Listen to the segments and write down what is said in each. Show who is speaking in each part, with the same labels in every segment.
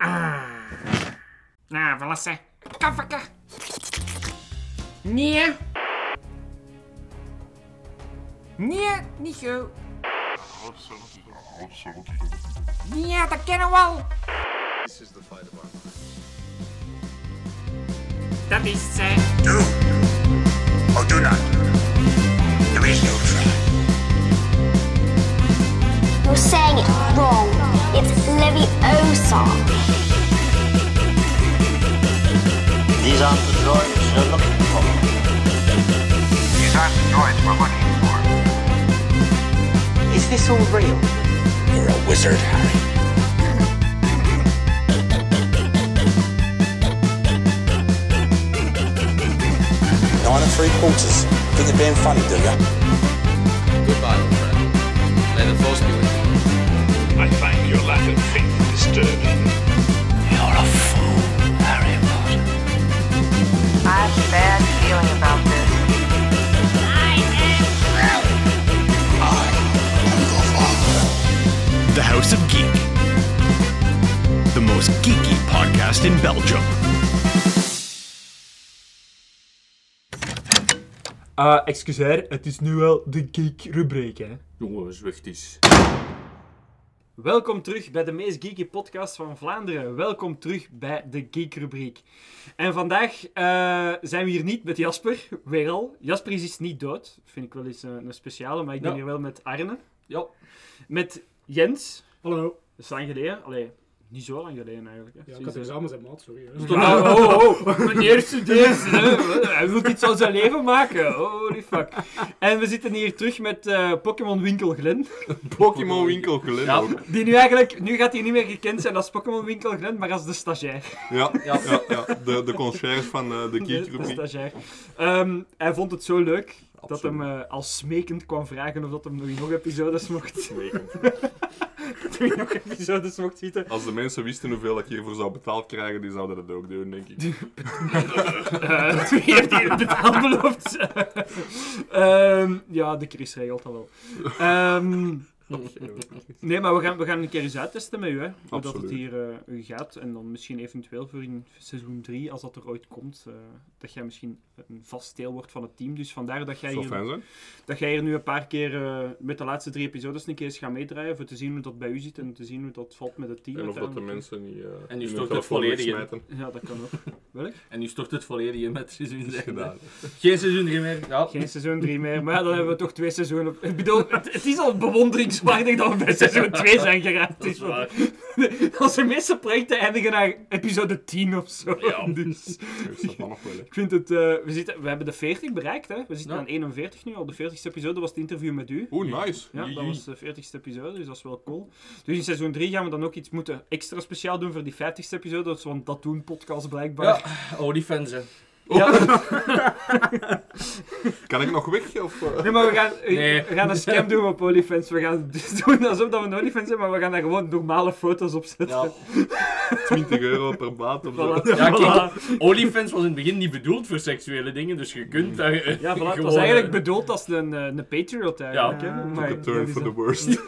Speaker 1: Nou,
Speaker 2: А, волосы. Кафака. Не. Не, не хё. Не, так керувал. Да ты сэ.
Speaker 3: Do or do not. There is no try.
Speaker 4: You're saying it wrong. It's Leviosa.
Speaker 5: These aren't the droids you're looking for.
Speaker 3: These aren't the droids we're looking for.
Speaker 6: Is this all real?
Speaker 3: You're a wizard, Harry.
Speaker 7: Nine and three quarters. Think you're being funny, do you?
Speaker 8: Goodbye, old friend. May the force be with you.
Speaker 9: I find your lack of faith disturbing.
Speaker 5: You're a fool, Harry Potter.
Speaker 6: I have a bad feeling about this.
Speaker 9: The House of Geek. The most geeky podcast in Belgium.
Speaker 1: Ah, excuseer, het is nu wel de geek-rubriek, hè?
Speaker 10: Jongen, zwicht eens.
Speaker 1: Welkom terug bij de meest geeky podcast van Vlaanderen. Welkom terug bij de geek-rubriek. En vandaag eh, zijn we hier niet met Jasper, weer al. Jasper is iets niet dood, vind ik wel eens een, een speciale, maar ik ben
Speaker 10: Ja.
Speaker 1: hier wel met Arne.
Speaker 10: Ja.
Speaker 1: Met Jens,
Speaker 11: Hallo.
Speaker 1: dat is lang geleden. Allee, niet zo lang geleden eigenlijk. Hè.
Speaker 11: Ja, ik
Speaker 1: Sinds,
Speaker 11: had
Speaker 1: eh,
Speaker 11: examens en maat, sorry. hè.
Speaker 1: Oh, oh, oh. Meneer studeert. hè. Hij wil iets van zijn leven maken. Holy fuck. En we zitten hier terug met eh, Pokémon Winkel Glen.
Speaker 10: Pokémon Winkel geleden
Speaker 1: Ja,
Speaker 10: ook.
Speaker 1: die nu eigenlijk... Nu gaat hij niet meer gekend zijn als Pokémon Winkel Glen, maar als de stagiair.
Speaker 10: Ja, ja, ja, De, de concierge van eh, de
Speaker 1: De, de
Speaker 10: geekrubriek.
Speaker 1: stagiair. Ehm, hij vond het zo leuk dat
Speaker 10: Absoluut.
Speaker 1: hem eh, al smekend kwam vragen of dat hem nog in nog episodes mocht... dat hij in nog episodes mocht zitten.
Speaker 10: Als de mensen wisten hoeveel ik hiervoor zou betaald krijgen, die zouden dat ook doen, denk ik.
Speaker 1: Eh, wie heeft hier het betaald beloofd? Ehm, ja, de Chris regelt dat wel. Ehm, nee, maar we gaan, we gaan een keer eens uittesten met u, hè. Hoe dat het
Speaker 10: Absoluut.
Speaker 1: hier eh, u gaat. En dan misschien eventueel voor in seizoen 3, als dat er ooit komt, eh, dat jij misschien een vast deel wordt van het team. Dus vandaar dat jij,
Speaker 10: Zou
Speaker 1: hier,
Speaker 10: fijn zijn.
Speaker 1: dat jij hier nu een paar keer eh, met de laatste drie episodes een keer eens gaat meedraaien, voor te zien hoe dat bij u zit en te zien hoe dat valt met het team.
Speaker 10: En of dat de
Speaker 1: uiteindelijk.
Speaker 10: mensen niet... eh,
Speaker 8: En nu
Speaker 10: hun
Speaker 8: stort het
Speaker 10: telefoon
Speaker 8: volledig in.
Speaker 10: wegsmijten.
Speaker 1: Ja, dat kan ook. Welk?
Speaker 8: En nu stort het volledig in met seizoen 3.
Speaker 10: Gedaan.
Speaker 8: Geen seizoen 3 meer. Ja.
Speaker 1: Geen seizoen 3 meer, maar ja, dan hebben we toch twee seizoenen. op- Ik bedoel, het, het is al bewonderingswaardig dat we bij seizoen 2 zijn geraakt.
Speaker 8: Dat is waar.
Speaker 1: Onze meeste projecten eindigen naar episode 10 of zo. Dus
Speaker 10: Dus dat kan nog wel, hè.
Speaker 1: ik vind het. eh, we, zitten, we hebben de 40 bereikt, hè? We zitten
Speaker 8: Ja.
Speaker 1: aan 41 nu. Al de 40ste episode was het interview met u.
Speaker 10: Oeh, nice.
Speaker 1: Ja, dat
Speaker 10: Jee.
Speaker 1: was de 40ste episode, dus dat is wel cool. Dus in seizoen 3 gaan we dan ook iets moeten extra speciaal doen voor die 50ste episode. Dat is van dat doen podcast blijkbaar.
Speaker 8: Ja, oh die fans hè.
Speaker 10: Kan ik nog weg? Of, eh?
Speaker 1: Nee, maar we gaan,
Speaker 8: Nee.
Speaker 1: we gaan een scam doen op OnlyFans. We gaan dus doen alsof dat we een OnlyFans hebben, maar we gaan daar gewoon normale foto's op zetten.
Speaker 8: Ja.
Speaker 10: 20 euro per maand of zo.
Speaker 1: Voilà.
Speaker 8: Ja,
Speaker 1: Voilà.
Speaker 8: kijk, OnlyFans was in het begin niet bedoeld voor seksuele dingen, dus je kunt daar eh,
Speaker 1: Ja, voilà. het was
Speaker 8: gewoon,
Speaker 1: eigenlijk
Speaker 8: eh,
Speaker 1: bedoeld als een, eh, een Patriot eigenlijk.
Speaker 8: Ja.
Speaker 1: hè.
Speaker 10: Took
Speaker 1: Maar
Speaker 10: a
Speaker 1: dat
Speaker 10: turn
Speaker 1: is
Speaker 10: for
Speaker 1: dan-
Speaker 10: the worst.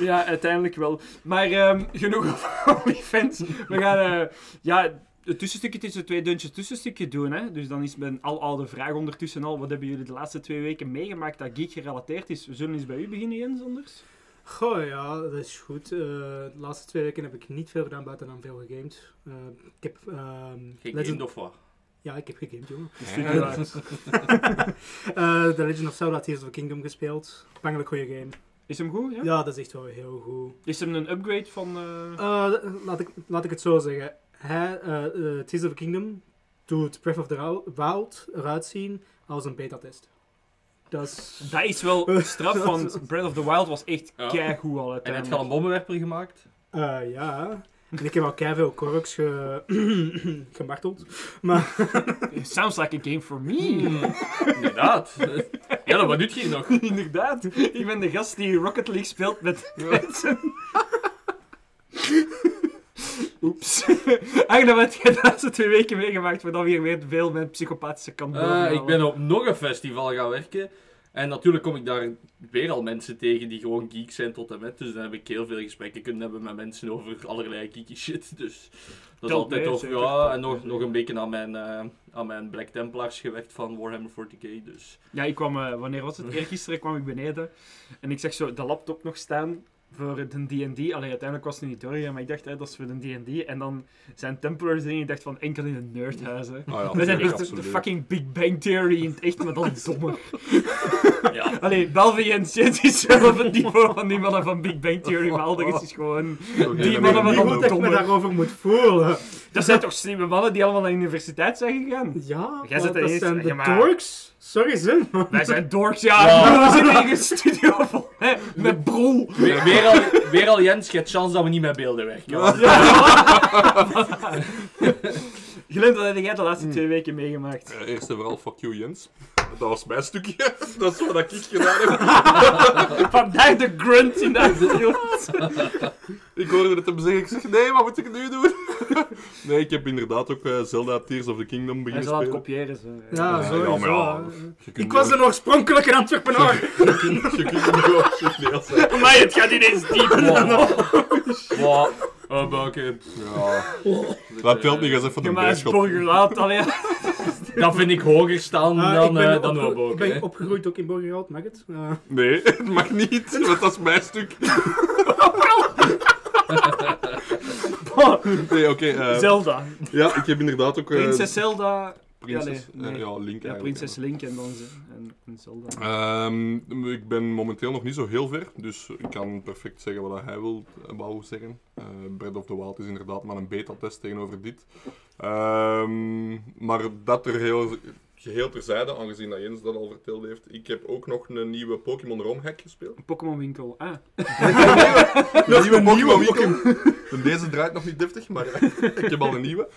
Speaker 1: Ja, uiteindelijk wel. Maar ehm, genoeg over OnlyFans. We gaan eh, ja, het tussenstukje tussen twee dunjes tussenstukje doen. Hè? Dus dan is mijn al oude vraag ondertussen al. Wat hebben jullie de laatste twee weken meegemaakt dat geek gerelateerd is? We zullen eens bij u beginnen, Jens, anders.
Speaker 11: Goh, ja, dat is goed. Eh, de laatste twee weken heb ik niet veel gedaan, buiten dan veel gegamed. Eh, ik heb... ehm,
Speaker 8: Geen
Speaker 11: Legend-
Speaker 8: kind of wat?
Speaker 11: Ja, ik heb gegamed, jongen.
Speaker 1: Ja.
Speaker 11: Eh The Legend of Zelda Tears of the Kingdom gespeeld. Bangelijk goede game.
Speaker 1: Is hem goed? Ja?
Speaker 11: Ja, dat is echt wel heel goed.
Speaker 1: Is hem een upgrade van... eh,
Speaker 11: Eh, laat, ik, laat ik het zo zeggen. Hij, eh, eh, Tears of the Kingdom doet Breath of the Rou- Wild eruit zien als een beta-test. Dat is...
Speaker 1: Dat is wel straf, want Breath of the Wild was echt
Speaker 8: Ja.
Speaker 1: keigoed al
Speaker 8: En heb
Speaker 1: uiteindelijk.
Speaker 8: je al een bommenwerper gemaakt?
Speaker 11: Eh, ja. En ik heb al keiveel korks ge... gemarteld. Maar
Speaker 1: Sounds like a game for me.
Speaker 8: Inderdaad. Ja, dan wat doet je hier nog?
Speaker 1: Inderdaad. Ik ben de gast die Rocket League speelt met mensen. Oeps. Eigenlijk wat heb jij de laatste twee weken
Speaker 12: Eh,
Speaker 1: meegemaakt, voordat we hier weer veel met psychopathische kant
Speaker 8: Eh, ik ben op nog een festival gaan werken.
Speaker 12: En natuurlijk kom ik daar weer al mensen tegen die gewoon geek zijn tot en met. Dus dan heb ik heel veel gesprekken kunnen hebben met mensen over allerlei geeky shit. Dus dat is
Speaker 1: Telt
Speaker 12: altijd
Speaker 1: mee,
Speaker 12: toch...
Speaker 1: zeker.
Speaker 12: Ja, en nog, nog een beetje aan mijn, eh, aan mijn Black Templars gewerkt van Warhammer 40k. Dus
Speaker 1: Ja, ik kwam, eh, wanneer was het? Eergisteren kwam ik beneden en ik zag zo de laptop nog staan voor de D&D. Allee, uiteindelijk was het niet doorgegaan, maar ik dacht, hè, dat is voor de D&D. En dan zijn Templars dingen, ik dacht van, enkel in de nerdhuizen.
Speaker 10: ja,
Speaker 1: We zijn
Speaker 10: tuurlijk,
Speaker 1: echt de- de
Speaker 10: absoluut.
Speaker 1: fucking Big Bang Theory in het echt, maar dan dommer.
Speaker 12: Ja.
Speaker 1: Allee, België en shit is wel op het niveau van die mannen van Big Bang Theory, maar Alderus is gewoon... Die
Speaker 11: Ik
Speaker 1: mannen
Speaker 11: weet niet
Speaker 1: van
Speaker 11: hoe dat ik me
Speaker 1: dommer.
Speaker 11: daarover moet voelen.
Speaker 1: Dat zijn toch slimme mannen die allemaal naar de universiteit zijn gegaan?
Speaker 11: Ja,
Speaker 1: Jij
Speaker 11: maar
Speaker 1: zit er
Speaker 11: dat
Speaker 1: eerst-
Speaker 11: zijn de
Speaker 1: ja, maar-
Speaker 11: dorks. Sorry, zin.
Speaker 1: Wij zijn dorks, ja. We zitten in een studio vol, hè, met brol.
Speaker 12: weer, weer, al, weer al Jens, je hebt kans dat we niet met beelden werken.
Speaker 1: Glenn, wat heb jij de
Speaker 10: Hmm.
Speaker 1: laatste twee weken meegemaakt?
Speaker 10: Eh, Eerst en vooral, fuck you Jens. Dat was mijn stukje. Dat is wat ik gedaan heb.
Speaker 1: Vandaag de grunt in de achtergrond.
Speaker 10: Ik hoorde het hem zeggen, ik zeg nee, wat moet ik nu doen? nee, ik heb inderdaad ook eh, Zelda Tears of the Kingdom
Speaker 1: Hij
Speaker 10: beginnen
Speaker 1: zal aan het
Speaker 10: spelen.
Speaker 1: kopiëren. Zo.
Speaker 11: Ja,
Speaker 10: Ja, maar ja,
Speaker 11: sowieso.
Speaker 10: je kunt
Speaker 11: Ik was
Speaker 10: nooit-
Speaker 11: een oorspronkelijke entrepreneur.
Speaker 10: Je kunt, je kunt niet gewoon shit nee, zijn.
Speaker 1: Maar het gaat ineens dieper.
Speaker 12: Wow. Oh, maar oké.
Speaker 10: Ja. Dat telt niet eens even
Speaker 1: Ja,
Speaker 10: de
Speaker 1: maar hij is
Speaker 10: beerschot.
Speaker 1: borgerlaat. Allee.
Speaker 12: Dat vind ik hoger staan
Speaker 11: Ah, ik
Speaker 12: dan,
Speaker 11: ben
Speaker 12: eh dan
Speaker 11: opge-
Speaker 12: Obo.
Speaker 11: Ik ben opgegroeid ook in Borgerhout, mag het? Eh,
Speaker 10: Nee, het mag niet, want dat is mijn stuk. Nee, oké. eh,
Speaker 1: Zelda.
Speaker 10: ja, ik heb inderdaad ook... eh,
Speaker 1: Prinses Zelda.
Speaker 10: Prinses,
Speaker 1: Ja, nee,
Speaker 10: eh,
Speaker 1: nee.
Speaker 10: ja, Link
Speaker 1: Ja,
Speaker 10: eigenlijk,
Speaker 1: prinses
Speaker 10: ja.
Speaker 1: Link en dan ze- en, en Zelda.
Speaker 10: Ehm, ik ben momenteel nog niet zo heel ver, dus ik kan perfect zeggen wat hij wil eh, wou zeggen. Eh Breath of the Wild is inderdaad maar een beta-test tegenover dit. Ehm, maar dat er heel, geheel terzijde, aangezien dat Jens dat al verteld heeft, ik heb ook nog een nieuwe Pokémon ROM-hack gespeeld.
Speaker 1: Pokémon winkel. Ah.
Speaker 10: Een nieuwe Pokémon Weekend. Deze draait nog niet deftig, maar eh, ik heb al een nieuwe.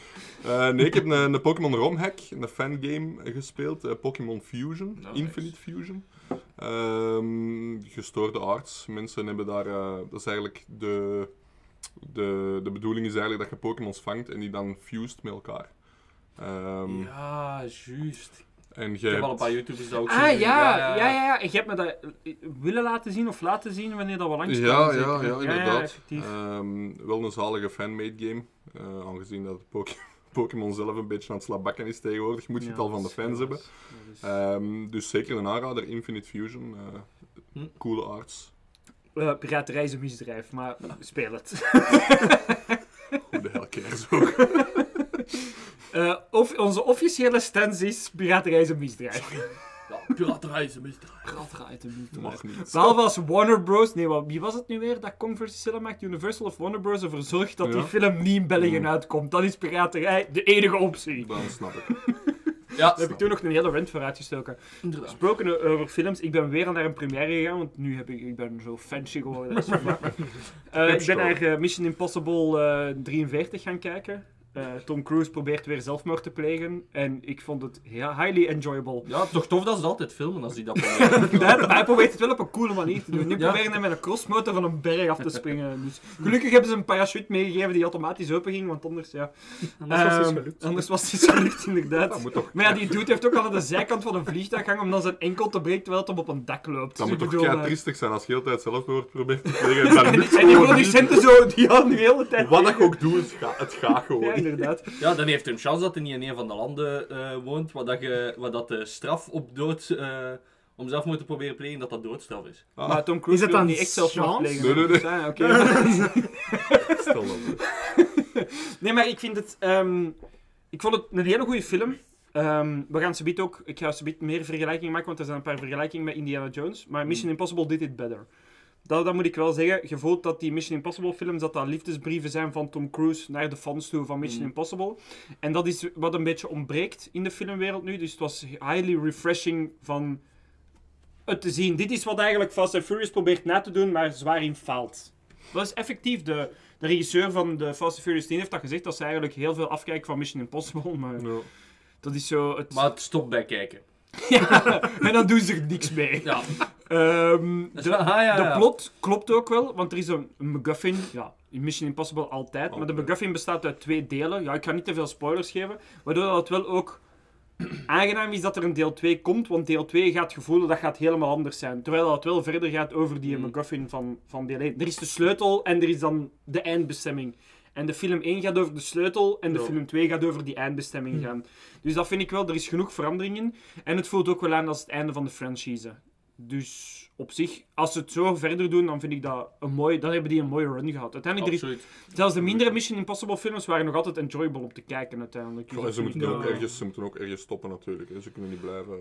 Speaker 10: Eh, nee, ik heb een, een Pokémon ROM-hack, een fangame eh, gespeeld. eh, Pokémon Fusion,
Speaker 12: Nice.
Speaker 10: Infinite Fusion. Ehm, gestoorde arts. Mensen hebben daar... eh, dat is eigenlijk de, de... De bedoeling is eigenlijk dat je Pokémons vangt en die dan fused met elkaar. Ehm,
Speaker 12: Ja, juist.
Speaker 10: En je
Speaker 12: Ik heb al een
Speaker 10: hebt-
Speaker 12: paar YouTubers dat ook zien
Speaker 1: Ah
Speaker 12: doen.
Speaker 1: ja, ja, ja, ja. En je hebt me dat eh, willen laten zien of laten zien wanneer dat wel langs
Speaker 10: Ja, ja, ja, inderdaad.
Speaker 1: effectief.
Speaker 10: Ehm, wel een zalige fanmade game, eh, aangezien dat Poké- Pokémon zelf een beetje aan het slabakken is tegenwoordig, moet je het
Speaker 1: Ja,
Speaker 10: al van de
Speaker 1: dat is- dat
Speaker 10: fans hebben.
Speaker 1: is- dat is-
Speaker 10: Ehm, dus zeker een aanrader, Infinite Fusion, eh,
Speaker 12: Hm.
Speaker 10: coole arts,
Speaker 1: Eh, piraterij is een misdrijf, maar speel het.
Speaker 10: hoe de hell cares ook.
Speaker 1: Eh, of, onze officiële stance is piraterij is een misdrijf.
Speaker 12: Ja, Piraterij is een misdrijf.
Speaker 1: Piraterij is een misdrijf.
Speaker 10: Mag niet.
Speaker 1: Behalve als Warner Bros. Nee, wat, wie was het nu weer dat Converse film maakt? Universal of Warner Bros. ervoor zorgt dat die
Speaker 10: Ja.
Speaker 1: film niet in België uitkomt. Dan is piraterij de enige optie.
Speaker 10: Dan snap ik.
Speaker 12: Ja,
Speaker 1: Daar heb ik toen nog een hele rent voor uitgestoken.
Speaker 12: inderdaad.
Speaker 1: Gesproken eh, over films, ik ben weer al naar een première gegaan, want nu heb ik, ik ben zo fancy geworden. dat is waar. Eh, ik ben naar eh, Mission Impossible eh, 43 gaan kijken. Eh, Tom Cruise probeert weer zelfmoord te plegen en ik vond het heel- highly enjoyable.
Speaker 12: Ja, toch tof dat ze dat altijd filmen als die dat proberen.
Speaker 1: Hij- Hij probeert het wel op een coole manier te doen.
Speaker 12: Ja.
Speaker 1: Nu proberen hij met een crossmotor van een berg af te springen. Dus gelukkig hebben ze een parachute meegegeven die automatisch open ging, want anders, ja.
Speaker 11: Anders was het
Speaker 1: Ehm,
Speaker 11: gelukt.
Speaker 1: Anders was het gelukt, inderdaad.
Speaker 10: Dat moet toch,
Speaker 1: Maar ja, die dude heeft ook al aan de zijkant van een vliegtuig hangen om dan zijn enkel te breken terwijl het hem op een dak loopt.
Speaker 10: dat
Speaker 1: Dus
Speaker 10: moet
Speaker 1: ik
Speaker 10: toch
Speaker 1: bedoel,
Speaker 10: kei
Speaker 1: eh,
Speaker 10: triestig zijn als je altijd zelf wordt proberen te plegen en dan
Speaker 1: En
Speaker 10: lukt
Speaker 1: die, en die
Speaker 10: gewoon
Speaker 1: producenten zo, die hadden de hele tijd...
Speaker 10: niet. Wat ik ook doe, het gaat, het gaat gewoon
Speaker 1: Ja,
Speaker 10: niet.
Speaker 1: inderdaad.
Speaker 12: Ja, dan heeft hij een kans dat hij niet in een van de landen eh, woont waar, dat je, waar dat de straf op dood... eh, om zelfmoord te proberen plegen, dat dat doodstraf is.
Speaker 10: Ah,
Speaker 1: Maar Tom Cruise
Speaker 11: Is dat
Speaker 1: wil
Speaker 11: dan
Speaker 1: niet echt zelfmoord
Speaker 11: chance?
Speaker 1: plegen.
Speaker 10: Nee, nee, nee.
Speaker 1: Ah, oké.
Speaker 10: stel dat.
Speaker 1: Nee, maar ik vind het. ehm, ik vond het een hele goede film. Ehm, we gaan ze ook. Ik ga ze meer vergelijkingen maken, want er zijn een paar vergelijkingen met Indiana Jones. Maar Mission Impossible did it better. Dat, dat moet ik wel zeggen. Je voelt dat die Mission Impossible films dat dat liefdesbrieven zijn van Tom Cruise naar de fans toe van Mission
Speaker 12: Mm.
Speaker 1: Impossible. En dat is wat een beetje ontbreekt in de filmwereld nu. Dus het was highly refreshing van het te zien. Dit is wat eigenlijk Fast and Furious probeert na te doen, maar zwaar in faalt. Dat is effectief. De, de regisseur van de Fast and Furious 10 heeft dat gezegd, dat ze eigenlijk heel veel afkijken van Mission Impossible, maar
Speaker 10: Ja.
Speaker 1: dat is zo... Het...
Speaker 12: Maar het stopt bij kijken.
Speaker 1: Ja, en dan doen ze er niks mee.
Speaker 12: Ja.
Speaker 1: Ehm,
Speaker 12: Dus,
Speaker 1: de,
Speaker 12: ah, ja, ja.
Speaker 1: de plot klopt ook wel, want er is een een MacGuffin. Ja, in Mission Impossible altijd. Maar de
Speaker 10: Altijd.
Speaker 1: MacGuffin bestaat uit twee delen. Ja, ik ga niet te veel spoilers geven. Waardoor dat wel ook aangenaam is dat er een deel 2 komt, want deel 2 gaat gevoelen dat gaat helemaal anders zijn. Terwijl dat wel verder gaat over die MacGuffin van, van deel 1. Er is de sleutel en er is dan de eindbestemming. En de film 1 gaat over de sleutel en de
Speaker 12: Ja.
Speaker 1: film 2 gaat over die eindbestemming
Speaker 12: Hmm.
Speaker 1: gaan. Dus dat vind ik wel, er is genoeg verandering in. En het voelt ook wel aan als het einde van de franchise. Dus op zich, als ze het zo verder doen, dan vind ik dat een mooi, dan hebben die een mooie run gehad. Uiteindelijk, er is-
Speaker 10: Absoluut.
Speaker 1: zelfs de mindere Mission Impossible films waren nog altijd enjoyable om te kijken uiteindelijk. Dus
Speaker 10: Ja,
Speaker 1: dat
Speaker 10: en ze,
Speaker 1: vind ik
Speaker 10: moeten
Speaker 1: wel-
Speaker 10: ook ergens, ze moeten ook ergens stoppen natuurlijk. Hè. Ze kunnen niet blijven...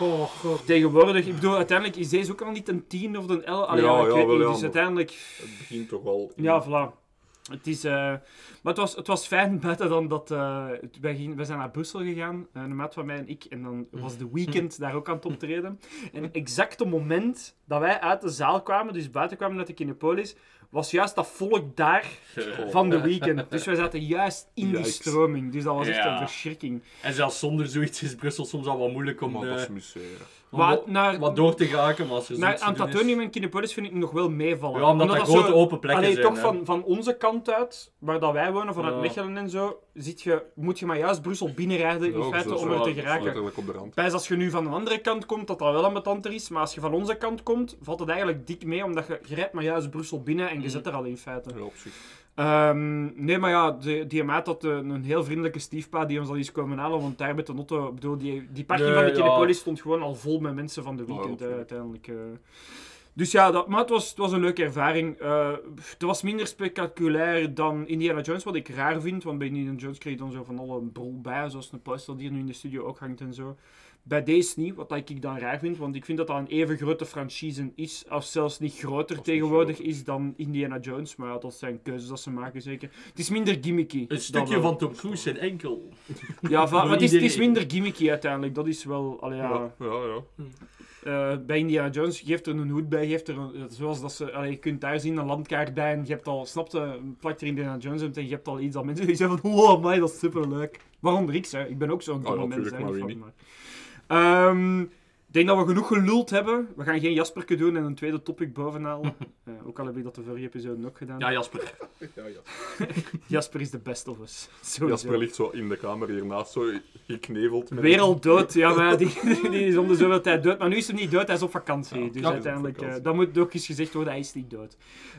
Speaker 1: Oh, god. Tegenwoordig, ik bedoel, uiteindelijk is deze ook al niet een 10 of een 11. Allee,
Speaker 10: Ja,
Speaker 1: ja, ik
Speaker 10: ja,
Speaker 1: weet
Speaker 10: wel,
Speaker 1: niet,
Speaker 10: ja,
Speaker 1: dus
Speaker 10: maar
Speaker 1: uiteindelijk...
Speaker 10: Het begint toch al...
Speaker 1: Ja, voilà. Het is, eh, Maar het was, het was fijn, beter dan dat... eh, het- wij, gingen- wij zijn naar Brussel gegaan, eh, een maat van mij en ik, en dan was de weekend daar ook aan het optreden. En exact op het moment dat wij uit de zaal kwamen, dus buiten kwamen uit de Kinepolis, was juist dat volk daar van de weekend. Dus wij zaten juist in die
Speaker 12: Yikes.
Speaker 1: stroming, dus dat was echt
Speaker 12: Ja.
Speaker 1: een verschrikking.
Speaker 12: En zelfs zonder zoiets is Brussel soms al wat moeilijk om,
Speaker 10: Maar dat is
Speaker 12: eh,
Speaker 10: museum.
Speaker 12: om
Speaker 1: Maar
Speaker 12: wat,
Speaker 1: naar-
Speaker 12: wat door te raken. Maar als er
Speaker 1: Maar
Speaker 12: zoiets te
Speaker 1: aan
Speaker 12: doen is-
Speaker 1: Tatonium en Kinepolis vind ik nog wel meevallen.
Speaker 12: Ja, omdat dat grote
Speaker 1: zo-
Speaker 12: open plekken
Speaker 1: Allee,
Speaker 12: zijn,
Speaker 1: toch
Speaker 12: hè.
Speaker 1: van, van onze kant uit, waar dat wij wonen, vanuit
Speaker 12: Ja.
Speaker 1: Mechelen en zo, zit je, moet je maar juist Brussel binnenrijden in
Speaker 10: Ja,
Speaker 1: feite
Speaker 10: dat is
Speaker 1: om er
Speaker 10: wel-
Speaker 1: te
Speaker 10: dat is
Speaker 1: geraken.
Speaker 10: letterlijk op de rand.
Speaker 1: Bijs als je nu van de andere kant komt, dat dat wel ambetanter is, maar als je van onze kant komt, valt het eigenlijk dik mee, omdat je, je rijdt maar juist Brussel binnen
Speaker 12: Mm.
Speaker 1: en je zit er al in feite.
Speaker 10: Ja, op zich.
Speaker 1: Ehm, nee, maar ja, de, die maat had eh, een heel vriendelijke stiefpa die ons al eens komen halen, want daar met de auto, ik bedoel, die, die parking
Speaker 12: Nee,
Speaker 1: van de
Speaker 12: ja. Oh,
Speaker 1: Kinepolis stond gewoon al vol met mensen van de weekend eh, uiteindelijk. eh. Dus ja, dat, maar het was, het was een leuke ervaring. Eh, pff, het was minder spectaculair dan Indiana Jones, wat ik raar vind, want bij Indiana Jones kreeg je dan zo van alle brol bij, zoals een poster die er nu in de studio ook hangt en zo. Bij deze niet, wat ik dan raar vind, want ik vind dat dat een even grote franchise is, of zelfs niet groter tegenwoordig is dan Indiana Jones. Maar ja, dat zijn keuzes dat ze maken, zeker. Het is minder gimmicky.
Speaker 12: Een stukje van Tom Cruise zijn enkel.
Speaker 1: Ja, va-
Speaker 12: Voor
Speaker 1: maar het is, het is
Speaker 12: iedereen.
Speaker 1: minder gimmicky uiteindelijk, dat is wel... Allee, ja. Eh, bij Indiana Jones geeft er een hoed bij, geeft er een, zoals dat ze, allee, je kunt daar zien een landkaart bij en je hebt al, snapte, plakt er Indiana Jones op en je hebt al iets dat mensen die zeggen van, wow, amai, dat is superleuk. Waaronder ik, hè. ik ben ook zo'n
Speaker 10: Oh,
Speaker 1: domme mens.
Speaker 10: natuurlijk,
Speaker 1: hè,
Speaker 10: maar
Speaker 1: niet
Speaker 10: wie
Speaker 1: van, maar- Ehm, ik denk dat we genoeg geluld hebben. We gaan geen Jasperke doen en een tweede topic bovenaan. Eh, ook al heb ik dat de vorige episode nog gedaan.
Speaker 12: Ja, Jasper.
Speaker 1: Jasper is de best of us. Sowieso.
Speaker 10: Jasper ligt zo in de kamer hiernaast, zo gekneveld. met-
Speaker 1: Werelddood, ja, maar die, die is om de zoveel tijd dood. Maar nu is hem niet dood, hij is op vakantie. dus
Speaker 10: ja,
Speaker 1: uiteindelijk,
Speaker 10: hij is op
Speaker 1: eh, dat moet ook eens gezegd worden, hij is niet dood.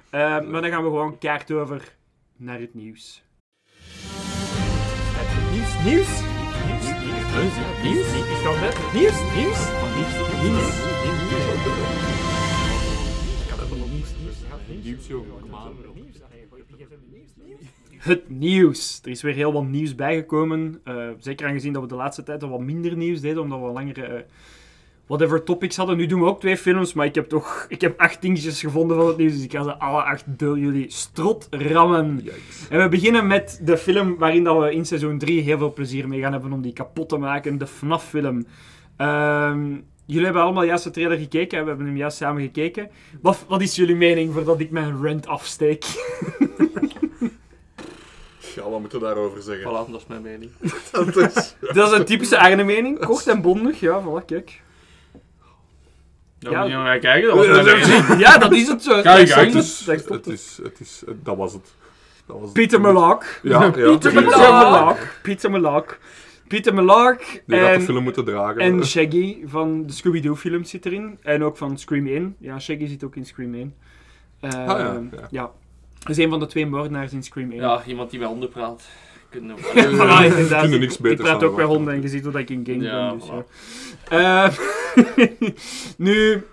Speaker 1: Eh, Maar dan gaan we gewoon kaart over naar het nieuws. Nieuws, nieuws, nieuws, nieuws, nieuws, nieuws, nieuws, nieuws,
Speaker 10: Nieuws, joh.
Speaker 1: Het nieuws. Er is weer heel wat nieuws bijgekomen. Eh, zeker aangezien dat we de laatste tijd al wat minder nieuws deden, omdat we wat langere eh, whatever topics hadden. Nu doen we ook twee films, maar ik heb toch ik heb acht dingetjes gevonden van het nieuws, dus ik ga ze alle acht door jullie strot rammen. En we beginnen met de film waarin dat we in seizoen 3 heel veel plezier mee gaan hebben om die kapot te maken, de FNAF-film. Ehm, jullie hebben allemaal juist de trailer gekeken, hè? we hebben hem juist samen gekeken. Wat, wat is jullie mening voordat ik mijn rent afsteek?
Speaker 10: Ja, wat moeten we daarover zeggen?
Speaker 12: Voilà, dat is mijn mening.
Speaker 10: Dat is-
Speaker 1: Dat is een typische eigen mening. Kort en bondig, ja, voilà, kijk.
Speaker 12: Ja,
Speaker 1: Ja.
Speaker 12: moet je naar mij kijken, dat was mijn mening.
Speaker 1: Ja, dat is het zo.
Speaker 12: Ga je
Speaker 1: Daar
Speaker 12: gang.
Speaker 1: stopt het, daar stopt
Speaker 10: Eh, Het is, het is, het- dat was het. Dat was het.
Speaker 1: Pieter Melak.
Speaker 10: Ja, ja.
Speaker 1: Pieter Melak. Pieter Melak. Pieter Melak.
Speaker 10: Die gaat
Speaker 1: en-
Speaker 10: de film moeten dragen.
Speaker 1: En Shaggy van de Scooby-Doo film zit erin. En ook van Scream 1. Ja, Shaggy zit ook in Scream 1. Eh,
Speaker 10: Ah, ja, ja.
Speaker 1: Dat is een van de twee moordenaars in Scream 1.
Speaker 12: Ja, iemand die met honden praat. Kunnen we-
Speaker 1: Ja, voilà, inderdaad.
Speaker 10: kunnen niks
Speaker 1: ik
Speaker 10: beters
Speaker 1: praat
Speaker 10: dan
Speaker 1: ook bij
Speaker 10: dat.
Speaker 1: honden en je ziet hoe dat ik in game
Speaker 12: Ja,
Speaker 1: ben. Dus,
Speaker 12: voilà.
Speaker 1: ja. Eh, nu,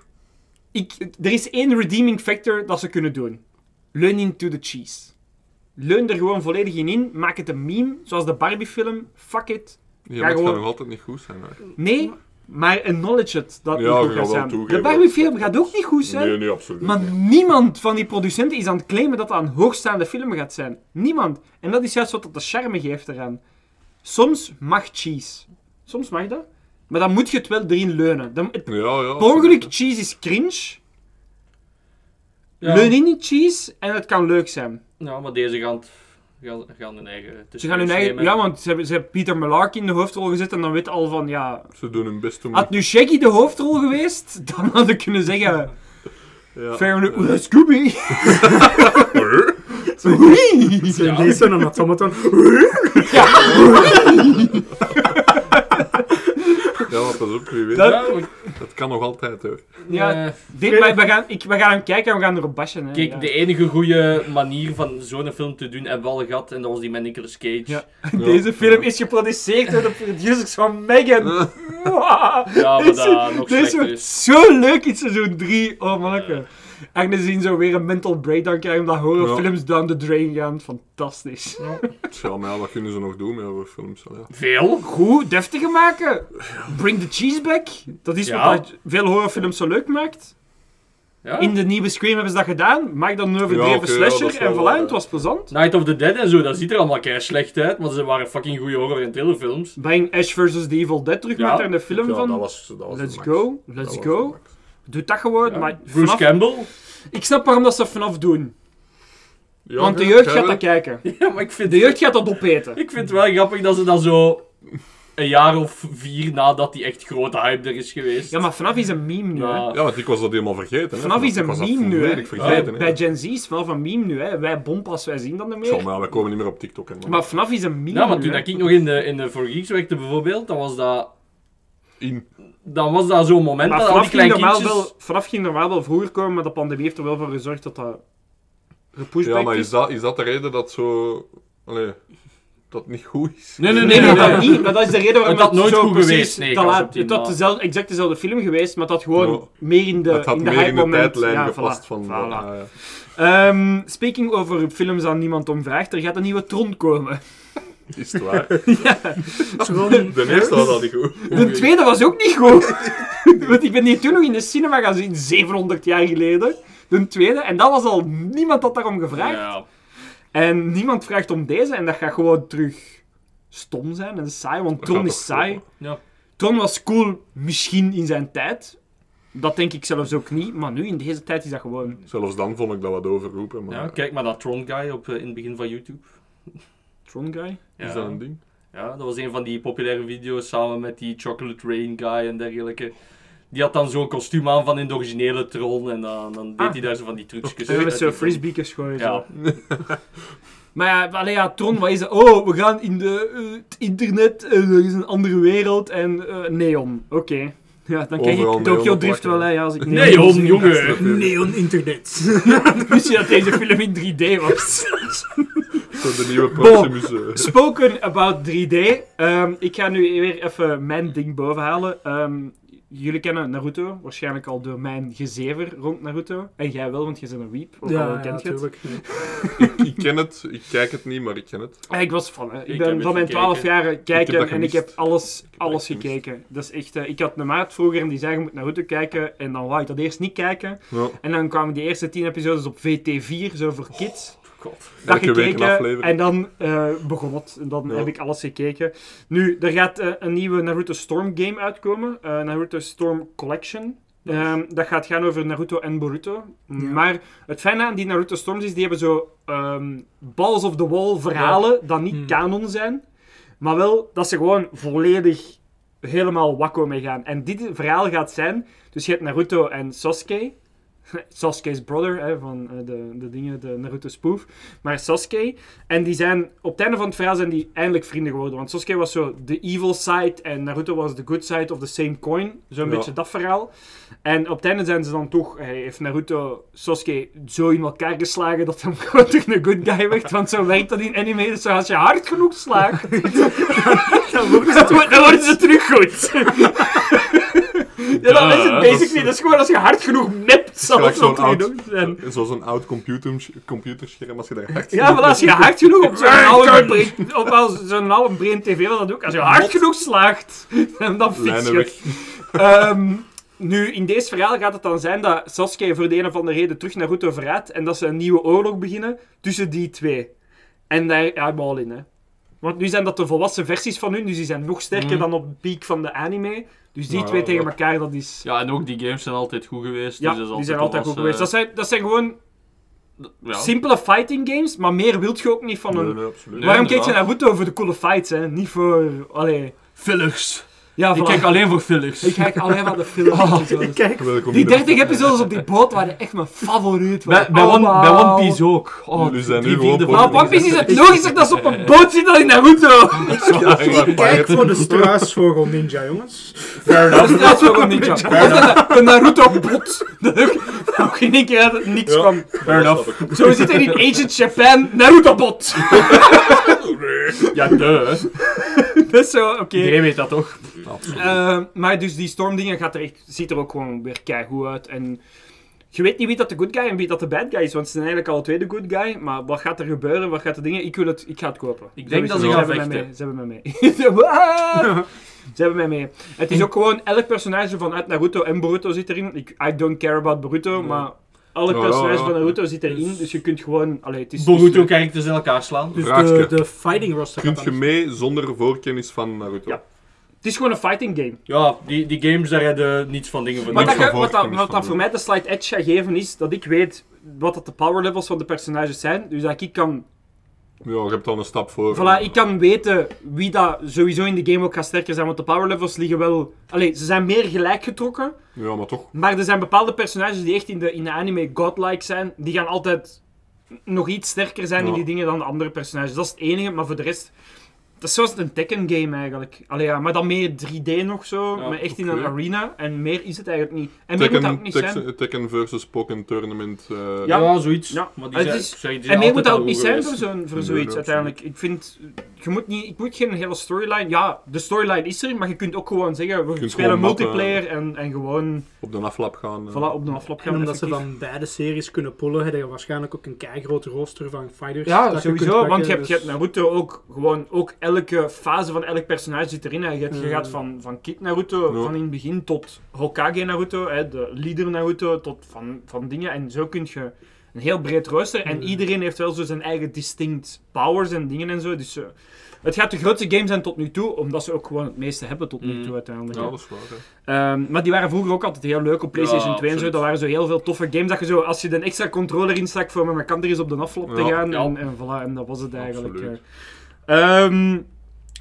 Speaker 1: ik, er is één redeeming factor dat ze kunnen doen. Leun into the cheese. Leun er gewoon volledig in in. Maak het een meme, zoals de Barbie film. Fuck it.
Speaker 10: Ja,
Speaker 1: Ga
Speaker 10: maar het
Speaker 1: gewoon-
Speaker 10: gaat nog altijd niet goed zijn. Hè.
Speaker 1: Nee, maar acknowledge het dat het
Speaker 10: Ja,
Speaker 1: niet goed
Speaker 10: je
Speaker 1: gaat
Speaker 10: gaat wel
Speaker 1: zijn.
Speaker 10: toegeven.
Speaker 1: De Barbie film gaat ook niet goed zijn.
Speaker 10: Nee, nee, absoluut.
Speaker 1: Maar niemand van die producenten is aan het claimen dat dat een hoogstaande film gaat zijn. Niemand. En dat is juist wat dat de charme geeft eraan. Soms mag cheese. Soms mag dat. Maar dan moet je het wel erin leunen. Dan, het,
Speaker 10: Ja, ja.
Speaker 1: per ongeluk, cheese is cringe.
Speaker 12: Ja.
Speaker 1: Leun in die cheese en het kan leuk zijn.
Speaker 12: Ja, maar deze gaan, gaan, gaan hun eigen...
Speaker 1: Ze gaan hun eigen... Ja, want ze hebben, ze hebben Peter Malark in de hoofdrol gezet en dan weet al van, ja...
Speaker 10: Ze doen hun best om...
Speaker 1: Had nu Shaggy de hoofdrol geweest, dan had ik kunnen zeggen...
Speaker 10: Ja.
Speaker 1: Fair enough. Oeh, Scooby!
Speaker 11: Deze en een automaton.
Speaker 1: Ja.
Speaker 10: Ja, want dat is ook weer weer.
Speaker 1: Dat-
Speaker 10: Dat... kan nog altijd hoor.
Speaker 1: Ja, dit, maar we gaan, ik, we gaan hem kijken en we gaan erop bashen. Hè,
Speaker 12: Kijk,
Speaker 1: ja.
Speaker 12: de enige goede manier van zo'n film te doen hebben we al gehad, en dat was die met Nicolas Cage.
Speaker 1: Deze film is geproduceerd door de producers van Megan.
Speaker 12: Ja, maar
Speaker 1: Deze-
Speaker 12: dat nog
Speaker 1: Deze
Speaker 12: slechter
Speaker 1: wordt
Speaker 12: is.
Speaker 1: zo leuk in seizoen 3. Oh, manneke. En dan zien zo weer een mental breakdown krijgen omdat horrorfilms down the drain gaan. Fantastisch.
Speaker 10: Tja, maar ja, wat kunnen ze nog doen met over films? Ja.
Speaker 12: Veel?
Speaker 1: Goed, deftige maken. Bring the cheese back. Dat is
Speaker 10: Ja.
Speaker 1: wat dat veel horrorfilms zo leuk maakt. In de nieuwe Scream hebben ze dat gedaan. Maak dan een overdreven
Speaker 12: Ja, oké, ja,
Speaker 1: slasher
Speaker 12: dat is wel eh,
Speaker 1: en voilà,
Speaker 12: waar,
Speaker 1: het was plezant.
Speaker 12: Night of the Dead en zo, dat ziet er allemaal kei slecht uit, maar ze waren fucking goede horror- en thrillerfilms.
Speaker 1: Breng Ash vs. The Evil Dead terug,
Speaker 12: Ja.
Speaker 1: maak daar een film
Speaker 12: Ja,
Speaker 1: van.
Speaker 12: dat was- dat was
Speaker 1: let's
Speaker 12: de max.
Speaker 1: go, let's go. Doe dat gewoon.
Speaker 12: Ja.
Speaker 1: Maar
Speaker 12: Bruce Campbell?
Speaker 1: Ik snap waarom dat ze dat vanaf doen.
Speaker 12: Ja,
Speaker 1: Want de
Speaker 12: ja,
Speaker 1: jeugd
Speaker 12: ja,
Speaker 1: gaat
Speaker 12: ja.
Speaker 1: dat kijken.
Speaker 12: Ja, maar ik vind...
Speaker 1: De jeugd gaat dat opeten.
Speaker 12: Ik vind het wel grappig dat ze dat zo een jaar of vier nadat die echt grote hype er is geweest. eh,
Speaker 1: Ja, maar vanaf is een meme nu. hè.
Speaker 10: Ja, want ik was dat helemaal vergeten. Hè.
Speaker 1: Vanaf is
Speaker 10: Ik
Speaker 1: een
Speaker 10: was dat
Speaker 1: meme nu. hè.
Speaker 10: volledig vergeten.
Speaker 1: Bij-
Speaker 10: hè.
Speaker 1: Bij Gen Z is vanaf een meme nu. Hè. Wij bompas, wij zien dat niet
Speaker 10: Tja,
Speaker 1: meer.
Speaker 10: maar ja, wij komen niet meer op TikTok. Hè, man.
Speaker 1: Maar vanaf is een meme
Speaker 12: Ja, maar
Speaker 1: nu,
Speaker 12: toen
Speaker 1: hè.
Speaker 12: dat ik nog in de, in de For Geeks werkte bijvoorbeeld, dan was dat...
Speaker 10: In.
Speaker 12: Dan was dat zo'n moment
Speaker 1: Maar
Speaker 12: dat al die
Speaker 1: vanaf ging,
Speaker 12: kleine
Speaker 1: normaal
Speaker 12: kindjes...
Speaker 1: wel, vanaf ging normaal wel vroeger komen, maar de pandemie heeft er wel voor gezorgd dat dat gepusht
Speaker 10: Ja,
Speaker 1: werd.
Speaker 10: maar is dat, is dat de reden dat zo... Allee, dat het niet goed is?
Speaker 1: Nee, nee, nee, dat niet. Maar dat is de reden waarom
Speaker 10: Het had nooit
Speaker 1: zo
Speaker 10: goed
Speaker 1: precies
Speaker 10: geweest, nee,
Speaker 1: te
Speaker 10: ik was
Speaker 1: laat-
Speaker 10: op die
Speaker 1: Het had
Speaker 10: maat.
Speaker 1: dezelfde, exact dezelfde film geweest, maar dat had gewoon meer in de
Speaker 10: Het had
Speaker 1: in de
Speaker 10: meer in de
Speaker 1: hype-moment.
Speaker 10: tijdlijn
Speaker 1: ja,
Speaker 10: gepast
Speaker 1: voilà,
Speaker 10: van... eh,
Speaker 1: voilà.
Speaker 10: ja, ja.
Speaker 1: Ehm, speaking over films aan niemand om vraagt, er gaat een nieuwe Tron komen.
Speaker 10: Is het waar?
Speaker 1: ja.
Speaker 10: Tron. De eerste was al niet goed.
Speaker 1: De tweede was ook niet goed. Want ik ben hier toen nog in de cinema gaan zien, 700 jaar geleden. De tweede, en dat was al... Niemand had daarom gevraagd. En niemand vraagt om deze, en dat gaat gewoon terug stom zijn en saai, want
Speaker 12: gaat
Speaker 1: Tron
Speaker 12: toch
Speaker 1: is saai.
Speaker 12: Ja.
Speaker 1: Tron was cool misschien in zijn tijd. Dat denk ik zelfs ook niet, maar nu in deze tijd is dat gewoon...
Speaker 10: Zelfs dan vond ik dat wat overroepen, maar...
Speaker 12: Ja, kijk maar dat Tron Guy op, eh, in het begin van YouTube.
Speaker 1: Tron Guy?
Speaker 10: Is dat een ding?
Speaker 12: Ja, dat was een van die populaire video's samen met die Chocolate Rain Guy en dergelijke. Die had dan zo'n kostuum aan van in de originele Tron en dan, dan
Speaker 1: Ah.
Speaker 12: deed hij daar zo van die trucjes.
Speaker 1: We hebben
Speaker 12: uit.
Speaker 1: zo'n frisbeekjes gooien.
Speaker 12: Ja.
Speaker 1: zo. Oh, maar ja, allee, ja, Tron, wat is dat? Oh, we gaan in de, eh, het internet, eh, er is een andere wereld en eh, neon. Oké. Ja, dan krijg
Speaker 11: Overal
Speaker 1: ik
Speaker 11: neon
Speaker 1: Tokyo Drift
Speaker 11: opplakken.
Speaker 1: wel, hè, ja, als ik
Speaker 11: Neon,
Speaker 1: zie.
Speaker 11: jongen. Neon internet.
Speaker 1: Wist je dat deze film in 3D was?
Speaker 10: Zo de nieuwe
Speaker 1: Bon,
Speaker 10: Proximus... eh.
Speaker 1: spoken about 3D. Ehm, ik ga nu weer even mijn ding bovenhalen. Ehm, jullie kennen Naruto, waarschijnlijk al door mijn gezever rond Naruto. En jij wel, want je bent een wiep. Ook
Speaker 11: Ja,
Speaker 1: al
Speaker 11: ja,
Speaker 1: kent je het.
Speaker 11: tuurlijk.
Speaker 10: ik, ik ken het, ik kijk het niet, maar ik ken het.
Speaker 1: Ah, Ik was van, hè. ik,
Speaker 10: Ik heb
Speaker 1: ben
Speaker 10: het
Speaker 1: van mijn
Speaker 10: gekeken.
Speaker 1: 12 jaar eh,
Speaker 10: Ik heb
Speaker 1: kijken
Speaker 10: dat
Speaker 1: en ik
Speaker 10: gemist.
Speaker 1: heb alles, alles gekeken. Dat is echt, eh, ik had een maat vroeger en die zei je moet naar Naruto kijken en dan wou ik dat eerst niet kijken.
Speaker 10: Ja.
Speaker 1: En dan kwamen die eerste 10 episodes op VT4, zo voor kids. dat
Speaker 10: Elke week een
Speaker 1: gekeken
Speaker 10: aflevering.
Speaker 1: en dan eh, begon het. En dan
Speaker 10: Ja.
Speaker 1: heb ik alles gekeken. Nu, er gaat eh, een nieuwe Naruto Storm game uitkomen. eh, Naruto Storm Collection. Ehm, dat gaat gaan over Naruto en Boruto. Maar het fijne aan die Naruto Storms is, die hebben zo ehm, balls of the wall verhalen dat niet
Speaker 10: Hmm.
Speaker 1: kanon zijn. Maar wel dat ze gewoon volledig helemaal wakko mee gaan. En dit verhaal gaat zijn, dus je hebt Naruto en Sasuke. Sasuke's brother, hè, van eh, de, de dingen, de Naruto spoof. Maar Sasuke, en die zijn, op het einde van het verhaal zijn die eindelijk vrienden geworden. Want Sasuke was zo de evil side en Naruto was de good side of the same coin. Zo'n
Speaker 10: Ja.
Speaker 1: beetje dat verhaal. En op het einde zijn ze dan toch, hij heeft Naruto Sasuke zo in elkaar geslagen dat hem gewoon terug een good guy werd. Want zo werkt dat in anime, dus als je hard genoeg slaagt, dan worden ze, dan worden ze terug goed. ja, dat is het
Speaker 10: Ja,
Speaker 1: basically.
Speaker 10: dat is-
Speaker 1: Dat is gewoon als je hard genoeg nept, zal
Speaker 10: Gelijk
Speaker 1: het wel
Speaker 10: zo'n
Speaker 1: terug
Speaker 10: oud,
Speaker 1: doen.
Speaker 10: zoals een oud computer, computerscherm, als je daar hard
Speaker 1: Ja, maar als je hard genoeg op zo'n oude, brain- op al zo'n oude brain tv wil dat ook. Als je hard
Speaker 10: Bot.
Speaker 1: genoeg slaagt, dan fix
Speaker 10: Lijnen
Speaker 1: je het. Ehm, nu, in deze verhaal gaat het dan zijn dat Sasuke voor de een of andere reden terug naar Naruto verraadt en dat ze een nieuwe oorlog beginnen tussen die twee. En daar ja, ik ben al in, hè. Want nu zijn dat de volwassen versies van hun, dus die zijn nog sterker
Speaker 12: Mhm.
Speaker 1: dan op het piek van de anime. Dus die
Speaker 12: Nou,
Speaker 1: twee tegen
Speaker 12: dat-
Speaker 1: elkaar, dat is...
Speaker 12: Ja, en ook die games zijn altijd goed geweest.
Speaker 1: Ja,
Speaker 12: dus dat is
Speaker 1: die zijn altijd goed geweest. Dat
Speaker 12: volwassen-
Speaker 1: zijn, dat zijn gewoon
Speaker 12: ja.
Speaker 1: simpele fighting games, maar meer wilt je ook niet van een...
Speaker 10: Nee, nee, absoluut.
Speaker 1: Waarom
Speaker 10: Nee,
Speaker 1: keek je
Speaker 10: inderdaad.
Speaker 1: naar Naruto voor de coole fights, hè? Niet voor... Allee...
Speaker 12: Fillers.
Speaker 1: Ja,
Speaker 12: ik
Speaker 1: voilà.
Speaker 12: kijk alleen voor fillers.
Speaker 1: Ik kijk alleen maar de fillers.
Speaker 12: Ah,
Speaker 1: episodes.
Speaker 12: ik kijk-
Speaker 1: Die 30 episodes op die boot waren echt mijn favoriet.
Speaker 12: Bij, bij, one, bij One Piece ook. Oh,
Speaker 10: Jullie zijn
Speaker 12: drie
Speaker 10: nu gewoon
Speaker 12: vierde
Speaker 10: Pokémon.
Speaker 12: van-
Speaker 1: Maar One Piece is het logischer dat ze op
Speaker 12: Eh.
Speaker 1: een boot zitten dan in Naruto.
Speaker 11: Ik kijk voor de struisvogel ninja, jongens.
Speaker 1: Fair enough. Dat is ook een ninja. Of de, de Naruto-bot. Dat ook- dat ook in één keer uit het niks kwam.
Speaker 12: Fair enough.
Speaker 1: Zo zit er in Agent Japan Naruto-bot.
Speaker 12: Ja, duh.
Speaker 1: Dat is zo, oké.
Speaker 12: Iedereen weet dat toch?
Speaker 1: Eh, maar dus die stormdingen gaat er echt, ziet er ook gewoon weer keigoed uit. En je weet niet wie dat de good guy en wie dat de bad guy is, want ze zijn eigenlijk alle twee de good guy. Maar wat gaat er gebeuren? Wat gaat de dingen? Ik wil het, ik ga het kopen.
Speaker 12: Ik denk dat ze
Speaker 1: Sowieso.
Speaker 12: gaan
Speaker 1: hebben mij
Speaker 12: vechten.
Speaker 1: mee. Ze hebben mij mee. Wow! Ze hebben mij mee. Het is ook gewoon elk personage vanuit Naruto en Boruto zit erin. Ik, I don't care about Boruto, maar alle
Speaker 10: Ja,
Speaker 1: personages
Speaker 10: ja, ja.
Speaker 1: van Naruto zit erin. Dus je kunt gewoon. Allee, het is,
Speaker 12: Boruto-characters in elkaar slaan.
Speaker 11: Dus de,
Speaker 10: Vraagje.
Speaker 11: de fighting roster gaat
Speaker 10: Kunt je
Speaker 11: anders.
Speaker 10: mee zonder voorkennis van Naruto?
Speaker 1: Ja. het is gewoon een fighting game.
Speaker 12: Ja, die, die games, daar hebben niets van dingen van.
Speaker 1: Maar dat,
Speaker 10: Niks
Speaker 1: ge-
Speaker 10: van
Speaker 1: wat, dat,
Speaker 10: voorkennis
Speaker 1: wat dat
Speaker 10: van
Speaker 1: voor mij de slide edge gaat geven is dat ik weet wat dat de power levels van de personages zijn. Dus dat ik kan,
Speaker 10: Ja, je hebt al een stap voor. eh.
Speaker 1: voilà, ik kan weten wie dat sowieso in de game ook gaat sterker zijn. Want de power levels liggen wel. Allee, ze zijn meer gelijk getrokken.
Speaker 10: Ja, maar toch.
Speaker 1: Maar er zijn bepaalde personages die echt in de, in de anime godlike zijn. Die gaan altijd nog iets sterker zijn in
Speaker 10: Ja.
Speaker 1: die dingen dan de andere personages. Dat is het enige, maar voor de rest. Dat is zoals een Tekken game eigenlijk. Allee, ja, maar dan meer 3D nog zo.
Speaker 12: Ja,
Speaker 1: maar echt in
Speaker 10: oké.
Speaker 1: een arena. En meer is het eigenlijk niet. En meer moet dat ook
Speaker 10: Tekken,
Speaker 1: niet zijn.
Speaker 10: Tekken, Tekken versus Pokken Tournament. eh,
Speaker 12: Ja,
Speaker 1: Ja.
Speaker 12: zoiets.
Speaker 1: Ja.
Speaker 12: Maar die
Speaker 1: Het
Speaker 12: zijn,
Speaker 1: is-
Speaker 12: ik zeg, die zijn
Speaker 1: En meer moet
Speaker 12: altijd
Speaker 1: dat
Speaker 12: al
Speaker 1: ook niet
Speaker 12: goed
Speaker 1: zijn dus-
Speaker 12: geweest.
Speaker 1: voor, zo'n, voor
Speaker 10: Nee,
Speaker 1: zoiets
Speaker 10: nee,
Speaker 1: uiteindelijk. Ik vind, je moet, niet, ik moet geen hele storyline. Ja, de storyline is er, maar je kunt ook gewoon zeggen: we
Speaker 10: kunt
Speaker 1: spelen
Speaker 10: gewoon mappen.
Speaker 1: multiplayer en, en gewoon
Speaker 10: op de aflap gaan. eh.
Speaker 1: voilà, op de aflap gaan.
Speaker 11: En omdat ze
Speaker 1: effectief.
Speaker 11: van beide series kunnen pullen, heb je waarschijnlijk ook een keigroot roster van fighters. Dus dat
Speaker 1: Ja,
Speaker 11: je kunt
Speaker 1: sowieso,
Speaker 11: pakken,
Speaker 1: want je hebt, je
Speaker 11: dus-
Speaker 1: hebt Naruto ook gewoon, ook elke fase van elk personage zit erin. hè. Je, hebt, je
Speaker 11: Mm.
Speaker 1: gaat van, van Kid Naruto,
Speaker 10: Ja.
Speaker 1: van in het begin tot Hokage Naruto, hè, de leader Naruto, tot van, van dingen. En zo kun je een heel breed rooster.
Speaker 11: Mm.
Speaker 1: En iedereen heeft wel zo zijn eigen distinct powers en dingen en zo. Dus eh, het gaat de grootste game zijn tot nu toe, omdat ze ook gewoon het meeste hebben tot nu
Speaker 12: Mm.
Speaker 1: toe uiteindelijk.
Speaker 10: Ja,
Speaker 1: hè.
Speaker 10: dat is waar. hè.
Speaker 1: Ehm, maar die waren vroeger ook altijd heel leuk op PlayStation
Speaker 12: Ja,
Speaker 1: 2 en zo.
Speaker 12: absoluut.
Speaker 1: Dat waren zo heel veel toffe games. Dat je zo, als je de extra controller instak voor mijn kant er eens op de aflop te
Speaker 10: Ja,
Speaker 1: gaan.
Speaker 12: ja.
Speaker 1: En, en voilà, en dat was het eigenlijk.
Speaker 10: Absoluut.
Speaker 1: eh. Ehm,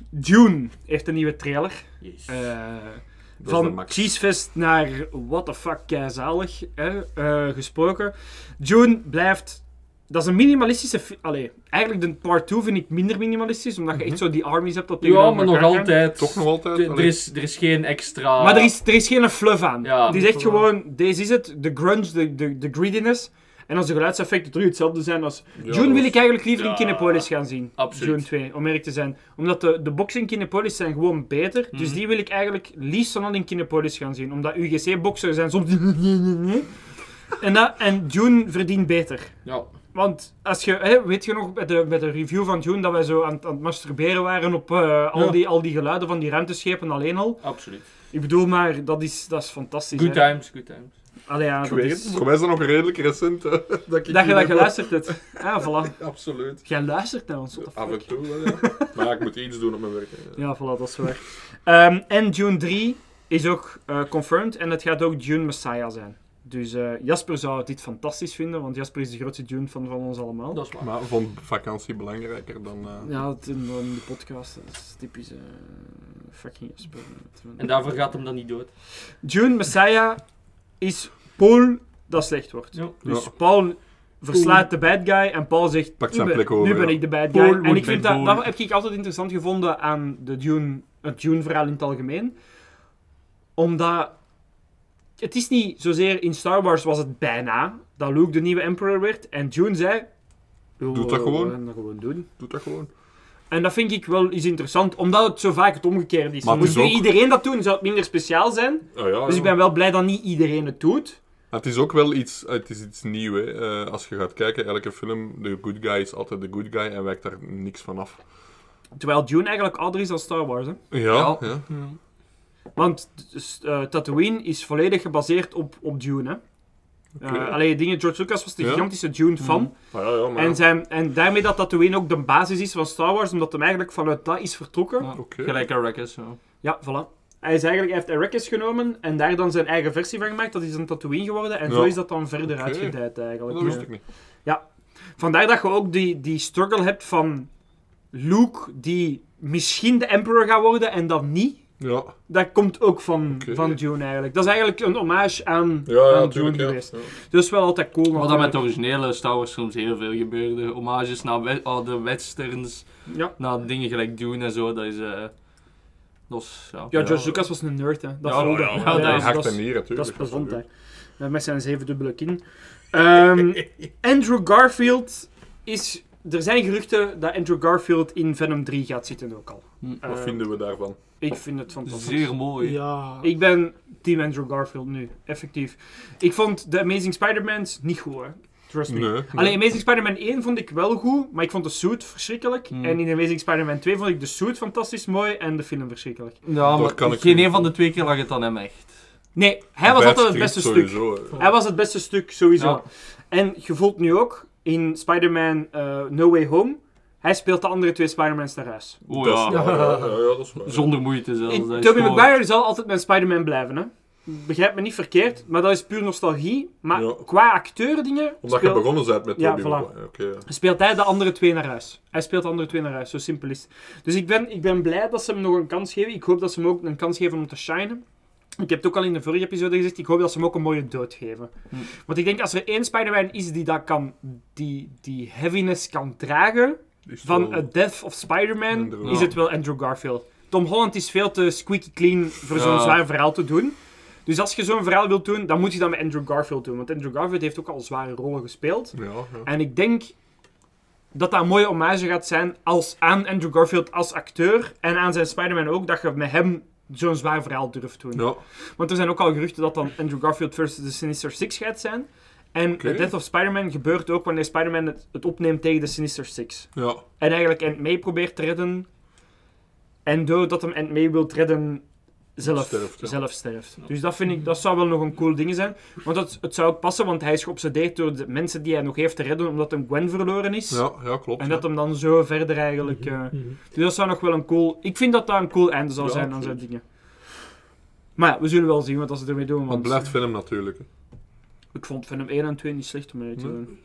Speaker 1: Dune heeft een nieuwe trailer.
Speaker 12: Jezus.
Speaker 1: Eh,
Speaker 10: Dat is de
Speaker 1: van
Speaker 10: max.
Speaker 1: Cheesefest naar What the fuck, keizalig hè, eh, gesproken. Dune blijft. Dat is een minimalistische. fi- Allee, eigenlijk de part 2 vind ik minder minimalistisch, omdat je
Speaker 10: Mhm.
Speaker 1: echt zo die armies hebt dat
Speaker 12: ja,
Speaker 1: tegenover
Speaker 12: maar nog
Speaker 1: elkaar gaan.
Speaker 12: altijd.
Speaker 10: Toch nog altijd.
Speaker 12: Er- Er
Speaker 10: allee.
Speaker 12: is, er is geen extra.
Speaker 1: Maar er is, er is geen fluff aan.
Speaker 12: Ja.
Speaker 1: het is echt gewoon, deze is het, de grunge, de, de, de greediness. En als de geluidseffecten terug hetzelfde zijn als... June wil ik eigenlijk liever in
Speaker 12: ja,
Speaker 1: Kinepolis gaan zien.
Speaker 12: absoluut.
Speaker 1: June 2, om eerlijk te zijn. Omdat de, de boxen in Kinepolis zijn gewoon beter. Dus
Speaker 12: Mhm.
Speaker 1: die wil ik eigenlijk liefst dan al in Kinepolis gaan zien. Omdat UGC-boxen zijn soms... en, dat, en June verdient beter.
Speaker 12: Ja.
Speaker 1: Want als je, hè, weet je nog, bij de, bij de review van June, dat wij zo aan, het- aan het masturberen waren op eh, al,
Speaker 12: Ja.
Speaker 1: die, al die geluiden van die ruimteschepen alleen al.
Speaker 12: Absoluut.
Speaker 1: Ik bedoel maar, dat is, dat is fantastisch.
Speaker 12: Good
Speaker 1: hè.
Speaker 12: times, good times.
Speaker 1: Allee, ja,
Speaker 10: Ik
Speaker 1: dat,
Speaker 10: weet
Speaker 1: is-
Speaker 10: het. Voor mij is dat nog redelijk recent. hè, dat ik
Speaker 1: dat je
Speaker 10: hier
Speaker 1: dat
Speaker 10: ben.
Speaker 1: geluisterd hebt. Ja, voilà.
Speaker 10: Absoluut.
Speaker 1: Jij luistert naar ons. what the
Speaker 10: Af
Speaker 1: fuck.
Speaker 10: en toe wel, ja. Maar ja, ik moet iets doen op mijn werk. hè.
Speaker 1: Ja, voilà, dat is waar. Ehm, en June 3 is ook eh, confirmed en het gaat ook June Messiah zijn. Dus eh, Jasper zou dit fantastisch vinden, want Jasper is de grootste June van, van ons allemaal.
Speaker 12: Dat is waar.
Speaker 10: Maar vond vakantie belangrijker dan... eh,
Speaker 1: Ja, het in, in de podcast dat is typisch eh, fucking Jasper.
Speaker 12: En daarvoor gaat hem dan niet dood.
Speaker 1: June Messiah is Paul dat slecht wordt.
Speaker 12: Ja.
Speaker 1: Dus Paul verslaat de bad guy en Paul zegt:
Speaker 10: Pakt
Speaker 1: "Nu
Speaker 10: zijn
Speaker 1: ben-
Speaker 10: plek over,
Speaker 1: Nu ben
Speaker 10: ja.
Speaker 1: ik de bad
Speaker 12: Paul
Speaker 1: guy. en
Speaker 12: wordt
Speaker 1: ik vind
Speaker 12: bij
Speaker 1: dat,
Speaker 12: Paul.
Speaker 1: dat heb ik altijd interessant gevonden aan de Dune, het Dune-verhaal in het algemeen. Omdat het is niet zozeer in Star Wars was het bijna dat Luke de nieuwe Emperor werd en Dune zei:
Speaker 10: Doe dat gewoon."
Speaker 1: We gaan dat gewoon doen.
Speaker 10: Doe dat gewoon.
Speaker 1: En dat vind ik wel eens interessant, omdat het zo vaak het omgekeerde is.
Speaker 10: Maar het
Speaker 1: Moest
Speaker 10: is
Speaker 1: nu
Speaker 10: ook-
Speaker 1: iedereen dat doen, zou het minder speciaal zijn.
Speaker 10: Ah, ja,
Speaker 1: Dus ik
Speaker 10: ja.
Speaker 1: ben wel blij dat niet iedereen het doet.
Speaker 10: Het is ook wel iets, het is iets nieuws. Hè. Eh, als je gaat kijken, elke film, de good guy is altijd de good guy en wijkt daar niks van af.
Speaker 1: Terwijl Dune eigenlijk ouder is dan Star Wars. Hè?
Speaker 10: Ja,
Speaker 12: Ja.
Speaker 10: ja.
Speaker 1: Want dus, eh, Tatooine is volledig gebaseerd op, op Dune. Hè? Eh,
Speaker 10: Oké.
Speaker 1: allee, dingen, George Lucas was de
Speaker 10: Ja.
Speaker 1: gigantische Dune-fan.
Speaker 10: Ah, ja, ja, maar...
Speaker 1: En, zijn, en daarmee dat Tatooine ook de basis is van Star Wars, omdat hem eigenlijk vanuit dat is vertrokken. Ja,
Speaker 10: Oké.
Speaker 12: Gelijk aan Wreckers. Ja.
Speaker 1: voilà. Hij, is eigenlijk, hij heeft Arrakis genomen en daar dan zijn eigen versie van gemaakt. Dat is een Tatooine geworden en
Speaker 10: Ja.
Speaker 1: zo is dat dan verder
Speaker 10: Oké.
Speaker 1: uitgedijd eigenlijk.
Speaker 10: Dat wist
Speaker 1: Ja.
Speaker 10: ik niet.
Speaker 1: Vandaar dat je ook die, die struggle hebt van Luke, die misschien de Emperor gaat worden en dan niet.
Speaker 10: Ja.
Speaker 1: Dat komt ook van, van Dune eigenlijk. Dat is eigenlijk een hommage aan, aan Dune
Speaker 12: natuurlijk, ja.
Speaker 1: geweest. Dus wel altijd cool.
Speaker 12: Wat dan met de
Speaker 1: natuurlijk.
Speaker 12: originele Star Wars films heel veel gebeurde. Hommages naar we- oude westerns, naar dingen gelijk Dune en zo. Dat is... eh dat is ja,
Speaker 1: Ja, George Lucas was een nerd, hè. Dat
Speaker 12: Ja,
Speaker 1: voelde.
Speaker 12: Oh, ja, ja, dat is-
Speaker 10: hart en nieren, tuurlijk.
Speaker 1: Dat is plezant, hè. Eh, Met zijn zevendubbele kin. Ehm, Andrew Garfield is... Er zijn geruchten dat Andrew Garfield in Venom 3 gaat zitten ook al.
Speaker 10: Wat
Speaker 1: Ehm,
Speaker 10: vinden we daarvan?
Speaker 1: Ik vind het fantastisch.
Speaker 12: Zeer mooi.
Speaker 11: dus- Ja.
Speaker 1: Ik ben team Andrew Garfield nu, effectief. Ik vond The Amazing Spider-Man's niet goed, hè. Trust me.
Speaker 10: Nee, nee.
Speaker 1: Alleen Amazing Spider-Man 1 vond ik wel goed, maar ik vond de suit verschrikkelijk.
Speaker 12: Hmm.
Speaker 1: En in Amazing Spider-Man 2 vond ik de suit fantastisch mooi en de film verschrikkelijk.
Speaker 12: Ja, maar geen een van de twee keer lag het aan hem echt.
Speaker 1: Nee, hij was
Speaker 12: Bad
Speaker 1: altijd het
Speaker 12: Street
Speaker 1: beste
Speaker 12: sowieso,
Speaker 1: stuk.
Speaker 12: hè.
Speaker 1: Hij was het beste stuk, sowieso.
Speaker 12: Ja.
Speaker 1: En je voelt nu ook, in Spider-Man eh, No Way Home, hij speelt de andere twee Spider-Mans naar huis.
Speaker 12: Oh
Speaker 10: Dat
Speaker 12: ja.
Speaker 10: is waar, ja, ja, ja, dat is waar.
Speaker 12: Zonder moeite zelfs. dat is
Speaker 1: Tobey
Speaker 12: gewoon-
Speaker 1: Maguire zal altijd mijn Spider-Man blijven, hè. Begrijp me niet verkeerd, maar dat is puur nostalgie. Maar qua acteurdingen...
Speaker 10: Omdat je
Speaker 1: speelt-
Speaker 10: begonnen bent met
Speaker 1: ja,
Speaker 10: Tobey
Speaker 1: voilà.
Speaker 10: Maguire, oké, ja.
Speaker 1: Speelt hij de andere twee naar huis. Hij speelt de andere twee naar huis, zo simpel is het. Dus ik ben, ik ben blij dat ze hem nog een kans geven. Ik hoop dat ze hem ook een kans geven om te shinen. Ik heb het ook al in de vorige episode gezegd, ik hoop dat ze hem ook een mooie dood geven. Want ik denk, als er één Spider-Man is die dat kan, die, die heaviness kan dragen,
Speaker 10: Is het
Speaker 1: van
Speaker 10: wel-
Speaker 1: A Death of Spider-Man,
Speaker 10: Inderdaad.
Speaker 1: is het wel Andrew Garfield. Tom Holland is veel te squeaky clean voor zo'n
Speaker 12: Ja.
Speaker 1: zwaar verhaal te doen. Dus als je zo'n verhaal wilt doen, dan moet je dat met Andrew Garfield doen. Want Andrew Garfield heeft ook al zware rollen gespeeld. En ik denk dat dat een mooie hommage gaat zijn als, aan Andrew Garfield als acteur. En aan zijn Spider-Man ook, dat je met hem zo'n zwaar verhaal durft doen.
Speaker 10: Ja.
Speaker 1: Want er zijn ook al geruchten dat dan Andrew Garfield versus de Sinister Six gaat zijn. En
Speaker 10: Oké.
Speaker 1: The Death of Spider-Man gebeurt ook wanneer Spider-Man het, het opneemt tegen de Sinister Six.
Speaker 10: Ja.
Speaker 1: En eigenlijk Ant May probeert te redden. En doordat hem Ant May wil redden, zelf
Speaker 10: Sterft,
Speaker 1: sterft.
Speaker 10: ja.
Speaker 1: Zelf sterft. Dus dat vind ik, dat zou wel nog een cool ding zijn. Want dat, het zou ook passen, want hij is geobsedeerd door de mensen die hij nog heeft te redden, omdat hem Gwen verloren is.
Speaker 10: Ja, ja, klopt,
Speaker 1: En
Speaker 10: ja.
Speaker 1: dat hem dan zo verder eigenlijk... eh, Dus dat zou nog wel een cool... Ik vind dat dat een cool einde zou
Speaker 10: Ja,
Speaker 1: zijn aan zijn
Speaker 10: absoluut.
Speaker 1: dingen. Maar ja, we zullen wel zien wat ze ermee doen.
Speaker 10: Maar het
Speaker 1: Want
Speaker 10: blijft Venom natuurlijk. hè.
Speaker 1: ik vond Venom 1 en 2 niet slecht om mee te
Speaker 10: Nee.
Speaker 1: doen.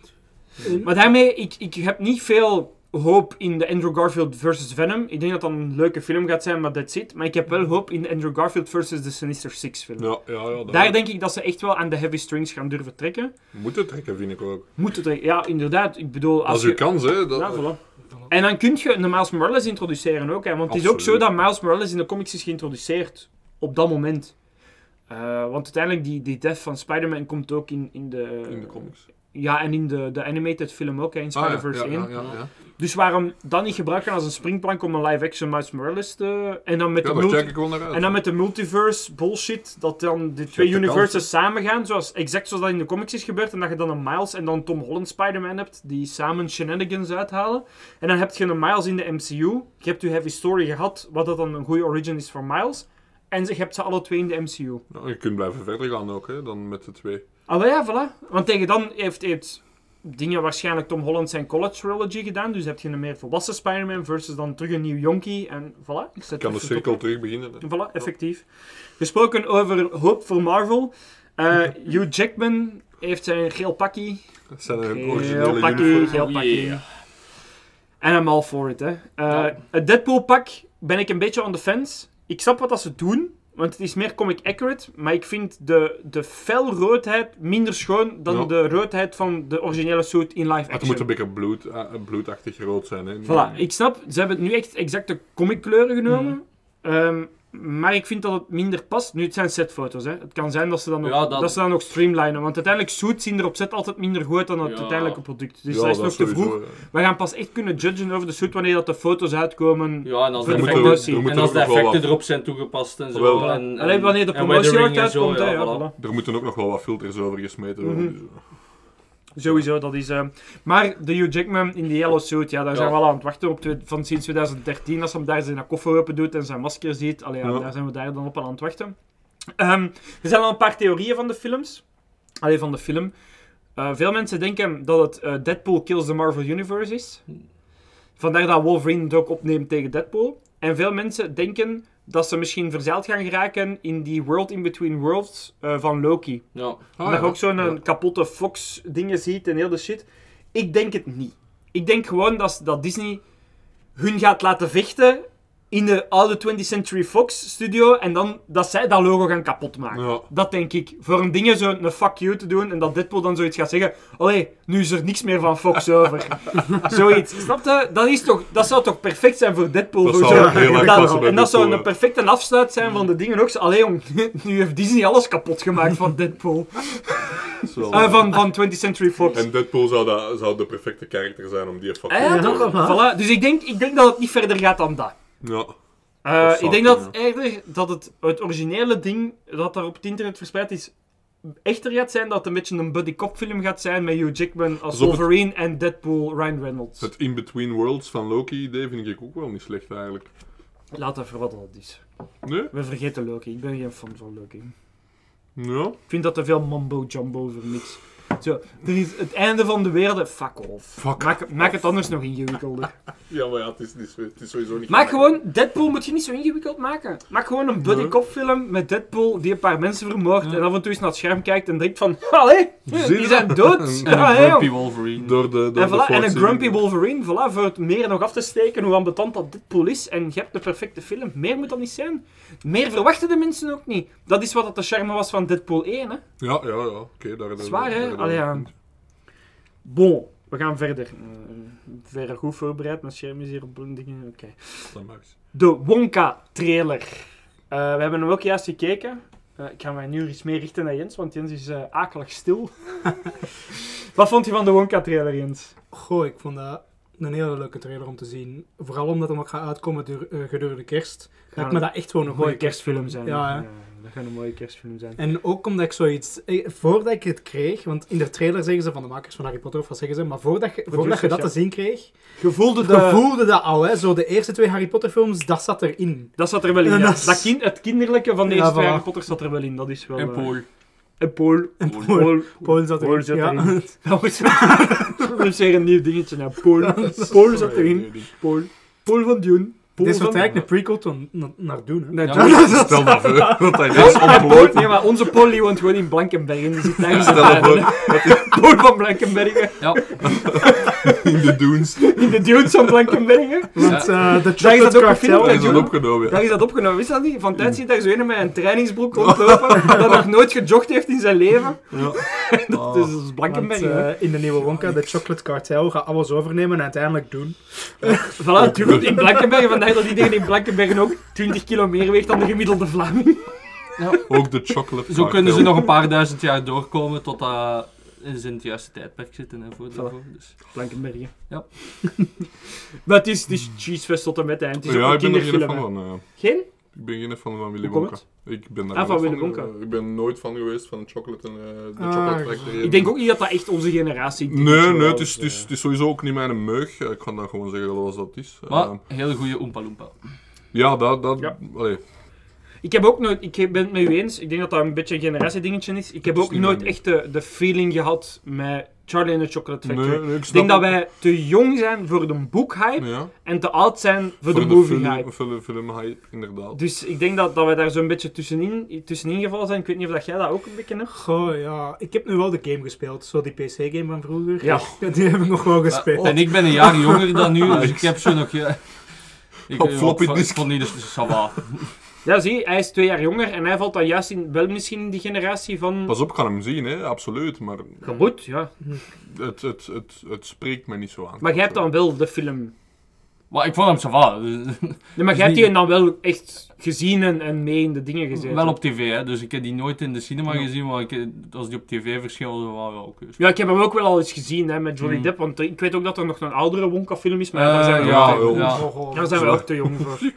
Speaker 10: Nee.
Speaker 1: Maar daarmee, ik, ik heb niet veel hoop in de Andrew Garfield versus Venom. Ik denk dat dat een leuke film gaat zijn, maar that's it. Maar ik heb wel hoop in de Andrew Garfield versus de Sinister Six film.
Speaker 10: Ja, ja, ja, dat-
Speaker 1: Daar denk ik dat ze echt wel aan de heavy strings gaan durven trekken.
Speaker 10: Moeten trekken, vind ik ook.
Speaker 1: Moeten trekken, ja, inderdaad. Ik bedoel, als
Speaker 10: Dat is uw kans, hè. Dat-
Speaker 1: Ja, voilà. En dan kun je de Miles Morales introduceren ook. Hè, want het is ook zo
Speaker 10: Absoluut.
Speaker 1: dat Miles Morales in de comics is geïntroduceerd. Op dat moment. Eh, want uiteindelijk, die, die death van Spider-Man komt ook in, in de... In de
Speaker 10: comics.
Speaker 1: Ja, en in de, de animated film ook, hè, in
Speaker 10: Ah, ja,
Speaker 1: Spider-Verse
Speaker 10: ja, ja,
Speaker 1: 1.
Speaker 10: ja, ja.
Speaker 1: Dus waarom dat niet gebruiken als een springplank om een live-action Miles Morales te... En dan met,
Speaker 10: Ja,
Speaker 1: de,
Speaker 10: daar
Speaker 1: multi-
Speaker 10: kijk ik wel naar uit.
Speaker 1: en dan met de multiverse bullshit, dat dan de twee
Speaker 10: hebt de
Speaker 1: universes samengaan, zoals, exact zoals dat in de comics is gebeurd, en dat je dan een Miles en dan Tom Holland Spider-Man hebt, die samen shenanigans uithalen. En dan heb je een Miles in de MCU, je hebt je heavy story gehad, wat dat dan een goede origin is voor Miles, en je hebt ze alle twee in de MCU.
Speaker 10: Nou, je kunt blijven verder gaan ook, hè, dan met de twee.
Speaker 1: Ah, wel ja, voilà. Want tegen dan heeft, heeft dingen waarschijnlijk Tom Holland zijn college trilogy gedaan. Dus heb je een meer volwassen Spider-Man versus dan terug een nieuw jonkie. En voilà. Ik zet
Speaker 10: Kan de
Speaker 1: even
Speaker 10: cirkel
Speaker 1: op.
Speaker 10: terug beginnen. hè.
Speaker 1: Voilà, effectief. Gesproken over hoop voor Marvel. Eh, Hugh Jackman heeft zijn geel pakkie.
Speaker 10: Dat zijn een
Speaker 1: Geel
Speaker 10: originele
Speaker 1: pakkie,
Speaker 10: uniform.
Speaker 1: geel
Speaker 10: Oh,
Speaker 1: pakkie.
Speaker 10: yeah.
Speaker 1: En I'm all for it, hè. Eh, Het Deadpool-pak ben ik een beetje on the fence. Ik snap wat dat ze doen, want het is meer comic accurate. Maar ik vind de, de felroodheid minder schoon dan
Speaker 10: Ja.
Speaker 1: de roodheid van de originele suit in live
Speaker 10: Het
Speaker 1: action.
Speaker 10: moet een beetje bloed, eh, bloedachtig rood zijn, hè.
Speaker 1: Voilà, ik snap, ze hebben het nu echt exacte comickleuren genomen. Ehm, maar ik vind dat het minder past. Nu, het zijn setfoto's, hè. Het kan zijn dat ze dan nog,
Speaker 12: Ja,
Speaker 1: dat...
Speaker 12: dat-
Speaker 1: ze dan nog streamlinen. Want uiteindelijk suits zien er op set altijd minder goed uit dan het
Speaker 12: Ja.
Speaker 1: uiteindelijke product. Dus
Speaker 12: Ja,
Speaker 1: dat is
Speaker 12: dat
Speaker 1: nog te
Speaker 12: sowieso,
Speaker 1: vroeg.
Speaker 12: ja.
Speaker 1: We gaan pas echt kunnen judgen over de suit wanneer dat de foto's uitkomen.
Speaker 12: Ja, en als
Speaker 1: voor
Speaker 12: de
Speaker 1: de
Speaker 12: effecten,
Speaker 1: promotie.
Speaker 12: en als de effecten erop zijn toegepast en zo. en,
Speaker 10: Wel,
Speaker 12: en,
Speaker 1: Alleen wanneer de
Speaker 12: en
Speaker 1: promotie
Speaker 12: weathering
Speaker 1: ooit
Speaker 12: en zo,
Speaker 1: uitkomt, hè, ja, voilà.
Speaker 10: Er moeten ook nog wel wat filters over gesmeten worden.
Speaker 1: Mhm.
Speaker 10: dus, eh.
Speaker 1: Sowieso, dat is... ehm, maar de Hugh Jackman in die yellow suit, ja, daar
Speaker 10: Ja.
Speaker 1: zijn we al aan het wachten op. twee- Van sinds 2013, als hij daar zijn koffer open doet en zijn masker ziet. Allee, ja,
Speaker 10: Ja.
Speaker 1: daar zijn we daar dan op al aan het wachten. Ehm, er zijn al een paar theorieën van de films. Allee, van de film. Eh, veel mensen denken dat het eh, Deadpool Kills the Marvel Universe is. Vandaar dat Wolverine het ook opneemt tegen Deadpool. En veel mensen denken dat ze misschien verzeild gaan geraken in die World in Between Worlds eh, van Loki.
Speaker 12: Ja. Ah,
Speaker 1: dat je
Speaker 12: ja.
Speaker 1: ook zo'n eh, kapotte Fox-dingen ziet en heel de shit. Ik denk het niet. Ik denk gewoon dat, dat Disney hun gaat laten vechten in de oude 20th Century Fox studio en dan dat zij dat logo gaan kapotmaken.
Speaker 10: Ja.
Speaker 1: Dat denk ik. Voor een ding zo'n een fuck you te doen en dat Deadpool dan zoiets gaat zeggen. Allee, nu is er niks meer van Fox over. zoiets. Snap je? Dat, is toch, dat zou toch perfect zijn voor Deadpool?
Speaker 10: Dat
Speaker 1: voor
Speaker 10: zou
Speaker 1: zo-
Speaker 10: heel erg
Speaker 1: dat-
Speaker 10: passen bij
Speaker 1: En dat zou
Speaker 10: Deadpool,
Speaker 1: een perfecte afsluit zijn van de dingen ook. Zo, Allee, jong, nu heeft Disney alles kapot gemaakt van Deadpool.
Speaker 10: is wel-
Speaker 1: Eh, van, van 20th Century Fox.
Speaker 10: En Deadpool zou, dat, zou de perfecte karakter zijn om die fucking
Speaker 1: Eh,
Speaker 10: te
Speaker 1: toch?
Speaker 10: worden.
Speaker 1: Voilà. Dus ik denk, ik denk dat het niet verder gaat dan dat.
Speaker 10: Ja.
Speaker 1: Eh,
Speaker 10: Dat zou
Speaker 1: ik denk dat
Speaker 10: kunnen.
Speaker 1: eigenlijk dat het, het originele ding dat daar op het internet verspreid is, echter gaat zijn dat het een beetje een buddy cop film gaat zijn met Hugh Jackman als
Speaker 10: Dus op het-
Speaker 1: Wolverine en Deadpool Ryan Reynolds.
Speaker 10: Het in-between worlds van Loki idee vind ik ook wel niet slecht eigenlijk.
Speaker 1: Laat even wat dat is.
Speaker 10: Nee?
Speaker 1: We vergeten Loki. Ik ben geen fan van Loki.
Speaker 10: Ja.
Speaker 1: Ik vind dat er veel mambo jumbo over niks. Zo, er is het einde van de wereld. Fuck off.
Speaker 10: Fuck.
Speaker 1: Maak, maak het anders nog ingewikkelder.
Speaker 10: Ja, maar ja, het is, niet, het is sowieso niet...
Speaker 1: Maak gewoon, Deadpool moet je niet zo ingewikkeld maken. Maak gewoon een buddy cop film met Deadpool die een paar mensen vermoordt en af en toe eens naar het scherm kijkt en denkt van, allee,
Speaker 10: Zie
Speaker 1: die
Speaker 10: je
Speaker 1: zijn
Speaker 10: dat?"
Speaker 1: dood.
Speaker 10: En
Speaker 12: En
Speaker 1: Ja,
Speaker 12: een
Speaker 1: hè,
Speaker 12: grumpy
Speaker 1: joh.
Speaker 12: Wolverine.
Speaker 10: Door de, door
Speaker 1: en,
Speaker 10: de
Speaker 1: voilà, en een
Speaker 10: voortziening.
Speaker 1: grumpy Wolverine, voilà, voor het meer nog af te steken hoe ambetant dat Deadpool is. En je hebt de perfecte film. Meer moet dat niet zijn. Meer verwachten de mensen ook niet. Dat is wat het de charme was van Deadpool 1, hè.
Speaker 10: Ja, ja, ja. Oké, daar... daar-
Speaker 1: Zwaar, hè?
Speaker 10: daar-
Speaker 1: Allee, ja. Bon, we gaan verder. Eh, verder goed voorbereid, mijn scherm is hier op een dingen. Oké.
Speaker 10: Dat mag.
Speaker 1: De Wonka-trailer. Eh, we hebben hem ook juist gekeken. Eh, ik ga mij nu eens meer richten naar Jens, want Jens is eh, akelig stil. Wat vond je van de Wonka-trailer, Jens?
Speaker 11: Goh, ik vond dat een hele leuke trailer om te zien. Vooral omdat hem ook gaat uitkomen dur- eh, gedurende kerst. Lijkt me dat echt gewoon
Speaker 1: een
Speaker 11: een
Speaker 1: mooie
Speaker 11: goede
Speaker 1: kerstfilm zijn.
Speaker 11: Ja, hè.
Speaker 1: dat gaat een mooie kerstfilm zijn.
Speaker 11: En ook omdat ik zoiets... eh, Voordat ik het kreeg, want in de trailer zeggen ze van de makers van Harry Potter, of wat zeggen ze, maar voordat, je- voordat je
Speaker 1: Producers,
Speaker 11: dat
Speaker 1: ja.
Speaker 11: te zien kreeg,
Speaker 1: Gevoelde de...
Speaker 11: je voelde dat al, hè. Zo de eerste twee Harry Potter films, dat zat erin.
Speaker 1: Dat zat er wel in.
Speaker 11: Ja,
Speaker 1: ja.
Speaker 11: dat is-
Speaker 1: Dat kind, het kinderlijke van de
Speaker 11: Ja,
Speaker 1: eerste twee
Speaker 11: voilà.
Speaker 1: Harry Potter zat er wel in. Dat is wel...
Speaker 12: En
Speaker 1: eh,
Speaker 12: Paul.
Speaker 1: En Paul. En
Speaker 11: Paul. Paul zat erin.
Speaker 1: Paul zat
Speaker 11: ja.
Speaker 1: erin. Dat was dat is weer een nieuw dingetje. Ja. Paul. Paul zat erin. Paul. Paul van Dune. Paul
Speaker 11: Dit is
Speaker 1: van...
Speaker 11: waarschijnlijk een prequel tot- na- naar doen, hè.
Speaker 1: Nee,
Speaker 12: Ja.
Speaker 1: Dune-
Speaker 10: Stel maar voor dat hij rechts ontploft.
Speaker 1: Nee, maar onze Paul die woont gewoon in Blankenbergen. Die zit daar in de
Speaker 10: Stel maar
Speaker 1: tuin,
Speaker 10: voor
Speaker 1: hè. Paul van Blankenbergen.
Speaker 12: Ja,
Speaker 10: in de dunes.
Speaker 1: In de dunes van Blankenbergen.
Speaker 11: Want eh, de
Speaker 1: Daar is dat
Speaker 11: Chocolate
Speaker 1: ook gefilmd,
Speaker 10: Dat
Speaker 11: Cartel...
Speaker 10: is dan opgenomen, ja.
Speaker 1: Daar is dat opgenomen, wist je dat niet? Van tijd ziet daar zo een met een trainingsbroek rondlopen. dat nog nooit gejocht heeft in zijn leven.
Speaker 10: Ja. Ah,
Speaker 1: Dat is dus
Speaker 11: Want,
Speaker 1: Blankenbergen. hè.
Speaker 11: eh, in de nieuwe Wonka, de Chocolate Cartel gaat alles overnemen en uiteindelijk doen.
Speaker 1: Voilà, natuurlijk in Blankenbergen. Vandaar dat iedereen in Blankenbergen ook 20 kilo meer weegt dan de gemiddelde Vlaming.
Speaker 10: Ook de chocolate
Speaker 12: zo kunnen ze
Speaker 10: cartel.
Speaker 12: nog een paar duizend jaar doorkomen tot dat ze in het juiste tijdperk zitten. Hè, voor daarvoor, dus.
Speaker 1: Blankenbergen.
Speaker 12: Ja.
Speaker 1: maar het is, het is cheesefest tot en met, hè. Het is ook
Speaker 10: Ja,
Speaker 1: een
Speaker 10: ik ben er geen
Speaker 1: kinderfilm.
Speaker 10: fan
Speaker 1: hè.
Speaker 10: van. eh.
Speaker 1: Geen?
Speaker 10: Ik ben geen fan van Willy
Speaker 1: Hoe komt
Speaker 10: Wonka. Ik ben daar
Speaker 1: Ah,
Speaker 10: nooit
Speaker 1: van Willy
Speaker 10: eh,
Speaker 1: Wonka.
Speaker 10: ik ben nooit fan geweest van chocolate en eh, de
Speaker 11: Ah,
Speaker 10: chocolate factory.
Speaker 1: Ik denk ook niet dat dat echt onze generatie is.
Speaker 10: Nee, nee, het is, het, is, het is sowieso ook niet mijn meug. Eh, Ik kan dat gewoon zeggen zoals dat is. Eh,
Speaker 12: Maar, heel goede Oompa Loompa.
Speaker 10: ja, dat... dat
Speaker 1: Ja.
Speaker 10: allee,
Speaker 1: Ik heb ook nooit, ik ben het met u eens, ik denk dat dat een beetje een generatiedingetje is. Ik heb
Speaker 10: is
Speaker 1: ook
Speaker 10: niet
Speaker 1: nooit
Speaker 10: mijn
Speaker 1: echt de, de feeling gehad met Charlie and the Chocolate
Speaker 10: nee,
Speaker 1: Factory.
Speaker 10: nee, ik
Speaker 1: Ik
Speaker 10: snap
Speaker 1: denk dat
Speaker 10: het.
Speaker 1: wij te jong zijn voor de boekhype
Speaker 10: Ja,
Speaker 1: en te oud zijn voor,
Speaker 10: voor
Speaker 1: de, movie
Speaker 10: film-
Speaker 1: hype.
Speaker 10: film- filmhype, inderdaad.
Speaker 1: Dus ik denk dat, dat wij daar zo'n beetje tussenin, tussenin gevallen zijn. Ik weet niet of dat jij dat ook een beetje hebt.
Speaker 11: Goh, ja. Ik heb nu wel de game gespeeld. Zo die PC-game van vroeger.
Speaker 1: Ja.
Speaker 11: Die heb ik nog wel gespeeld.
Speaker 1: oh.
Speaker 12: En ik ben een jaar jonger dan nu, dus ik heb zo nog... Ja, ik,
Speaker 10: Op
Speaker 12: eh,
Speaker 10: floppy
Speaker 12: ik vond-
Speaker 10: disk.
Speaker 12: Ik vond niet, dus dus ça va.
Speaker 1: Ja, zie, hij is twee jaar jonger en hij valt dan juist in, wel misschien in die generatie van...
Speaker 10: Pas op, ik kan hem zien, hè, absoluut. Maar
Speaker 1: Gemoed, ja.
Speaker 10: het, het, het, het spreekt me niet zo aan.
Speaker 1: Maar jij hebt dan wel de film.
Speaker 12: Maar ik vond hem ça va. dus-
Speaker 1: Nee, maar jij hebt die dan wel echt gezien en, en mee in de dingen gezeten.
Speaker 12: Wel op tv, hè, dus ik heb die nooit in de cinema gezien, maar ik, als die op tv verschilde, waren dus. wel oké.
Speaker 1: Ja, ik heb hem ook wel al eens gezien hè, met Johnny
Speaker 12: Hmm.
Speaker 1: Depp, want eh, ik weet ook dat er nog een oudere Wonka-film is, maar
Speaker 12: Eh,
Speaker 1: daar zijn we,
Speaker 12: ja,
Speaker 1: wel,
Speaker 12: ja.
Speaker 11: Oh, goh.
Speaker 1: daar zijn we ook te jong voor.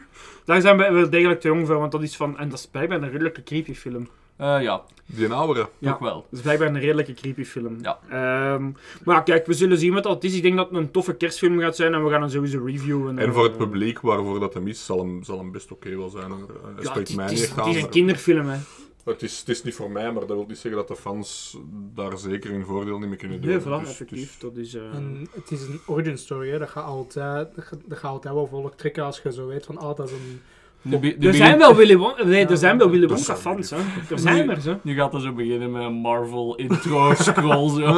Speaker 1: Daar zijn we wel degelijk te jong voor, want dat is van... En dat is blijkbaar een redelijke creepy film.
Speaker 12: Eh, ja,
Speaker 10: Die oudere.
Speaker 1: Ja.
Speaker 12: toch wel.
Speaker 1: Dat is blijkbaar een redelijke creepy film.
Speaker 12: Ja.
Speaker 1: Ehm, maar ja, kijk, we zullen zien wat dat is. Ik denk dat het een toffe kerstfilm gaat zijn en we gaan hem sowieso reviewen.
Speaker 10: En voor het
Speaker 1: eh,
Speaker 10: publiek waarvoor dat hem is, zal hem, zal hem best oké wel zijn. hoor. Eh, Het
Speaker 1: Ja, het,
Speaker 10: spreekt
Speaker 1: is-
Speaker 10: mij
Speaker 1: het
Speaker 10: niet
Speaker 1: is,
Speaker 10: echt
Speaker 1: het
Speaker 10: aan.
Speaker 1: is een
Speaker 10: maar-
Speaker 1: kinderfilm, hè.
Speaker 10: Het is, het is niet voor mij, maar dat wil niet zeggen dat de fans daar zeker hun voordeel niet mee kunnen doen.
Speaker 1: Nee, voilà,
Speaker 10: Dus-
Speaker 1: effectief. Dat is... eh,
Speaker 11: En het is een origin story, hè. Dat gaat altijd, dat gaat- dat gaat altijd wel volk trekken als je zo weet van, ah, dat is een...
Speaker 12: Nu, be- nu
Speaker 1: Er zijn
Speaker 12: begint-
Speaker 1: wel Willy Wonka, nee, er
Speaker 11: Ja.
Speaker 1: zijn wel Willy
Speaker 10: Dat
Speaker 1: Wonka
Speaker 10: zijn
Speaker 1: fans, hè. Er zijn er, zo.
Speaker 12: Nu gaat dat zo beginnen met een Marvel intro scroll zo.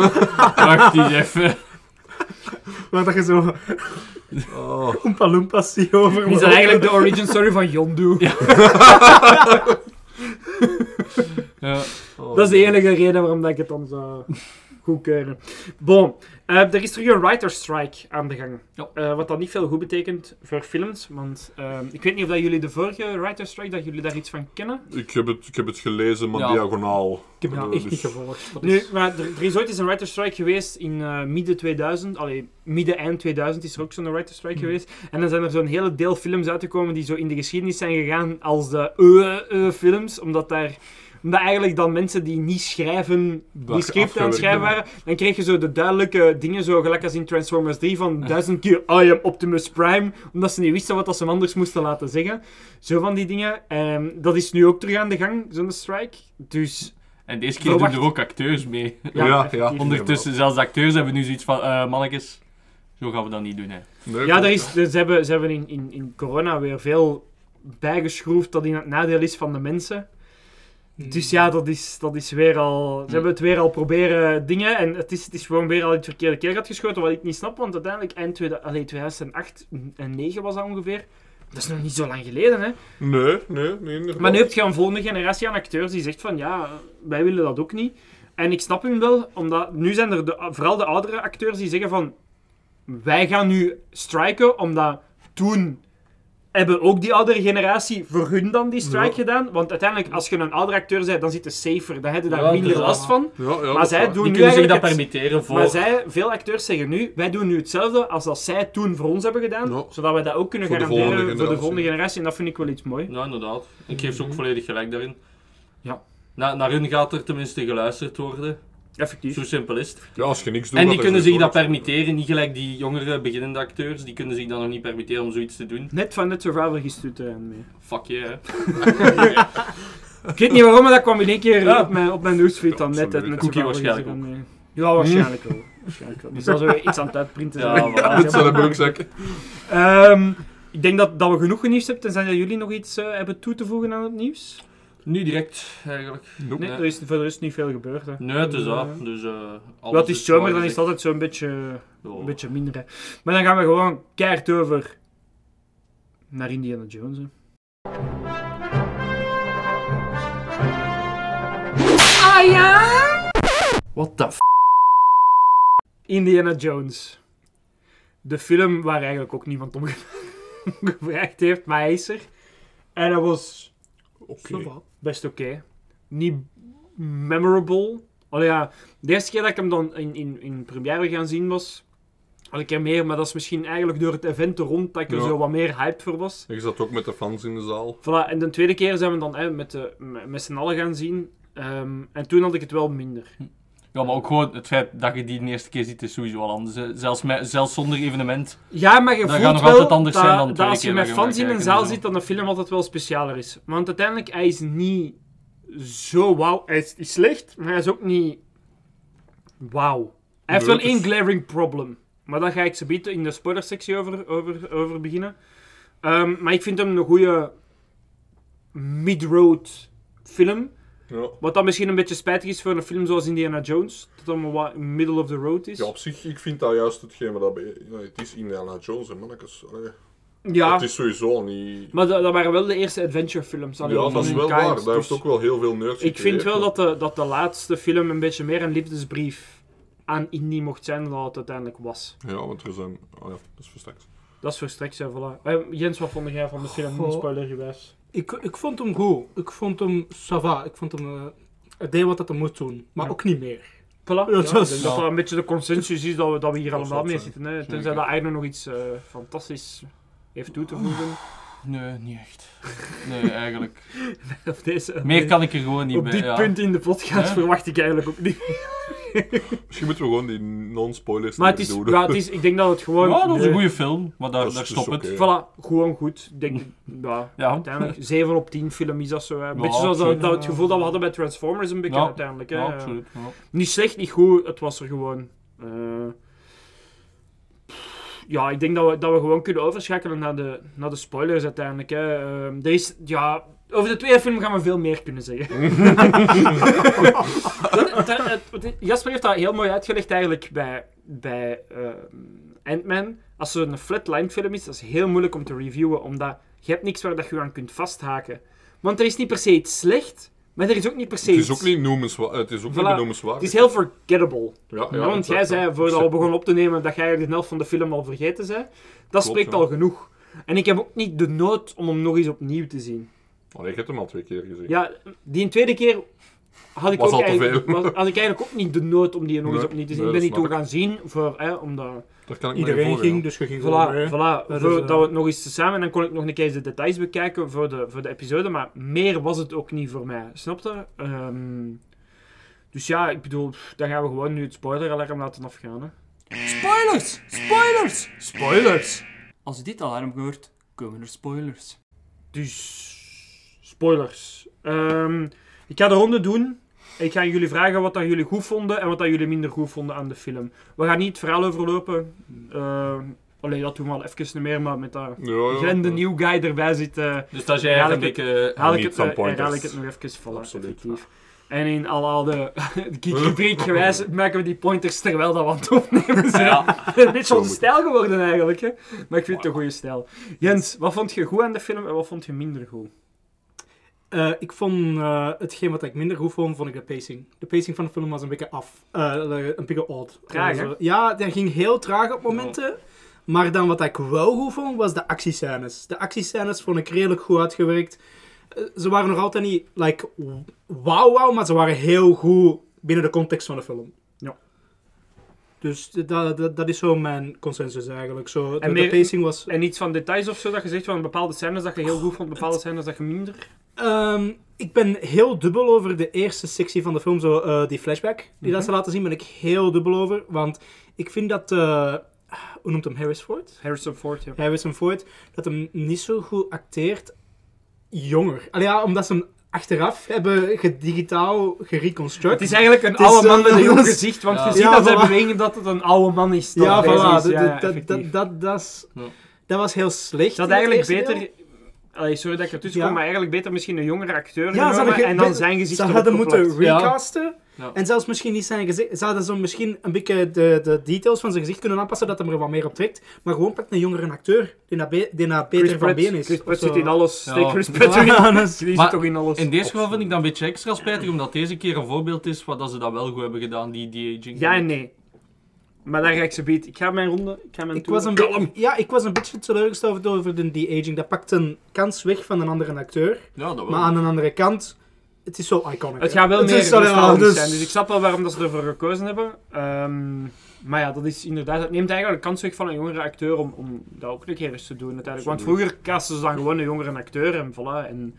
Speaker 12: Wacht eens even.
Speaker 11: Waar dat je zo...
Speaker 10: Oh.
Speaker 11: Oompa Loompas die over.
Speaker 1: Die zijn eigenlijk de origin story van Yondu.
Speaker 12: Ja.
Speaker 1: Dat is de enige reden waarom dat ik het dan zou goedkeuren. Bon, eh, er is terug een writer strike aan de gang. Eh, wat dan niet veel goed betekent voor films, want eh, ik weet niet of dat jullie de vorige writer strike, dat jullie daar iets van kennen.
Speaker 10: Ik heb het, ik heb het gelezen, maar
Speaker 1: Ja.
Speaker 10: diagonaal.
Speaker 11: Ik heb
Speaker 10: Eh,
Speaker 11: dat echt
Speaker 10: dus-
Speaker 11: niet gevolgd. Wat
Speaker 1: Nu,
Speaker 11: is-
Speaker 1: maar er, er is ooit eens een writer strike geweest in eh, midden 2000. Allee, midden eind 2000 is er ook zo'n writer strike geweest. En dan zijn er zo'n hele deel films uitgekomen die zo in de geschiedenis zijn gegaan als de eh eh films, omdat daar omdat eigenlijk dan mensen die niet schrijven,
Speaker 10: Dat
Speaker 1: die script aan het
Speaker 10: afgewerkt
Speaker 1: schrijven
Speaker 10: hebben.
Speaker 1: waren, dan kreeg je zo de duidelijke dingen, zo gelijk als in Transformers 3, van duizend keer I am Optimus Prime, omdat ze niet wisten wat dat ze hem anders moesten laten zeggen. Zo van die dingen. Ehm, dat is nu ook terug aan de gang, zo'n strike. Dus
Speaker 12: En deze keer
Speaker 1: Verwacht.
Speaker 12: doen er ook acteurs mee.
Speaker 1: Ja,
Speaker 10: Ja,
Speaker 1: effectief.
Speaker 10: ja.
Speaker 12: Ondertussen, zelfs de acteurs hebben nu zoiets van, eh mannetjes, zo gaan we dat niet doen, hè.
Speaker 10: Nee,
Speaker 1: Ja, er is, er- ze hebben, ze hebben in, in, in corona weer veel bijgeschroefd dat in het nadeel is van de mensen. Dus ja, dat is, dat is weer al... Ze hebben het weer al proberen dingen en het is, het is gewoon weer al in het verkeerde keer gaat geschoten, wat ik niet snap, want uiteindelijk eind 2000 allee, 2008 en 2009 was dat ongeveer. Dat is nog niet zo lang geleden, hè.
Speaker 10: Nee, nee, nee. inderdaad.
Speaker 1: Maar nu heb je een volgende generatie aan acteurs die zegt van ja, wij willen dat ook niet. En ik snap hem wel, omdat nu zijn er de, vooral de oudere acteurs die zeggen van wij gaan nu striken, omdat toen hebben ook die oudere generatie voor hun dan die strike
Speaker 10: Ja.
Speaker 1: gedaan. Want uiteindelijk, als je een oudere acteur bent, dan zit het safer, dan heb je daar
Speaker 12: Ja,
Speaker 1: minder
Speaker 12: inderdaad.
Speaker 1: last van.
Speaker 10: Ja, ja,
Speaker 1: Maar
Speaker 10: dat is
Speaker 1: zij
Speaker 10: waar.
Speaker 1: doen
Speaker 12: Die
Speaker 1: nu
Speaker 12: kunnen zich dat
Speaker 1: eigenlijk het-
Speaker 12: permitteren voor...
Speaker 1: maar zij, veel acteurs zeggen nu, wij doen nu hetzelfde als dat zij toen voor ons hebben gedaan,
Speaker 10: Ja.
Speaker 1: zodat wij dat ook kunnen
Speaker 10: Voor de
Speaker 1: garanderen
Speaker 10: volgende
Speaker 1: voor de
Speaker 10: generatie.
Speaker 1: volgende generatie. En dat vind ik wel iets mooi.
Speaker 12: Ja, inderdaad. Ik geef ze ook volledig gelijk daarin.
Speaker 1: Mm. Ja.
Speaker 12: Na, naar hun gaat er tenminste geluisterd worden.
Speaker 1: Effectief.
Speaker 12: Zo simpel is het.
Speaker 10: Ja, als je niks
Speaker 12: En
Speaker 10: doet... dan
Speaker 12: die
Speaker 10: is
Speaker 12: kunnen
Speaker 10: het
Speaker 12: zich dat
Speaker 10: door.
Speaker 12: permitteren, niet gelijk die jongere beginnende acteurs, die kunnen zich dat nog niet permitteren om zoiets te doen.
Speaker 1: Net van net survival gestuurd eh, mee.
Speaker 12: Fuck je, hè.
Speaker 1: Ik weet niet waarom, maar dat kwam in één keer
Speaker 12: Ja.
Speaker 1: op mijn, op mijn newsfeed dan net.
Speaker 10: Absoluut.
Speaker 1: net
Speaker 12: Cookie
Speaker 1: zo'n verhaal
Speaker 12: waarschijnlijk Hmm.
Speaker 1: gezien van, eh, Ja, waarschijnlijk wel. Waarschijnlijk wel. Dus dat is weer iets aan het uitprinten.
Speaker 12: Ja,
Speaker 1: zijn.
Speaker 12: voilà. Ja,
Speaker 10: Dat zijn de broekzak.
Speaker 1: Ehm, ik denk dat, dat we genoeg nieuws hebben. Tenzij dat jullie nog iets eh, hebben toe te voegen aan het nieuws.
Speaker 12: Nu direct, eigenlijk.
Speaker 10: Nope.
Speaker 1: Nee,
Speaker 12: Nee.
Speaker 1: er is voor de rest niet veel gebeurd. Hè.
Speaker 12: Nee, het is
Speaker 1: Ja.
Speaker 12: dat. Dus, eh alles
Speaker 1: Wat is zomer, dan
Speaker 12: gewoon
Speaker 1: is het altijd zo'n beetje,
Speaker 12: gezegd.
Speaker 1: een beetje minder. Hè. Maar dan gaan we gewoon keihard over naar Indiana Jones. Hè.
Speaker 12: What the f***?
Speaker 1: Indiana Jones. De film waar eigenlijk ook niemand om gevraagd heeft, maar hij is er. En dat was
Speaker 10: Oké.
Speaker 11: Zo wat.
Speaker 1: best oké. Niet memorable. Allee, ja, de eerste keer dat ik hem dan in, in, in première gaan zien was, had ik er meer, maar dat is misschien eigenlijk door het event er rond dat ik er
Speaker 10: Ja.
Speaker 1: zo wat meer hyped voor was.
Speaker 10: Ik zat ook met de fans in de zaal.
Speaker 1: Voilà, en de tweede keer zijn we dan hè, met, de, met, met z'n allen gaan zien. Ehm, en toen had ik het wel minder.
Speaker 12: Ja, maar ook gewoon het feit dat je die de eerste keer ziet is sowieso al anders. hè. Zelfs, met, zelfs zonder evenement.
Speaker 1: Ja, maar je
Speaker 12: Dat gaat
Speaker 1: voelt
Speaker 12: nog
Speaker 1: wel
Speaker 12: altijd anders
Speaker 1: dat,
Speaker 12: zijn dan de
Speaker 1: dat
Speaker 12: tweede
Speaker 1: als je
Speaker 12: keer
Speaker 1: met
Speaker 12: dat je hem
Speaker 1: fans in
Speaker 12: gaat
Speaker 1: een
Speaker 12: kijken
Speaker 1: zaal
Speaker 12: en zo.
Speaker 1: zit, dat de film altijd wel specialer is. Want uiteindelijk, hij is niet zo wauw. Hij is, is slecht, maar hij is ook niet wauw. Hij heeft wel
Speaker 10: Nee, het
Speaker 1: één
Speaker 10: is-
Speaker 1: glaring problem. Maar daar ga ik zo bieden in de spoilersectie over, over, over beginnen. Ehm, maar ik vind hem een goede mid-road film.
Speaker 10: Ja.
Speaker 1: Wat dan misschien een beetje spijtig is voor een film zoals Indiana Jones. Dat hem wat middle of the road is.
Speaker 10: Ja, op zich, ik vind dat juist hetgeen wat dat... bij- ja, Het is Indiana Jones, hè, mannetjes. Allee.
Speaker 1: Ja.
Speaker 10: Het is sowieso al niet...
Speaker 1: Maar dat, dat waren wel de eerste adventurefilms.
Speaker 10: Ja,
Speaker 1: allee, van
Speaker 10: dat is
Speaker 1: hun
Speaker 10: wel
Speaker 1: kind,
Speaker 10: waar. Daar
Speaker 1: dus
Speaker 10: heeft ook wel heel veel nerds
Speaker 1: Ik vind
Speaker 10: gecreëerd,
Speaker 1: wel
Speaker 10: maar-
Speaker 1: dat de, dat de laatste film een beetje meer een liefdesbrief aan Indie mocht zijn dan het uiteindelijk was.
Speaker 10: Ja, want er zijn... Oh ja, dat is voor straks.
Speaker 1: Dat is verstrekt, hè, voilà. Eh, Jens, wat vond jij van de film,
Speaker 11: Goh.
Speaker 1: spoilergewijs?
Speaker 11: Ik, ik vond hem goed. Ik vond hem sava. Ik vond hem. eh, het deed wat dat hem moest doen. Maar
Speaker 1: Ja.
Speaker 11: ook niet meer.
Speaker 1: Voilà. Ja, ik denk
Speaker 11: dat
Speaker 1: dat
Speaker 11: is-
Speaker 1: dat
Speaker 11: ja.
Speaker 1: een beetje de consensus is dat we, dat we hier
Speaker 10: Dat
Speaker 1: allemaal
Speaker 10: zal
Speaker 1: mee
Speaker 10: het
Speaker 1: zitten. Hè. Tenzij dat Arno nog iets eh, fantastisch heeft toe te voegen.
Speaker 12: Nee, niet echt. Nee, eigenlijk.
Speaker 1: Of deze,
Speaker 12: Meer kan ik er gewoon niet
Speaker 1: Op
Speaker 12: bij.
Speaker 1: dit
Speaker 12: ja.
Speaker 1: punt in de podcast
Speaker 12: Ja.
Speaker 1: verwacht ik eigenlijk ook niet.
Speaker 10: Misschien moeten we gewoon die non-spoilers
Speaker 1: Maar het
Speaker 10: niet
Speaker 1: is,
Speaker 10: doen.
Speaker 1: ja, het is, ik denk dat het gewoon...
Speaker 12: Ja, dat is een
Speaker 1: Nee. dus
Speaker 12: goede film, maar daar,
Speaker 10: Dat is-
Speaker 12: daar
Speaker 10: dat
Speaker 12: stopt
Speaker 10: is
Speaker 12: het.
Speaker 10: oké.
Speaker 1: Voilà, gewoon goed. Ik denk, ja,
Speaker 12: Ja.
Speaker 1: uiteindelijk 7 op 10 film is dat zo. hè. Een
Speaker 12: Ja,
Speaker 1: beetje zoals dat,
Speaker 12: absoluut.
Speaker 1: dat het gevoel dat we hadden bij Transformers een beetje
Speaker 12: Ja,
Speaker 1: uiteindelijk. Hè.
Speaker 12: Ja, absoluut. ja.
Speaker 1: Niet slecht, niet goed, het was er gewoon. Eh, pff, ja, ik denk dat we, dat we gewoon kunnen overschakelen naar de, naar de spoilers uiteindelijk. Hè. Eh, er is, ja, over de tweede film gaan we veel meer kunnen zeggen. Dat- dat- het- het- Jasper heeft dat heel mooi uitgelegd eigenlijk bij, bij eh, ehm, Ant-Man. als er een flatline film is, dat is heel moeilijk om te reviewen, omdat je hebt niks waar dat je aan kunt vasthaken. Want er is niet per se iets slecht, maar er is ook niet per se
Speaker 10: Het
Speaker 1: iets...
Speaker 10: is ook niet noemenswaardig. Het is ook
Speaker 1: Voilà.
Speaker 10: niet benoemenswaardig.
Speaker 1: Het is heel forgettable.
Speaker 10: Ja, ja,
Speaker 1: Ja, want
Speaker 10: dat-
Speaker 1: jij zei,
Speaker 10: Dus
Speaker 1: voordat we begonnen op te nemen, dat jij de helft van de film al vergeten zei. Dat spreekt
Speaker 10: ja.
Speaker 1: al genoeg. En ik heb ook niet de nood om hem nog eens opnieuw te zien.
Speaker 10: Allee, ik heb hem al twee keer gezien.
Speaker 1: Ja, die tweede keer had ik,
Speaker 10: Was
Speaker 1: ook
Speaker 10: al te
Speaker 1: eigenlijk-
Speaker 10: veel.
Speaker 1: was- had ik eigenlijk ook niet de nood om die nog eens
Speaker 10: Nee,
Speaker 1: opnieuw te zien.
Speaker 10: nee,
Speaker 1: ik ben
Speaker 10: dat
Speaker 1: niet
Speaker 10: snap
Speaker 1: toen
Speaker 10: ik.
Speaker 1: gaan zien, voor, hè, omdat...
Speaker 10: Daar kan ik me in
Speaker 11: Iedereen
Speaker 10: volgen,
Speaker 11: ging,
Speaker 10: ja.
Speaker 11: dus je ging gewoon
Speaker 1: Voilà,
Speaker 11: mee. Dat
Speaker 1: voilà voor,
Speaker 11: is, eh,
Speaker 1: dat we het nog eens samen... En dan kon ik nog een keer de details bekijken voor de, voor de episode, maar meer was het ook niet voor mij. Snap je? Ehm, dus ja, ik bedoel, pff, dan gaan we gewoon nu het spoileralarm laten afgaan. Hè.
Speaker 13: Spoilers! Spoilers!
Speaker 1: Spoilers!
Speaker 13: Als je dit alarm hoort, komen er spoilers.
Speaker 1: Dus, spoilers. Ehm, ik ga de ronde doen. Ik ga jullie vragen wat dat jullie goed vonden en wat dat jullie minder goed vonden aan de film. We gaan niet het verhaal overlopen. Ehm alleen dat doen we al even niet meer, maar met dat
Speaker 10: ja.
Speaker 1: Glenn, de new guy erbij zit. eh,
Speaker 12: Dus dat is eigenlijk
Speaker 1: herhaal
Speaker 12: een
Speaker 1: ik het-
Speaker 12: beetje-
Speaker 1: herhaal ik
Speaker 12: Niet
Speaker 1: het,
Speaker 12: van
Speaker 1: eh,
Speaker 12: pointers.
Speaker 1: herhaal ik het nog even. Voilà,
Speaker 12: Absoluut.
Speaker 1: effectief. En in al al de geek gewijs maken we die pointers terwijl dat we aan het opnemen zijn. Dit is
Speaker 13: Zo
Speaker 1: onze
Speaker 13: moet.
Speaker 1: stijl geworden eigenlijk. Hè? Maar ik vind het een goede stijl. Jens, wat vond je goed aan de film en wat vond je minder goed?
Speaker 11: Eh, ik vond eh, hetgeen wat ik minder goed vond, vond ik de pacing. De pacing van de film was een beetje af. Eh, een beetje odd.
Speaker 1: Traag, hè?
Speaker 11: Eh, ja, dat ging heel traag op momenten. Maar dan wat ik wel goed vond, was de actiescènes. De actiescènes vond ik redelijk goed uitgewerkt. Eh, ze waren nog altijd niet, like, wauw wauw, maar ze waren heel goed binnen de context van de film.
Speaker 1: Ja.
Speaker 11: Dus dat, dat, dat is zo mijn consensus eigenlijk. Zo, de, de
Speaker 1: meer-
Speaker 11: pacing was...
Speaker 1: En iets van details of zo dat je zegt van bepaalde scènes dat je heel goed vond, bepaalde scènes dat je minder.
Speaker 11: Ehm, ik ben heel dubbel over de eerste sectie van de film, zo, eh, die flashback die dat ze
Speaker 1: Mhm.
Speaker 11: laten zien, ben ik heel dubbel over. Want ik vind dat, eh, hoe noemt hem, Harris Ford?
Speaker 1: Harrison Ford, ja.
Speaker 11: Harrison Ford, dat hem niet zo goed acteert jonger. Allee, ja, omdat ze hem achteraf hebben gedigitaal gereconstruct.
Speaker 1: Het is eigenlijk een
Speaker 11: Het is,
Speaker 1: oude man
Speaker 11: eh,
Speaker 1: met een jong
Speaker 11: dat is-
Speaker 1: gezicht, want
Speaker 11: Ja.
Speaker 1: je ziet
Speaker 11: Ja,
Speaker 1: aan zijn
Speaker 11: voilà.
Speaker 1: beweging dat het een oude man is. dan.
Speaker 11: Ja,
Speaker 1: Precies,
Speaker 11: voilà. Dat-
Speaker 1: ja,
Speaker 11: dat- dat-
Speaker 1: effectief.
Speaker 11: dat- Dat dat is- dat was heel slecht.
Speaker 1: Dat
Speaker 11: in het
Speaker 1: eigenlijk
Speaker 11: eerste
Speaker 1: beter...
Speaker 11: deel.
Speaker 1: Allee, sorry dat ik ertussen
Speaker 11: Ja.
Speaker 1: kom, maar eigenlijk beter misschien een jongere acteur
Speaker 11: Ja, ze
Speaker 1: genomen
Speaker 11: hadden ge-
Speaker 1: en dan
Speaker 11: be-
Speaker 1: zijn gezicht
Speaker 11: Ze
Speaker 1: erop
Speaker 11: hadden moeten
Speaker 1: geplakt.
Speaker 11: recasten.
Speaker 1: Ja.
Speaker 11: En zelfs misschien niet zijn gezicht. Ze hadden zo misschien een beetje de, de details van zijn gezicht kunnen aanpassen dat hem er wat meer op trekt. Maar gewoon pak een jongere acteur die naar, be- die naar beter
Speaker 1: Chris
Speaker 11: van
Speaker 1: Pratt-
Speaker 11: been is.
Speaker 1: Chris Pratt
Speaker 11: Of zo.
Speaker 1: zit in alles.
Speaker 12: Ja.
Speaker 1: Steek Chris Pratt erin.
Speaker 11: Ja, dus dat is-
Speaker 1: Die zit
Speaker 12: Maar
Speaker 1: toch in alles.
Speaker 12: In deze geval vind ik dat een beetje extra spijtig, omdat deze keer een voorbeeld is waar dat ze dat wel goed hebben gedaan, die de-aging.
Speaker 1: Ja en nee. Maar daar ga ik ze beet. Ik ga mijn ronde, ik ga mijn
Speaker 11: Ik was een be- ja, ik was een beetje teleurgesteld over de de-aging. Dat pakt een kans weg van een andere acteur.
Speaker 12: Ja, dat wel.
Speaker 11: Maar aan de andere kant, het is zo iconic.
Speaker 1: Oh. Het
Speaker 11: hè.
Speaker 1: gaat wel meer
Speaker 11: is zo- ja,
Speaker 1: nostalgisch
Speaker 11: dus-
Speaker 1: zijn, dus ik snap wel waarom dat ze ervoor gekozen hebben. Ehm, maar ja, dat is inderdaad, het neemt eigenlijk de kans weg van een jongere acteur om, om dat ook een keer eens te doen uiteindelijk. Want
Speaker 13: Absoluut.
Speaker 1: vroeger kasten ze dan gewoon een jongere acteur en voilà. En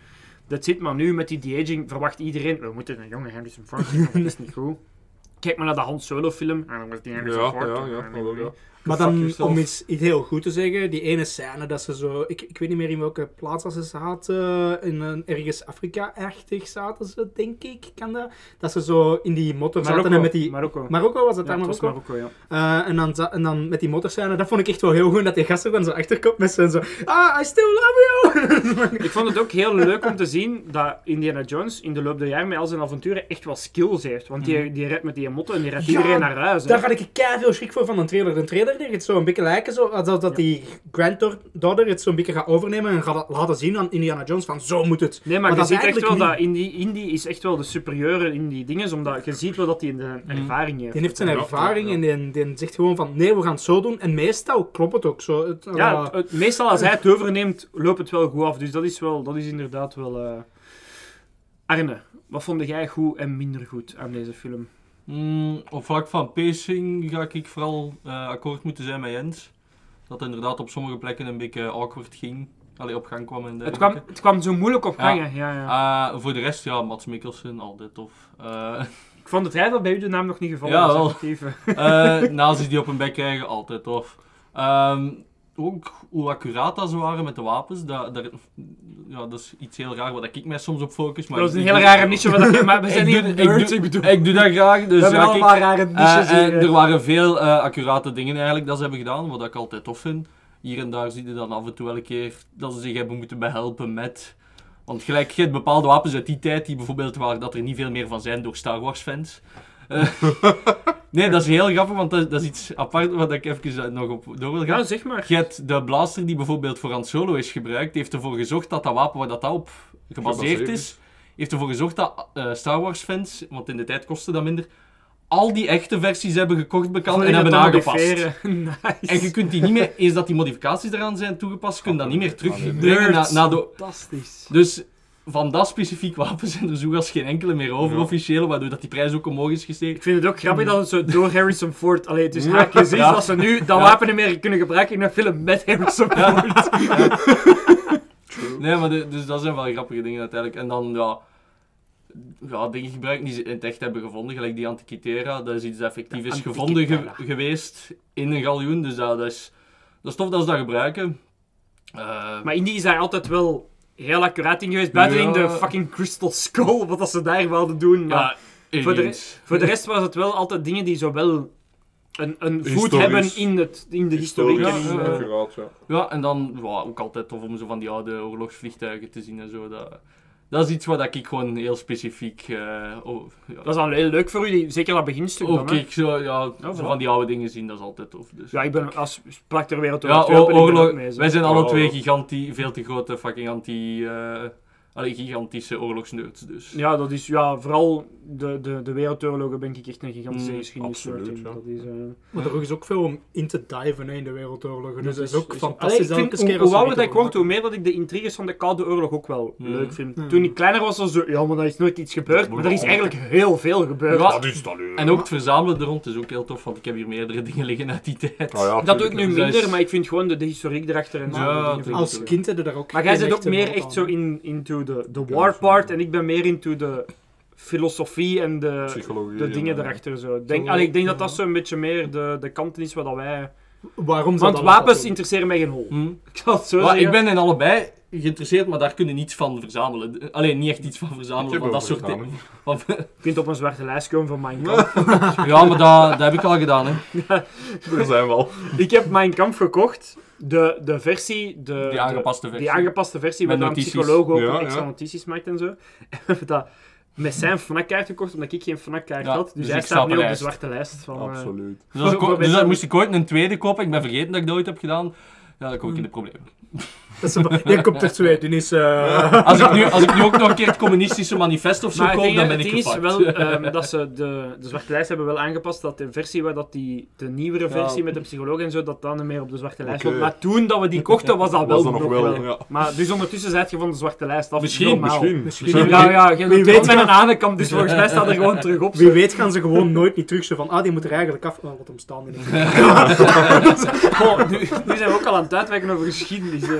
Speaker 1: dat zit maar nu met die de-aging verwacht iedereen, we moeten een jonge Harrison Ford hebben, want dat is niet goed. Kijk maar naar de Han Solo film, en dan was die Harrison
Speaker 10: Ja,
Speaker 1: Ford.
Speaker 10: ja, ja,
Speaker 1: en- en-
Speaker 10: jawel, ja.
Speaker 11: Maar
Speaker 1: Fuck
Speaker 11: dan,
Speaker 1: yourself.
Speaker 11: om iets, iets heel goed te zeggen, die ene scène dat ze zo... Ik, ik weet niet meer in welke plaats dat ze zaten. In een, ergens Afrika-achtig zaten ze, denk ik. Kan dat? Dat ze zo in die motor zaten en
Speaker 1: Marokko,
Speaker 11: met die...
Speaker 1: Marokko.
Speaker 11: was dat
Speaker 1: Ja,
Speaker 11: daar
Speaker 1: het was
Speaker 11: Marokko?
Speaker 1: Marokko,
Speaker 11: Eh, en, dan, za- en dan met die motorscène, dat vond ik echt wel heel goed. Dat die gasten van zijn achterkop met zijn zo... Ah, I still love you!
Speaker 1: Ik vond het ook heel leuk om te zien dat Indiana Jones in de loop der jaren met al zijn avonturen echt wel skills heeft. Want die, die redt met die motto en die redt iedereen naar huis. hè.
Speaker 11: Mhm. Daar had ik keihard veel schrik voor van een trailer. De trailer deed het zo een beetje lijken zo, alsof dat die granddaughter het zo'n beetje gaat overnemen en gaat laten zien aan Indiana Jones van zo moet het.
Speaker 1: Nee, maar,
Speaker 11: dat
Speaker 1: je
Speaker 11: is
Speaker 1: ziet echt wel
Speaker 11: eigenlijk
Speaker 1: dat Indy, Indy is echt wel de superieure in die dingen, omdat je ziet wel dat hij een ervaring heeft.
Speaker 11: Mhm. Die heeft zijn ervaring en die, die zegt gewoon van nee, we gaan het zo doen. En meestal klopt het ook zo. Het,
Speaker 1: Ja,
Speaker 11: eh,
Speaker 1: het- het- meestal als hij het overneemt, loopt het wel goed af. Dus dat is, wel, dat is inderdaad wel... eh, Arne, wat vond jij goed en minder goed aan deze film?
Speaker 12: Mm, op vlak van pacing ga ik vooral eh, akkoord moeten zijn met Jens. Dat het inderdaad op sommige plekken een beetje awkward ging. Allee, op gang kwam en
Speaker 1: Het kwam,
Speaker 12: dergelijke.
Speaker 1: het kwam zo moeilijk op gang, hè. ja. ja,
Speaker 12: Eh, voor de rest, ja, Mats Mikkelsen, altijd tof. Eh,
Speaker 1: Ik vond het raar dat bij u de naam nog niet gevallen
Speaker 12: ja,
Speaker 1: is,
Speaker 12: wel.
Speaker 1: effectief.
Speaker 12: Eh, nazis die op hun bek krijgen, altijd tof. Ehm, ook hoe accuraat dat ze waren met de wapens, dat, daar- ja, dat is iets heel raar waar ik mij soms op focus. Maar
Speaker 1: Dat is
Speaker 12: ik-
Speaker 1: een
Speaker 12: ik
Speaker 1: heel
Speaker 12: doe-
Speaker 1: rare niche, maar dat- maar we zijn
Speaker 12: ik
Speaker 1: hier
Speaker 12: doe-
Speaker 1: in de
Speaker 12: ik
Speaker 1: nerds,
Speaker 12: doe-
Speaker 1: ik bedoel.
Speaker 12: Ik doe dat graag, dus
Speaker 1: We hebben
Speaker 12: ja,
Speaker 1: allemaal
Speaker 12: kijk,
Speaker 1: rare
Speaker 12: eh,
Speaker 1: niches
Speaker 12: en
Speaker 1: hier, eh.
Speaker 12: Er waren veel eh, accurate dingen eigenlijk dat ze hebben gedaan, wat ik altijd tof vind. Hier en daar zie je dan af en toe wel een keer dat ze zich hebben moeten behelpen met... Want gelijk, je hebt bepaalde wapens uit die tijd die bijvoorbeeld waren dat er niet veel meer van zijn door Star Wars fans. Eh, nee, dat is heel grappig, want dat, dat is iets apart wat ik even eh, nog op door wil gaan.
Speaker 1: Ja, zeg maar.
Speaker 12: Je hebt de blaster die bijvoorbeeld voor Han Solo is gebruikt, heeft ervoor gezorgd dat dat wapen waar dat dat op gebaseerd
Speaker 10: Gebaseerd
Speaker 12: is, heeft ervoor gezorgd dat eh, Star Wars fans, want in de tijd kostte dat minder, al die echte versies hebben gekocht bekend en
Speaker 1: Volledig
Speaker 12: hebben
Speaker 1: te
Speaker 12: aangepast.
Speaker 1: modificeren. Nice.
Speaker 12: En je kunt die niet meer, eens dat die modificaties eraan zijn toegepast, kun je dat niet meer terugbrengen na,
Speaker 1: Nerds.
Speaker 12: na de
Speaker 1: Fantastisch.
Speaker 12: dus van dat specifiek wapen zijn er zoals geen enkele meer over,
Speaker 1: Ja.
Speaker 12: officieel, waardoor dat die prijs ook omhoog is gestegen.
Speaker 1: Ik vind het ook grappig dat het zo door Harrison Ford... Allee, dus
Speaker 12: Ja.
Speaker 1: haakjes is
Speaker 12: Ja.
Speaker 1: dat ze nu dat
Speaker 12: Ja.
Speaker 1: wapen niet meer kunnen gebruiken in een film met Harrison Ford.
Speaker 12: Nee, maar de- dus dat zijn wel grappige dingen uiteindelijk. En dan, ja... Ja, dingen gebruiken die ze in het echt hebben gevonden, gelijk die Antikythera, dat is iets dat effectief
Speaker 1: De
Speaker 12: is gevonden ge- geweest in een galjoen, dus dat, dat, is, dat is tof dat ze dat gebruiken. Eh,
Speaker 1: maar Indy is daar altijd wel heel accuraat in geweest, buiten in
Speaker 12: Ja.
Speaker 1: de fucking Crystal Skull, wat dat ze daar wilden doen. Maar
Speaker 12: Ja,
Speaker 1: voor, de, re-
Speaker 12: aliens.
Speaker 1: voor de rest was het wel altijd dingen die zowel een, een voet
Speaker 12: Historisch.
Speaker 1: hebben in, het, in de historiek.
Speaker 12: Ja,
Speaker 1: en in,
Speaker 12: ja,
Speaker 1: eh,
Speaker 12: ja. Ja, en dan ja, ook altijd tof om zo van die oude oorlogsvliegtuigen te zien en zo. Dat, dat is iets wat ik gewoon heel specifiek. eh, oh, ja.
Speaker 1: Dat is dan heel leuk voor jullie, zeker dat beginstuk.
Speaker 12: Ook
Speaker 1: dan, hè.
Speaker 12: ik zo, ja,
Speaker 1: Ja,
Speaker 12: zo
Speaker 1: voilà.
Speaker 12: van die oude dingen zien, dat is altijd tof. Dus.
Speaker 1: Ja, ik ben als plak ter wereld
Speaker 12: Ja,
Speaker 1: oorlog twee op en ik ben
Speaker 12: oorlog.
Speaker 1: ook mee, zo.
Speaker 12: wij zijn alle
Speaker 1: Oorlog.
Speaker 12: twee giganti, veel te grote fucking anti. eh, allee, gigantische oorlogsnerds. Dus.
Speaker 1: Ja, dat is ja, vooral de, de, de wereldoorlogen ben ik echt een gigantische
Speaker 12: Mm,
Speaker 1: geschiedenis.
Speaker 12: absoluut, ja.
Speaker 1: Dat is, eh,
Speaker 11: Maar er is ook veel om in te diven hè, in de wereldoorlogen. Dus
Speaker 1: dat
Speaker 11: dat is ook
Speaker 1: Allee,
Speaker 11: fantastisch
Speaker 1: ik vind,
Speaker 11: elke keer
Speaker 1: hoe,
Speaker 11: als er
Speaker 1: hoe ouder
Speaker 11: iets
Speaker 1: dat ik word, hoe meer dat ik de intriges van de Koude Oorlog ook wel
Speaker 12: Mm.
Speaker 1: leuk vind.
Speaker 11: Hmm.
Speaker 12: Mm.
Speaker 1: Toen ik kleiner was, was zo, ja, maar daar is nooit iets gebeurd. Maar er is eigenlijk heel veel gebeurd.
Speaker 12: Ja, En ook het verzamelen er rond is ook heel tof, want ik heb hier meerdere dingen liggen uit die tijd.
Speaker 1: dat doe ik nu
Speaker 12: Dus dat is-
Speaker 1: minder, maar ik vind gewoon de, de historiek erachter en zo.
Speaker 12: Ja,
Speaker 1: die
Speaker 12: dat
Speaker 1: dingen vind ik
Speaker 12: als
Speaker 1: leuk.
Speaker 11: kind heb je daar ook
Speaker 1: Maar jij
Speaker 11: geen
Speaker 1: zit ook
Speaker 11: echte
Speaker 1: meer
Speaker 11: nood aan.
Speaker 1: echt zo in, into de, de war part en ik ben meer into de filosofie en de,
Speaker 10: Psychologie
Speaker 1: de
Speaker 10: en,
Speaker 1: dingen
Speaker 10: eh,
Speaker 1: erachter. Zo. Denk,
Speaker 11: Zo,
Speaker 1: allee, ik denk dat
Speaker 11: ja.
Speaker 1: dat zo een beetje meer de, de kanten is waar dat wij...
Speaker 11: Waarom zou
Speaker 1: Want
Speaker 11: dat allemaal
Speaker 1: wapens
Speaker 11: doen?
Speaker 1: interesseren mij geen hol.
Speaker 12: Hm.
Speaker 1: Ik zal het zo
Speaker 12: Maar ik
Speaker 1: zeggen.
Speaker 12: ben in allebei geïnteresseerd, maar daar kun je niets van verzamelen. Alleen niet echt iets van
Speaker 1: Ik
Speaker 12: verzamelen,
Speaker 1: heb
Speaker 12: van dat
Speaker 1: ook
Speaker 12: soort dingen.
Speaker 1: verzameld.
Speaker 12: Van-
Speaker 1: Je kunt op een zwarte lijst komen van Mein Kampf.
Speaker 12: ja, maar dat, dat heb ik al gedaan, hè.
Speaker 10: Daar zijn we al.
Speaker 1: Ik heb Mein Kampf gekocht. De, de versie... De,
Speaker 12: Die aangepaste
Speaker 1: de-
Speaker 12: versie.
Speaker 1: Die aangepaste versie, waar
Speaker 12: Met
Speaker 1: dan een
Speaker 12: notities.
Speaker 1: psycholoog ook
Speaker 12: Ja,
Speaker 1: een extra
Speaker 12: ja.
Speaker 1: notities maakt en zo. En we hebben dat met zijn FNAC-kaart gekocht, omdat ik geen FNAC-kaart
Speaker 12: Ja,
Speaker 1: had. Dus,
Speaker 12: dus
Speaker 1: hij
Speaker 12: ik sta
Speaker 1: staat
Speaker 12: op
Speaker 1: nu
Speaker 12: een
Speaker 1: op de
Speaker 12: lijst.
Speaker 1: zwarte lijst. Van, eh,
Speaker 10: Absoluut.
Speaker 12: Dus dat, is ook-
Speaker 1: voor
Speaker 12: dus
Speaker 1: mensen-
Speaker 12: dat moest ik ooit een tweede kopen. Ik ben vergeten dat ik dat ooit heb gedaan. Ja, dan kom ik in de
Speaker 1: Hmm.
Speaker 12: problemen.
Speaker 11: Dat is een- Je komt er twee, toen is... eh,
Speaker 12: Als ik, nu, als ik nu ook nog een keer het communistische manifest of zo
Speaker 1: Maar het
Speaker 12: koop,
Speaker 1: ding,
Speaker 12: dan ben
Speaker 1: het
Speaker 12: ik
Speaker 1: ding is
Speaker 12: gepakt.
Speaker 1: wel ehm, dat ze de, de zwarte lijst hebben wel aangepast dat de versie waar dat die de nieuwere
Speaker 12: Ja.
Speaker 1: versie met de psycholoog en zo dat dan meer op de zwarte lijst
Speaker 10: Oké.
Speaker 1: stond. Maar toen dat we die kochten was dat
Speaker 10: Was
Speaker 1: wel
Speaker 10: dat nog wel, ja.
Speaker 1: Maar dus ondertussen zit je van de zwarte lijst af.
Speaker 12: Misschien,
Speaker 1: Normaal.
Speaker 10: misschien.
Speaker 11: Misschien.
Speaker 1: Ja, ja, je
Speaker 11: Wie
Speaker 1: noteert
Speaker 11: weet
Speaker 1: met
Speaker 11: gaan-
Speaker 1: een hanenkam, dus volgens mij staat er gewoon terug op.
Speaker 11: Wie weet gaan ze gewoon nooit niet terug. Zo van, ah, die moet er eigenlijk af. Oh, wat omstaan. die niet.
Speaker 1: Goh, nu, nu zijn we ook al aan het uitwijken over geschiedenis. eh.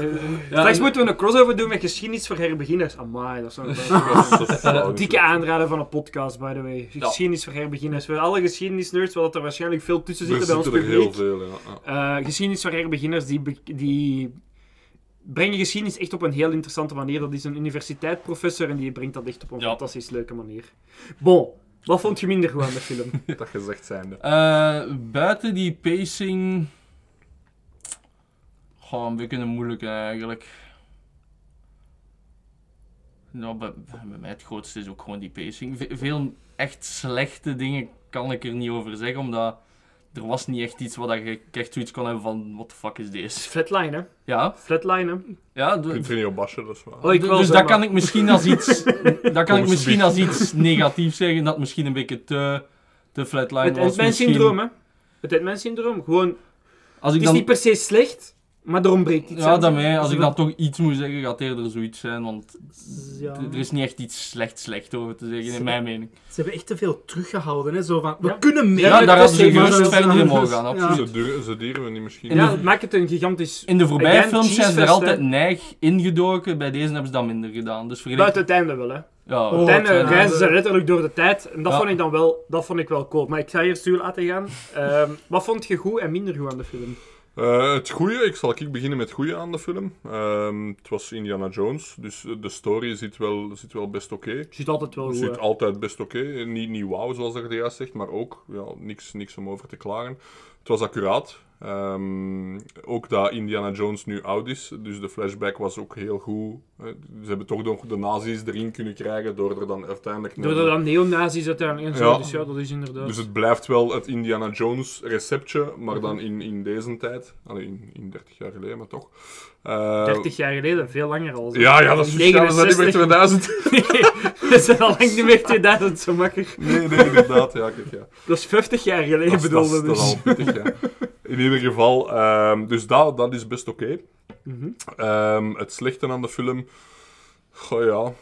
Speaker 1: Straks
Speaker 12: en-
Speaker 1: moeten we een crossover doen met geschiedenis voor herbeginners. Amai, dat zou een Dikke aanrader van een podcast, by the way. Geschiedenis voor herbeginners. Voor alle geschiedenisnerds, wat er waarschijnlijk veel tussen
Speaker 10: Er
Speaker 1: zitten bij ons
Speaker 10: zitten er
Speaker 1: publiek.
Speaker 10: heel veel, ja. ja.
Speaker 1: Eh, geschiedenis van herbeginners, die, be- die brengen geschiedenis echt op een heel interessante manier. Dat is een universiteitsprofessor en die brengt dat echt op een fantastisch leuke manier. Bon, wat vond je minder goed aan de film?
Speaker 10: Dat gezegd zijnde.
Speaker 12: Eh, buiten die pacing... Gewoon een beetje een moeilijke eigenlijk. Nou, bij, bij mij het grootste is ook gewoon die pacing. Ve- veel echt slechte dingen kan ik er niet over zeggen, omdat er was niet echt iets waar dat je echt zoiets kon hebben van what the fuck is deze?
Speaker 1: Flatline, hè?
Speaker 12: Ja,
Speaker 1: Flatline, hè?
Speaker 12: ja.
Speaker 10: Je
Speaker 12: d-
Speaker 10: kunt er niet op bashen, dat is waar.
Speaker 1: Oh, ik
Speaker 12: d-
Speaker 1: wel,
Speaker 12: dus
Speaker 1: zeg
Speaker 12: dat
Speaker 1: maar.
Speaker 12: kan ik misschien als iets, dat kan ik
Speaker 10: Kom,
Speaker 12: misschien
Speaker 10: subiet.
Speaker 12: als iets negatiefs zeggen, dat misschien een beetje te, te flatline
Speaker 1: Het
Speaker 12: was.
Speaker 1: Ant-Man
Speaker 12: misschien.
Speaker 1: syndroom, hè? Het Ant-Man syndroom. Gewoon,
Speaker 12: Als ik
Speaker 1: het is
Speaker 12: dan-
Speaker 1: niet per se slecht, maar er ontbreekt iets.
Speaker 12: Ja,
Speaker 1: aan.
Speaker 12: daarmee. Als
Speaker 1: Dus
Speaker 12: ik dan toch iets moet zeggen, gaat het eerder zoiets zijn, want d- er is niet echt iets slecht slecht over te zeggen, in mijn mening.
Speaker 11: Ah. Ze hebben echt te veel teruggehouden. Hè? Zo van, we kunnen meer.
Speaker 12: Ja, daar hadden
Speaker 11: Maar
Speaker 12: ze gerust
Speaker 11: dat-
Speaker 12: verder in mogen gaan,
Speaker 11: Ja.
Speaker 12: absoluut.
Speaker 10: Ze duren- Ze dieren we niet misschien.
Speaker 1: Ja, dat maakt het een gigantisch...
Speaker 12: In de voorbije
Speaker 1: Again,
Speaker 12: films zijn ze er
Speaker 1: cheesefest,
Speaker 12: altijd
Speaker 1: hè.
Speaker 12: neig ingedoken, bij deze hebben ze dat minder gedaan. Dus vergeleken-
Speaker 1: Buiten het einde wel, hè.
Speaker 12: Ja,
Speaker 1: op het einde
Speaker 12: ja.
Speaker 1: reizen ze letterlijk door de tijd. En dat,
Speaker 12: Ja.
Speaker 1: vond ik dan wel, dat vond ik wel cool. Maar ik ga eerst u laten gaan. Ehm, wat vond je goed en minder goed aan de film?
Speaker 10: Eh, het goede, ik zal ik beginnen met het goede aan de film. Ehm, het was Indiana Jones, dus eh, de story zit wel, zit wel best oké.
Speaker 1: Zit altijd wel goed,
Speaker 10: Zit
Speaker 1: hè?
Speaker 10: altijd best oké. Eh, Niet, niet wauw, zoals ik het juist zegt, maar ook ja, niks, niks om over te klagen. Het was accuraat. Ehm, ook dat Indiana Jones nu oud is, dus de flashback was ook heel goed. Eh, Ze hebben toch nog de nazi's erin kunnen krijgen door er dan uiteindelijk...
Speaker 1: Door dat dan neonazis uiteindelijk en zo.
Speaker 10: Ja.
Speaker 1: Dus ja, dat is inderdaad.
Speaker 10: Dus het blijft wel het Indiana Jones receptje, maar dan in, in deze tijd. Allee, in, in 30 jaar geleden, maar toch. Eh,
Speaker 1: 30 jaar geleden, veel langer al. zeg.
Speaker 10: Ja, ja, dat is juist, ja, we zijn niet meer 2000.
Speaker 1: nee, we zijn al lang niet meer 2000, zo makker.
Speaker 10: Nee, nee, inderdaad, ja, kijk, ja.
Speaker 1: Dat is 50 jaar geleden,
Speaker 10: Dat is- dat is-
Speaker 1: bedoelde
Speaker 10: dat is
Speaker 1: dus.
Speaker 10: al pittig, ja. In ieder geval, ehm, dus dat, dat is best oké.
Speaker 1: Mhm.
Speaker 10: Ehm, het slechte aan de film, goh ja.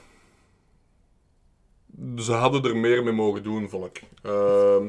Speaker 10: Ze hadden er meer mee mogen doen, vond ik. Ehm,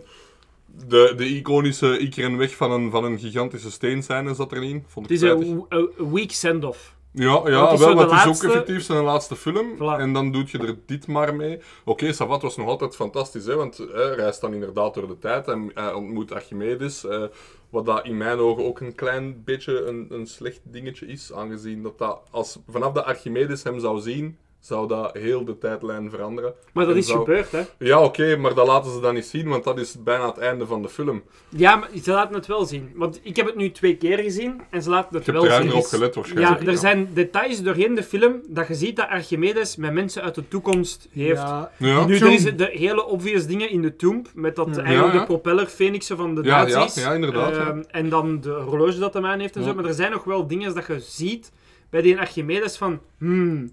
Speaker 10: de, de iconische ik ren weg van een, van een gigantische steenscène zat erin. Vond
Speaker 1: Het
Speaker 10: ik
Speaker 1: is een
Speaker 10: spijtig.
Speaker 1: w- een week send-off.
Speaker 10: Ja, ja
Speaker 1: Want het is zo
Speaker 10: wel,
Speaker 1: de
Speaker 10: maar het is
Speaker 1: laatste-
Speaker 10: ook effectief zijn laatste film. En dan doet je er dit maar mee. Oké, Savat was nog altijd fantastisch, hè, want eh, hij reist dan inderdaad door de tijd en hij ontmoet Archimedes. eh, wat dat in mijn ogen ook een klein beetje een, een slecht dingetje is, aangezien dat, dat als vanaf dat Archimedes hem zou zien, zou dat heel de tijdlijn veranderen.
Speaker 1: Maar dat
Speaker 10: En
Speaker 1: is gebeurd, hè?
Speaker 10: Ja, oké, maar dat laten ze dan niet zien, want dat is bijna het einde van de film.
Speaker 1: Ja, maar ze laten het wel zien. Want ik heb het nu twee keer gezien en ze laten het
Speaker 10: Je hebt
Speaker 1: wel
Speaker 10: er
Speaker 1: zien.
Speaker 10: eigenlijk op gelet waarschijnlijk,
Speaker 1: Ja, er
Speaker 10: ja.
Speaker 1: zijn details doorheen de film dat je ziet dat Archimedes met mensen uit de toekomst heeft.
Speaker 11: Ja.
Speaker 10: Ja.
Speaker 1: Nu, er
Speaker 10: Tomb.
Speaker 1: is de hele obvious dingen in de tomb, met dat
Speaker 10: Ja.
Speaker 1: eigenlijk
Speaker 10: Ja,
Speaker 1: de
Speaker 10: ja.
Speaker 1: propellerfeniksen van de
Speaker 10: Ja, ja,
Speaker 1: nazi's.
Speaker 10: ja, inderdaad, ja.
Speaker 1: Ehm, En dan de horloge dat hem aan heeft en
Speaker 10: Ja.
Speaker 1: zo. Maar er zijn nog wel dingen dat je ziet bij die Archimedes van... Hmm,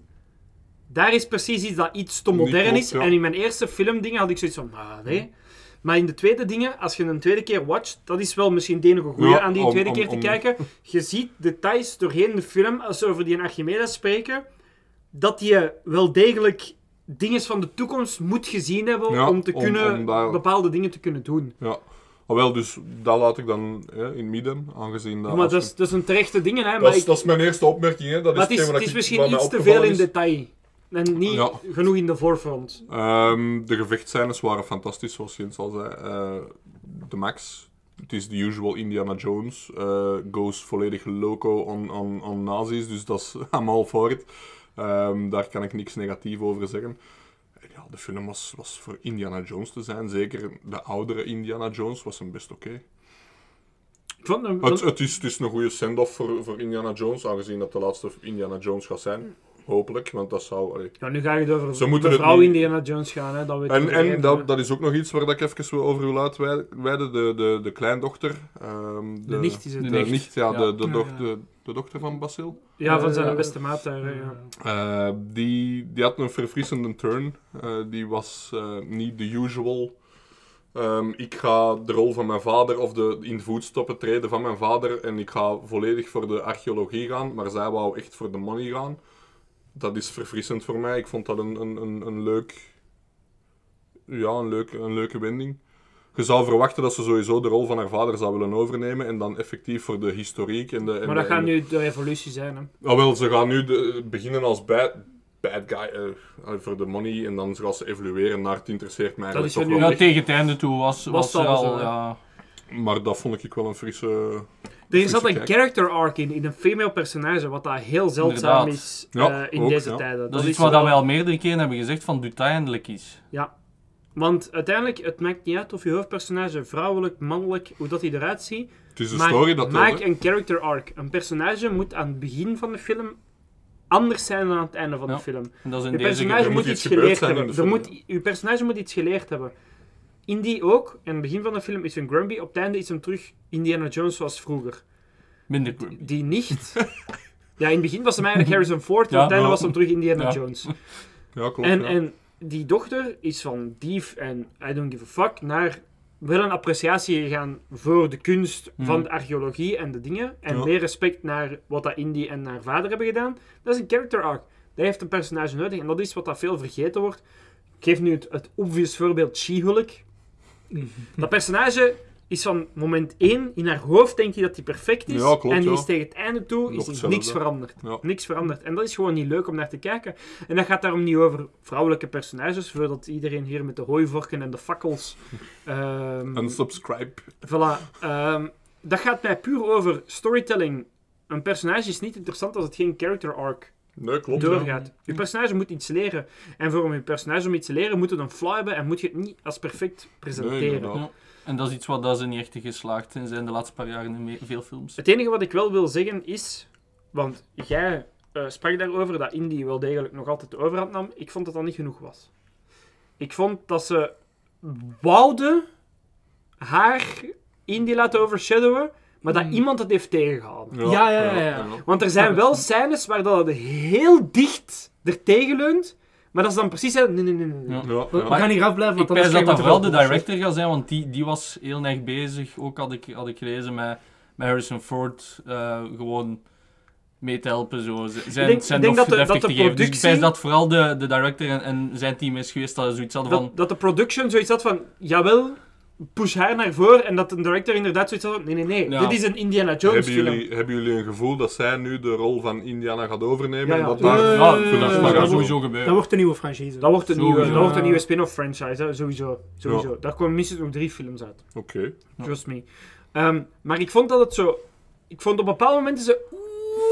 Speaker 1: daar is precies iets dat iets te
Speaker 12: Niet
Speaker 1: modern
Speaker 12: klopt,
Speaker 1: is.
Speaker 12: ja.
Speaker 1: En in mijn eerste filmdingen had ik zoiets van... Ah, nee. Maar in de tweede dingen, als je een tweede keer watcht, dat is wel misschien het enige goede
Speaker 12: Ja,
Speaker 1: aan die
Speaker 12: om-
Speaker 1: tweede
Speaker 12: om-
Speaker 1: keer te
Speaker 12: om-
Speaker 1: kijken. Je ziet details doorheen de film, als ze over die Archimedes spreken, dat je wel degelijk dingen van de toekomst moet gezien hebben
Speaker 10: Ja,
Speaker 1: om te
Speaker 10: om-
Speaker 1: kunnen
Speaker 10: om daar-
Speaker 1: bepaalde dingen te kunnen doen.
Speaker 10: Ja. Ah, wel, dus dat laat ik dan hè, in het midden, aangezien dat...
Speaker 1: maar
Speaker 10: als
Speaker 1: dat
Speaker 10: je-
Speaker 1: is, dat is een terechte ding, hè. Maar,
Speaker 10: Dat is,
Speaker 1: ik-
Speaker 10: dat is mijn eerste opmerking. Hè. Dat
Speaker 1: maar het is,
Speaker 10: hetgeen wat
Speaker 1: het is
Speaker 10: ik-
Speaker 1: misschien
Speaker 10: wat mij
Speaker 1: iets te
Speaker 10: opgevallen
Speaker 1: veel in
Speaker 10: is.
Speaker 1: detail. En niet
Speaker 10: Ja.
Speaker 1: genoeg in de voorgrond.
Speaker 10: Ehm, de gevechtscènes waren fantastisch, zoals Jens al zei. Eh, de Max, het is de usual Indiana Jones, eh, goes volledig loco on, on, on nazi's, dus dat is I'm all for it. Ehm, daar kan ik niks negatief over zeggen. En Ja, de film was, was voor Indiana Jones te zijn, zeker de oudere Indiana Jones was hem best oké.
Speaker 1: Ik vond hem-
Speaker 10: Het, het, is, het is een goede send-off voor, voor Indiana Jones, aangezien dat de laatste Indiana Jones gaat zijn. Hopelijk, want dat zou... allee.
Speaker 1: Ja, nu ga je over
Speaker 10: Ze
Speaker 1: de
Speaker 10: moeten het
Speaker 1: vrouw
Speaker 10: niet-
Speaker 1: Indiana Jones gaan, hè. Dat weet
Speaker 10: En,
Speaker 1: iedereen,
Speaker 10: en
Speaker 1: hè.
Speaker 10: dat, dat is ook nog iets waar ik even wil over wil uitweiden. De, de, de kleindochter. ehm,
Speaker 1: De nicht is het.
Speaker 10: De
Speaker 1: De nicht.
Speaker 10: nicht, ja.
Speaker 1: Ja.
Speaker 10: De, de,
Speaker 1: Ja,
Speaker 10: doch-
Speaker 1: ja.
Speaker 10: de, de dochter van Basil.
Speaker 1: Ja, van
Speaker 10: Eh,
Speaker 1: zijn beste maat daar, hè, ja.
Speaker 10: eh, die, die had een verfrissende turn. Eh, die was eh, niet de usual. Ehm, ik ga de rol van mijn vader of de in de voetstappen treden van mijn vader en ik ga volledig voor de archeologie gaan, maar zij wou echt voor de money gaan. Dat is verfrissend voor mij. Ik vond dat een, een, een, een leuk. Ja, een, leuk, een leuke wending. Je zou verwachten dat ze sowieso de rol van haar vader zou willen overnemen en dan effectief voor de historiek en de. en
Speaker 1: Maar
Speaker 10: de-
Speaker 1: dat
Speaker 10: en
Speaker 1: gaat
Speaker 10: de-
Speaker 1: nu de revolutie zijn, hè.
Speaker 10: nou wel, ze gaan nu de- beginnen als bad, bad guy eh, eh, voor de money en dan gaan ze evolueren naar het interesseert mij
Speaker 12: Dat is
Speaker 10: eigenlijk
Speaker 12: er nu
Speaker 10: toch
Speaker 12: Ja, tegen het einde toe was, was, er al... ja.
Speaker 10: Maar dat vond ik wel een frisse...
Speaker 1: Er
Speaker 10: frisse
Speaker 1: zat een
Speaker 10: kijk.
Speaker 1: character arc in, in een female personage, wat daar heel zeldzaam
Speaker 12: Inderdaad.
Speaker 1: is eh, in deze tijden.
Speaker 12: Dat, is iets wat
Speaker 1: wel-
Speaker 12: we al meerdere keren hebben gezegd, van doe dat eindelijk iets.
Speaker 1: Ja. Want uiteindelijk, het maakt niet uit of je hoofdpersonage vrouwelijk, mannelijk, hoe dat hij eruit ziet.
Speaker 10: Het is een
Speaker 1: maar
Speaker 10: story dat eh,
Speaker 1: Maak
Speaker 10: telt, hè.
Speaker 1: een character arc. Een personage moet aan het begin van de film anders zijn dan aan het einde van de film.
Speaker 12: en dat is in
Speaker 1: je
Speaker 12: deze
Speaker 1: personage
Speaker 12: Er
Speaker 1: moet
Speaker 12: moet
Speaker 1: iets
Speaker 12: iets gebeurd
Speaker 1: geleerd
Speaker 12: zijn in
Speaker 1: hebben.
Speaker 12: de
Speaker 1: Er
Speaker 12: film,
Speaker 1: moet, je personage moet iets geleerd hebben. Indy ook. In het begin van de film is een Grumpy. Op het einde is hem terug Indiana Jones zoals vroeger.
Speaker 12: Minder
Speaker 1: Die, die nicht. ja, in het begin was hem eigenlijk Harrison Ford. en
Speaker 12: Ja.
Speaker 1: op het einde
Speaker 12: Ja.
Speaker 1: was hem terug Indiana
Speaker 12: Ja.
Speaker 1: Jones.
Speaker 10: Ja, klopt.
Speaker 1: En,
Speaker 10: ja.
Speaker 1: en die dochter is van dief en I don't give a fuck naar wel een appreciatie gegaan voor de kunst
Speaker 12: Mhm.
Speaker 1: van de archeologie en de dingen. En
Speaker 12: Ja.
Speaker 1: meer respect naar wat dat Indy en haar vader hebben gedaan. Dat is een character arc. Dat heeft een personage nodig en dat is wat dat veel vergeten wordt. Ik geef nu het, het obvious voorbeeld She-Hulk. Dat personage is van moment 1 in haar hoofd denk je dat die perfect is.
Speaker 10: Ja, klopt,
Speaker 1: en die
Speaker 10: ja.
Speaker 1: is tegen het einde toe
Speaker 10: Nog
Speaker 1: is die
Speaker 10: hetzelfde.
Speaker 1: niks veranderd.
Speaker 10: Ja.
Speaker 1: Niks veranderd. En dat is gewoon niet leuk om naar te kijken. En dat gaat daarom niet over vrouwelijke personages, voordat iedereen hier met de hooivorken en de fakkels. ehm,
Speaker 10: Unsubscribe.
Speaker 1: Voilà. ehm, dat gaat mij puur over storytelling. Een personage is niet interessant als het geen character arc
Speaker 10: Nee, klopt,
Speaker 1: doorgaat. Je personage moet iets leren. En voor om je personage om iets te leren, moet het een fly hebben en moet je het niet als perfect presenteren.
Speaker 12: Ja. En dat is iets wat dat ze niet echt in geslaagd zijn, zijn de laatste paar jaren in me- veel films.
Speaker 1: Het enige wat ik wel wil zeggen is, want jij eh, sprak daarover dat Indie wel degelijk nog altijd de overhand nam. Ik vond dat dat niet genoeg was. Ik vond dat ze wouden haar Indie laten overshadowen, maar dat iemand het heeft tegengehouden.
Speaker 11: Ja, ja, ja, ja. ja.
Speaker 1: Want er zijn wel scènes waar dat het heel dicht er tegen leunt, maar dat is dan precies... hè, Nee, nee, nee, nee.
Speaker 12: Maar
Speaker 11: afblijven, want
Speaker 12: Ik
Speaker 11: anders
Speaker 12: pijs dat
Speaker 11: krijgen
Speaker 12: dat
Speaker 11: we te
Speaker 12: wel de
Speaker 11: veel oplossingen.
Speaker 12: director gaat zijn, want die, die was heel erg bezig. Ook had ik, had ik gelezen met, met Harrison Ford eh, gewoon mee te helpen. Zo. z- Zijn,
Speaker 1: denk-
Speaker 12: zijn
Speaker 1: ik denk
Speaker 12: lof-
Speaker 1: dat de-
Speaker 12: lof
Speaker 1: dat de
Speaker 12: te geven. Dus ik
Speaker 1: productie-
Speaker 12: pijs dat vooral de, de director en, en zijn team is geweest dat ze zoiets hadden van...
Speaker 1: dat, dat de production zoiets had van, jawel, push haar naar voren. En dat de director inderdaad zoiets had van, nee, nee, nee,
Speaker 10: Ja.
Speaker 1: dit is een Indiana Jones
Speaker 10: Hebben
Speaker 1: film.
Speaker 10: jullie, hebben jullie een gevoel dat zij nu de rol van Indiana gaat overnemen?
Speaker 1: Ja, ja.
Speaker 10: En dat daar
Speaker 12: "Ah,
Speaker 1: Ja, ja, ja, ja, ja.
Speaker 10: vanaf
Speaker 1: Eh, Dat
Speaker 10: gaat
Speaker 1: sowieso
Speaker 10: zo-
Speaker 1: gebeuren.
Speaker 11: Dat wordt een nieuwe franchise.
Speaker 1: Dat wordt een nieuwe, dat
Speaker 11: Sowieso.
Speaker 1: wordt een nieuwe spin-off franchise, hè, sowieso. sowieso.
Speaker 10: Ja.
Speaker 1: Daar komen minstens nog drie films uit.
Speaker 10: Oké.
Speaker 1: Trust me. Ehm, maar ik vond dat het zo... Ik vond op bepaalde momenten zo...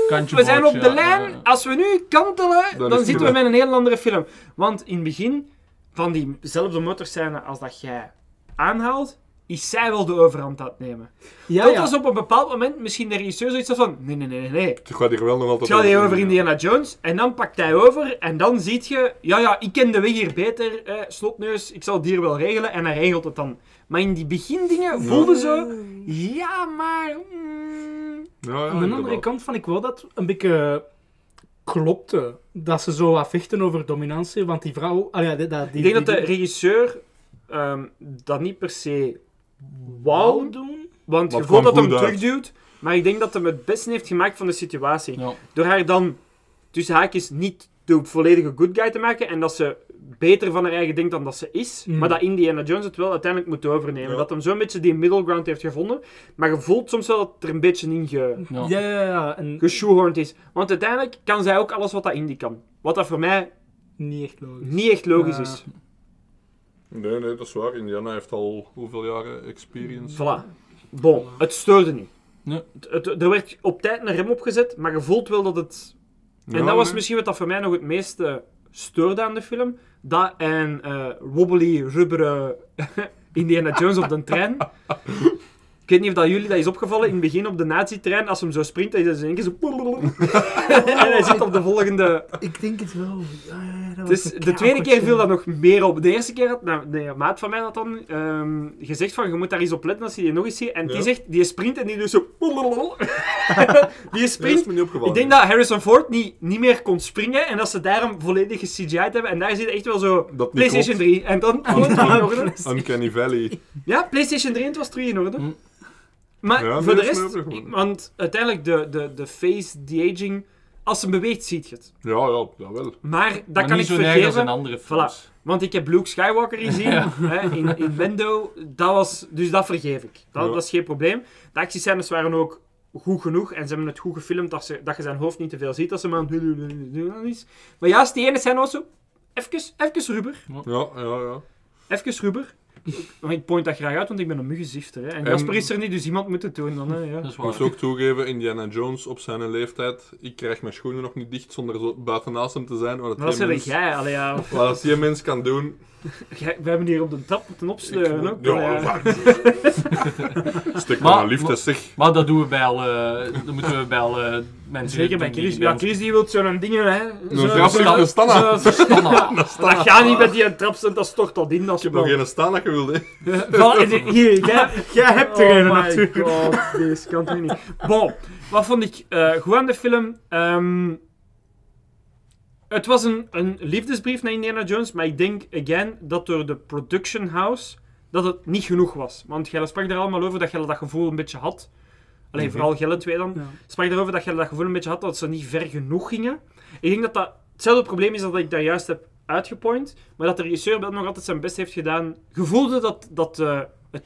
Speaker 12: Kantje
Speaker 1: we zijn
Speaker 12: boordje,
Speaker 1: op de
Speaker 12: ja.
Speaker 1: lijn. Als we nu kantelen,
Speaker 12: Dan
Speaker 1: dan,
Speaker 12: is het
Speaker 1: zitten we
Speaker 12: gedaan.
Speaker 1: met een heel andere film. Want in het begin van diezelfde motorscène als dat jij aanhaalt, is zij wel de overhand aan het nemen.
Speaker 11: Ja,
Speaker 1: Tot
Speaker 11: ja.
Speaker 1: als op een bepaald moment misschien de regisseur zoiets had van... Nee, nee, nee, nee, nee.
Speaker 10: Het gaat hier wel nog
Speaker 1: Het
Speaker 10: altijd
Speaker 1: gaat hier over Indiana Jones en dan pakt hij over en dan ziet je, ja ja, ik ken de weg hier beter, eh, slotneus, ik zal het hier wel regelen en hij regelt het dan. Maar in die begindingen voelde zo, ja maar... mm.
Speaker 11: Aan de andere kant van ik wel dat een beetje eh, klopte. Dat ze zo wat vechten over dominantie, want die vrouw... Ah, ja, die, dat- die,
Speaker 1: ik denk
Speaker 11: die-
Speaker 1: dat de regisseur ehm, dat niet per se wou
Speaker 11: doen, Maar
Speaker 1: want je
Speaker 11: het
Speaker 1: voelt
Speaker 11: kwam
Speaker 1: dat hem
Speaker 11: goed uit.
Speaker 1: terugduwt, maar ik denk dat hem het beste heeft gemaakt van de situatie. Door haar dan tussen haakjes niet de volledige good guy te maken en dat ze beter van haar eigen denkt dan dat ze is,
Speaker 11: Mm.
Speaker 1: maar dat Indiana Jones het wel uiteindelijk moet overnemen. Dat hem zo'n beetje die middle ground heeft gevonden, maar je voelt soms wel dat er een beetje in ge...
Speaker 11: Ja, ja, ja, ja, En
Speaker 1: geshoehorned is. Want uiteindelijk kan zij ook alles wat dat Indy kan. Wat dat voor mij
Speaker 11: niet echt logisch,
Speaker 1: niet echt logisch
Speaker 11: Ja.
Speaker 1: is.
Speaker 10: Nee, nee, dat is waar. Indiana heeft al hoeveel jaren experience?
Speaker 1: Voilà. Bon, het stoorde niet.
Speaker 12: Nee.
Speaker 1: Het- het- er werd op tijd een rem opgezet, maar je voelt wel dat het... En
Speaker 10: Ja,
Speaker 1: dat was
Speaker 10: nee.
Speaker 1: misschien wat dat voor mij nog het meeste stoorde aan de film. Dat en eh, wobbly, rubberen Indiana Jones op de trein. Ik weet niet of dat jullie dat is opgevallen in het begin op de nazi-trein. Als hem zo springt, dan is hij in één keer zo... en hij zit op de volgende...
Speaker 11: Ik denk het wel. Ja, ja, ja, dat
Speaker 1: Dus
Speaker 11: was een
Speaker 1: de tweede
Speaker 11: keigoed
Speaker 1: keer viel
Speaker 11: scène.
Speaker 1: dat nog meer op. De eerste keer had nou, de maat van mij dat dan ehm, gezegd van, je moet daar eens op letten als je die nog eens ziet. En die
Speaker 10: Ja.
Speaker 1: zegt, die sprint en die doet zo... die
Speaker 10: Nee, dat is
Speaker 1: sprint.
Speaker 10: me niet opgevallen.
Speaker 1: ik denk dat Harrison Ford niet, niet meer kon springen en dat ze daarom volledig gecgi'd hebben. En daar zit echt wel zo
Speaker 10: Dat niet Ah,
Speaker 1: PlayStation 3. En dan alles terug in orde.
Speaker 10: Uncanny Valley.
Speaker 1: Ja, PlayStation 3 en het was terug in orde. Maar
Speaker 10: Mm. Ja,
Speaker 1: voor de
Speaker 10: nee, dat is
Speaker 1: rest,
Speaker 10: me opgevallen.
Speaker 1: want uiteindelijk de, de, de face, de aging, als ze beweegt, ziet je het.
Speaker 10: Ja, ja, dat wel.
Speaker 1: Maar dat
Speaker 12: Maar
Speaker 1: kan
Speaker 12: niet
Speaker 1: ik
Speaker 12: zo neig
Speaker 1: vergeven.
Speaker 12: als in andere films.
Speaker 1: Voilà. Want ik heb Luke Skywalker gezien
Speaker 12: Ja.
Speaker 1: hè, in, in Mendo. Dat was, dus dat vergeef ik. Dat,
Speaker 12: Ja.
Speaker 1: dat is geen probleem. De actiescènes waren ook goed genoeg. En ze hebben het goed gefilmd dat, ze, dat je zijn hoofd niet te veel ziet. Dat ze maar aan het is. Maar juist die ene scène was zo... Even, even rubber.
Speaker 10: Ja, ja, ja.
Speaker 1: Even rubber. Maar ik point dat graag uit, want ik ben een muggenzifter. Hè. En
Speaker 10: En-
Speaker 1: Jasper is er niet, dus iemand moet het doen. Dan, hè, ja.
Speaker 10: Ik moet ook toegeven, Indiana Jones op zijn leeftijd, ik krijg mijn schoenen nog niet dicht zonder zo buiten asem te zijn. Wat
Speaker 1: Maar dat
Speaker 10: die
Speaker 1: zeg jij, allee, ja.
Speaker 10: Wat dat die mens kan doen.
Speaker 1: Jij- we hebben hier op de trap moeten opsleuren ook.
Speaker 10: Ja,
Speaker 1: allee, ja.
Speaker 10: Stik
Speaker 12: Maar-
Speaker 10: maar een liefde,
Speaker 12: maar-
Speaker 10: zeg.
Speaker 12: Maar dat doen we bij alle, eh, dat moeten we bij alle mensen
Speaker 1: Zeker
Speaker 12: doen
Speaker 1: bij
Speaker 12: die
Speaker 1: Chris.
Speaker 12: bij
Speaker 1: Ja,
Speaker 12: ons-
Speaker 1: Chris die wil zo'n ding, hè. Zo'n-
Speaker 10: trap-
Speaker 1: zo'n-
Speaker 10: een stanna.
Speaker 1: zo'n- zo'n-
Speaker 12: Stanna.
Speaker 1: Ja,
Speaker 10: Een
Speaker 1: Dat
Speaker 10: stanna.
Speaker 1: gaat niet met die trap, dat stort dat in. Dat Ah,
Speaker 10: Ik heb nog geen staan dat je wilde.
Speaker 1: Hier, jij, jij hebt er
Speaker 10: Oh
Speaker 1: een
Speaker 10: my
Speaker 1: natuurlijk.
Speaker 10: God,
Speaker 1: deze kan toch niet. Bon, wat vond ik eh, goed aan de film? Ehm, het was een, een liefdesbrief naar Indiana Jones, maar ik denk, again, dat door de production house, dat het niet genoeg was. Want jij sprak er allemaal over dat jij dat gevoel een beetje had. Alleen
Speaker 13: Mhm.
Speaker 1: vooral Gelle twee dan. Sprak erover dat jij dat gevoel een beetje had dat ze niet ver genoeg gingen. Ik denk dat dat hetzelfde probleem is dat ik daar juist heb uitgepoint. Maar dat de regisseur wel nog altijd zijn best heeft gedaan. Je voelde dat, dat eh, het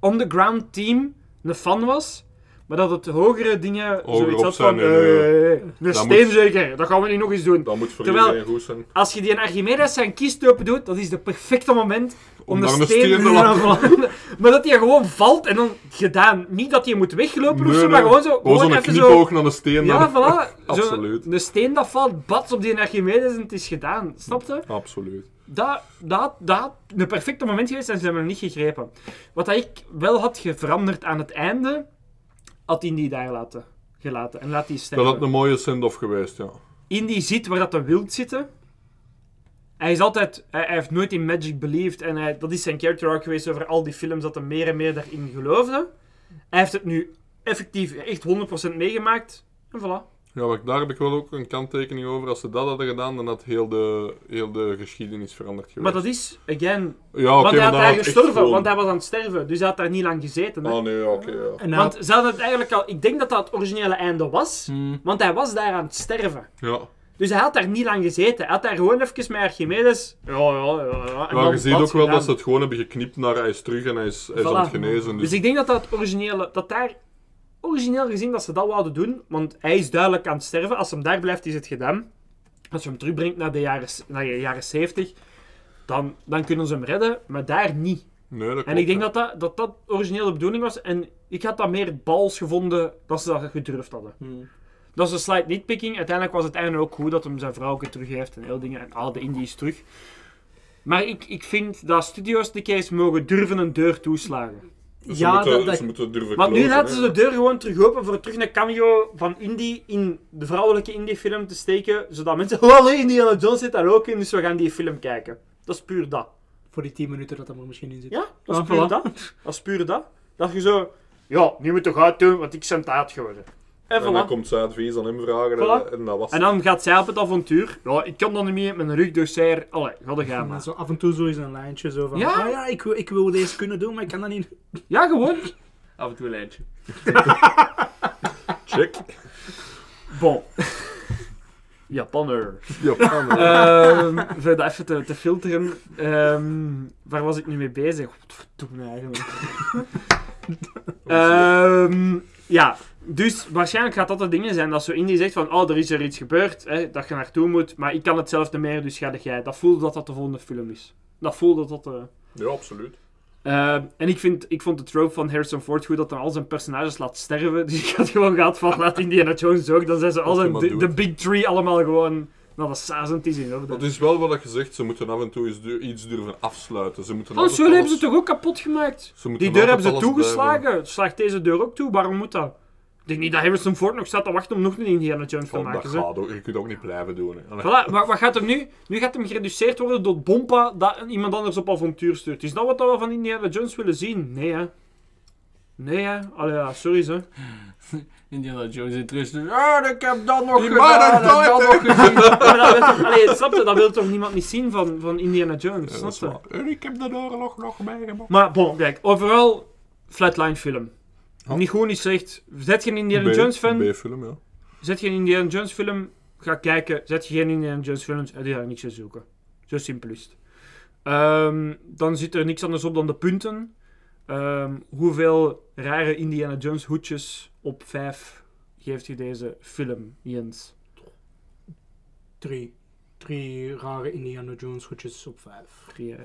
Speaker 1: on-the-ground team een fan was. Maar dat het hogere dingen
Speaker 10: Hoger
Speaker 1: zoiets
Speaker 10: op
Speaker 1: had
Speaker 10: zijn,
Speaker 1: van...
Speaker 10: nee, nee, nee.
Speaker 1: eh, een
Speaker 10: Dat
Speaker 1: steenzeker, dat gaan we niet nog eens doen.
Speaker 10: Dat moet voor
Speaker 1: Terwijl,
Speaker 10: iedereen goed zijn.
Speaker 1: als je die in Archimedes zijn kiestopen doet, dat is het perfecte moment om,
Speaker 10: Om
Speaker 1: de
Speaker 10: daar een
Speaker 1: steen
Speaker 10: steen te
Speaker 1: Ja,
Speaker 10: lappen.
Speaker 1: voilà. Maar dat hij gewoon valt en dan gedaan. Niet dat hij moet weglopen
Speaker 10: Nee,
Speaker 1: of zo,
Speaker 10: nee.
Speaker 1: maar gewoon zo...
Speaker 10: Gewoon zo'n
Speaker 1: even
Speaker 10: knipoog naar de steen
Speaker 1: Ja,
Speaker 10: dan.
Speaker 1: voilà.
Speaker 10: Absoluut.
Speaker 1: Zo'n- Een steen dat valt, bats op die Archimedes en het is gedaan. Snap je?
Speaker 10: Absoluut.
Speaker 1: Dat, dat, dat, een perfecte moment geweest en ze hebben hem niet gegrepen. Wat dat ik wel had veranderd aan het einde, had Indy daar laten, gelaten. En laat die
Speaker 10: Dat
Speaker 1: sterven.
Speaker 10: had een mooie send-off geweest, ja.
Speaker 1: Indy ziet waar dat de wild zitten. Hij is altijd, hij, hij heeft nooit in magic believed en hij, dat is zijn character arc geweest over al die films dat hij meer en meer daarin geloofde. Hij heeft het nu effectief echt 100% meegemaakt. En voilà.
Speaker 10: Ja, maar daar heb ik wel ook een kanttekening over. Als ze dat hadden gedaan, dan had heel de, heel de geschiedenis veranderd geweest.
Speaker 1: Maar dat is, again,
Speaker 10: Ja, oké,
Speaker 1: want hij
Speaker 10: maar
Speaker 1: had
Speaker 10: dan
Speaker 1: daar
Speaker 10: had echt
Speaker 1: gestorven,
Speaker 10: gewoon-
Speaker 1: want hij was aan het sterven, dus hij had daar niet lang gezeten. Hè?
Speaker 10: Oh nee, ja, oké, ja.
Speaker 11: nou,
Speaker 1: En Want ze hadden het eigenlijk al, ik denk dat dat het originele einde was, want hij was daar aan het sterven.
Speaker 10: Ja.
Speaker 1: Dus hij had daar niet lang gezeten. Hij had daar gewoon even met Archimedes. Ja, ja, ja. ja, en
Speaker 10: Maar
Speaker 1: dan
Speaker 10: je ziet ook
Speaker 1: bats
Speaker 10: wel
Speaker 1: gedaan.
Speaker 10: dat ze het gewoon hebben geknipt naar hij is terug en hij is, hij is
Speaker 1: Voilà.
Speaker 10: aan het genezen. Dus,
Speaker 1: Dus ik denk dat dat het originele, dat daar origineel gezien dat ze dat wouden doen, want hij is duidelijk aan het sterven. Als hem daar blijft, is het gedaan. Als je hem terugbrengt naar de jaren, naar de jaren 70, dan, dan kunnen ze hem redden, maar daar niet.
Speaker 10: Nee, dat
Speaker 1: en
Speaker 10: klopt,
Speaker 1: ik denk
Speaker 10: ja.
Speaker 1: dat dat, dat dat origineel de bedoeling was. En ik had dat meer bals gevonden dat ze dat gedurfd hadden.
Speaker 10: Hmm.
Speaker 1: Dat is een slight nitpicking. Uiteindelijk was het einde ook goed dat hem zijn vrouw terug heeft en heel dingen. En al de Indies terug. Maar ik, ik vind dat studios de case mogen durven een deur toeslagen.
Speaker 10: Ze Ja, moeten- dat- dat- ze moeten durven
Speaker 1: Want nu
Speaker 10: closen,
Speaker 1: laten ze
Speaker 10: hè.
Speaker 1: de deur gewoon terug open voor terug een cameo van Indie in de vrouwelijke Indie-film te steken. Zodat mensen. Oh, Indiana Jones zit daar ook in, dus we gaan die film kijken. Dat is puur dat.
Speaker 11: Voor die 10 minuten dat er misschien in zit.
Speaker 1: Ja, dat is
Speaker 11: Ah,
Speaker 1: puur
Speaker 11: voilà.
Speaker 1: dat. Dat is puur dat. Dat je zo, ja, nu moet toch uit doen, want ik ben te oud geworden. En,
Speaker 10: en dan
Speaker 1: voilà.
Speaker 10: komt zij advies aan hem vragen
Speaker 1: Voilà.
Speaker 10: en, en dat was
Speaker 1: En dan gaat zij op het avontuur. Ja, ik kan dan niet meer met mijn rug, dus zij er... Allee, ga de gaan maar.
Speaker 11: Zo af en toe zo is een lijntje zo van... "Oh
Speaker 1: Ja?
Speaker 11: Ja, ja ik, wil- ik wil deze kunnen doen, maar ik kan dat niet.
Speaker 1: Ja, gewoon.
Speaker 12: Af en toe een lijntje.
Speaker 10: Check.
Speaker 1: Bon. Japanner.
Speaker 10: Japanner.
Speaker 1: Ehm, voor dat even te, te filteren. Ehm, waar was ik nu mee bezig? Godverdomme eigenlijk. Ehm, ja, dus waarschijnlijk gaat dat de dingen zijn dat zo Indy zegt van oh, er is er iets gebeurd, hè, dat je naartoe moet, maar ik kan het zelf niet meer, dus ga de jij. Dat voelde dat dat de volgende film is. Dat voelde dat dat... eh,
Speaker 10: Ja, absoluut.
Speaker 1: Ehm, en ik, vind, ik vond de trope van Harrison Ford goed dat hij al zijn personages laat sterven. Dus ik had gewoon gehad van laat Indiana Jones ook. Dan zijn ze al
Speaker 10: Laat
Speaker 1: zijn,
Speaker 10: hem maar
Speaker 1: de,
Speaker 10: doen.
Speaker 1: de big three allemaal gewoon naar de sazend is in orde.
Speaker 10: Dat is wel wat je zegt, ze moeten af en toe iets, du- iets durven afsluiten. Ze moeten
Speaker 1: Oh,
Speaker 10: altijd
Speaker 1: zo hebben
Speaker 10: alles-
Speaker 1: ze het toch ook kapot gemaakt?
Speaker 10: Ze moeten
Speaker 1: Die deur hebben
Speaker 10: altijd
Speaker 1: ze
Speaker 10: alles
Speaker 1: toegeslagen. Slaagt deze deur ook toe? Waarom moet dat? Ik denk niet dat Harrison Ford nog staat te wachten om nog een Indiana Jones te
Speaker 10: Oh, dat
Speaker 1: maken. zeg.
Speaker 10: gaat ook, je kunt ook niet blijven doen. hè. Allee.
Speaker 1: Voilà, maar wat gaat hem nu? Nu gaat hem gereduceerd worden door Bompa dat iemand anders op avontuur stuurt. Is dat wat we van Indiana Jones willen zien? Nee, hè? Nee, hè? Allee, ja, sorry, hè?
Speaker 12: Indiana Jones in rust. Ja, ik heb Ah, dat nog
Speaker 1: Die
Speaker 12: gedaan.
Speaker 1: man
Speaker 12: en dat
Speaker 1: heeft
Speaker 12: nog gezien.
Speaker 1: Maar dat wil toch, allee, snap je? Dat wil toch niemand niet zien van, van Indiana Jones?
Speaker 10: Ja, dat is
Speaker 1: snap je?
Speaker 10: waar. En ik heb de oorlog nog meegemaakt.
Speaker 1: Maar bon, kijk, overal flatline film.
Speaker 10: Oh.
Speaker 1: Niet goed, niet slecht. Zet je een Indiana
Speaker 10: B-
Speaker 1: Jones fan?
Speaker 10: B-film, ja.
Speaker 1: Zet je een Indiana Jones film, ga kijken. Zet je geen Indiana Jones films, eh, heb je daar niks te zoeken. Zo simpel is het. Ehm, dan zit er niks anders op dan de punten. Ehm, hoeveel rare Indiana Jones hoedjes op 5 geeft je deze film, Jens?
Speaker 11: Drie. Drie rare Indiana Jones hoedjes op vijf.
Speaker 1: Die, eh,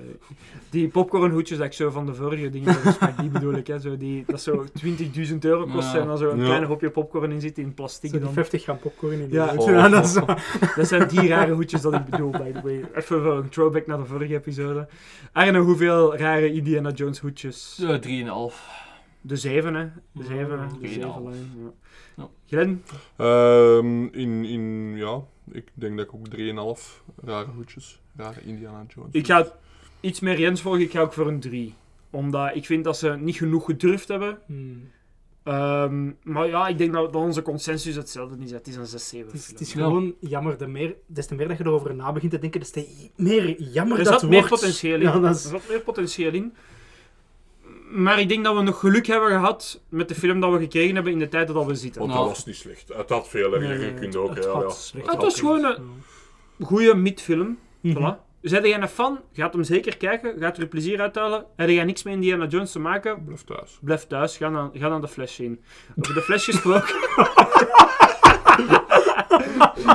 Speaker 1: die popcornhoedjes dat ik zo van de vorige dingen heb gesmaakt, die bedoel ik. Hè, zo die, dat zo 20.000 euro kost
Speaker 11: Ja.
Speaker 1: en dan zo een
Speaker 11: Ja.
Speaker 1: klein hoopje popcorn in zit in plastic.
Speaker 11: Zo die
Speaker 1: dan.
Speaker 11: 50 gram popcorn in de
Speaker 1: ja.
Speaker 11: doos. Ja, dat is zo.
Speaker 1: dat zijn die rare hoedjes dat ik bedoel, by the way. Even voor een throwback naar de vorige episode. Arne, hoeveel rare Indiana Jones hoedjes?
Speaker 12: Zo, 3,5.
Speaker 1: De zeven, hè. De zeven, hè. De
Speaker 12: Oké,
Speaker 1: zeven
Speaker 12: nou.
Speaker 1: lijn, ja.
Speaker 12: Ja.
Speaker 1: Glenn?
Speaker 10: Ehm, in, in, ja, ik denk dat ik ook 3,5 rare hoedjes, rare Indiana Jones.
Speaker 1: Ik ga iets meer Jens volgen, ik ga ook voor een 3. Omdat ik vind dat ze niet genoeg gedurfd hebben.
Speaker 11: Hmm.
Speaker 1: Ehm, maar ja, ik denk dat, dat onze consensus hetzelfde is. Het is een 6, 7
Speaker 11: Het is, het is gewoon jammer. De meer, des te meer dat je erover na begint te denken, des te meer jammer
Speaker 1: er
Speaker 11: dat
Speaker 1: zat
Speaker 11: wordt.
Speaker 1: meer potentieel in.
Speaker 11: Ja, dat is-
Speaker 1: Er zat meer potentieel in. Maar ik denk dat we nog geluk hebben gehad met de film dat we gekregen hebben in de tijd dat we zitten.
Speaker 10: Want dat was niet slecht. Het had veel erger
Speaker 1: Nou. Nee,
Speaker 10: gekund ook.
Speaker 1: het
Speaker 10: ja,
Speaker 1: had
Speaker 10: ja.
Speaker 1: slecht. Het was gewoon een goede midfilm. Voilà. Zijn jij een fan? Gaat hem zeker kijken. Gaat er plezier uit halen. Heb jij niks met Indiana Jones te maken?
Speaker 10: Blijf thuis.
Speaker 1: Blijf thuis. Ga dan, ga dan de fles zien. Over de fles gesproken.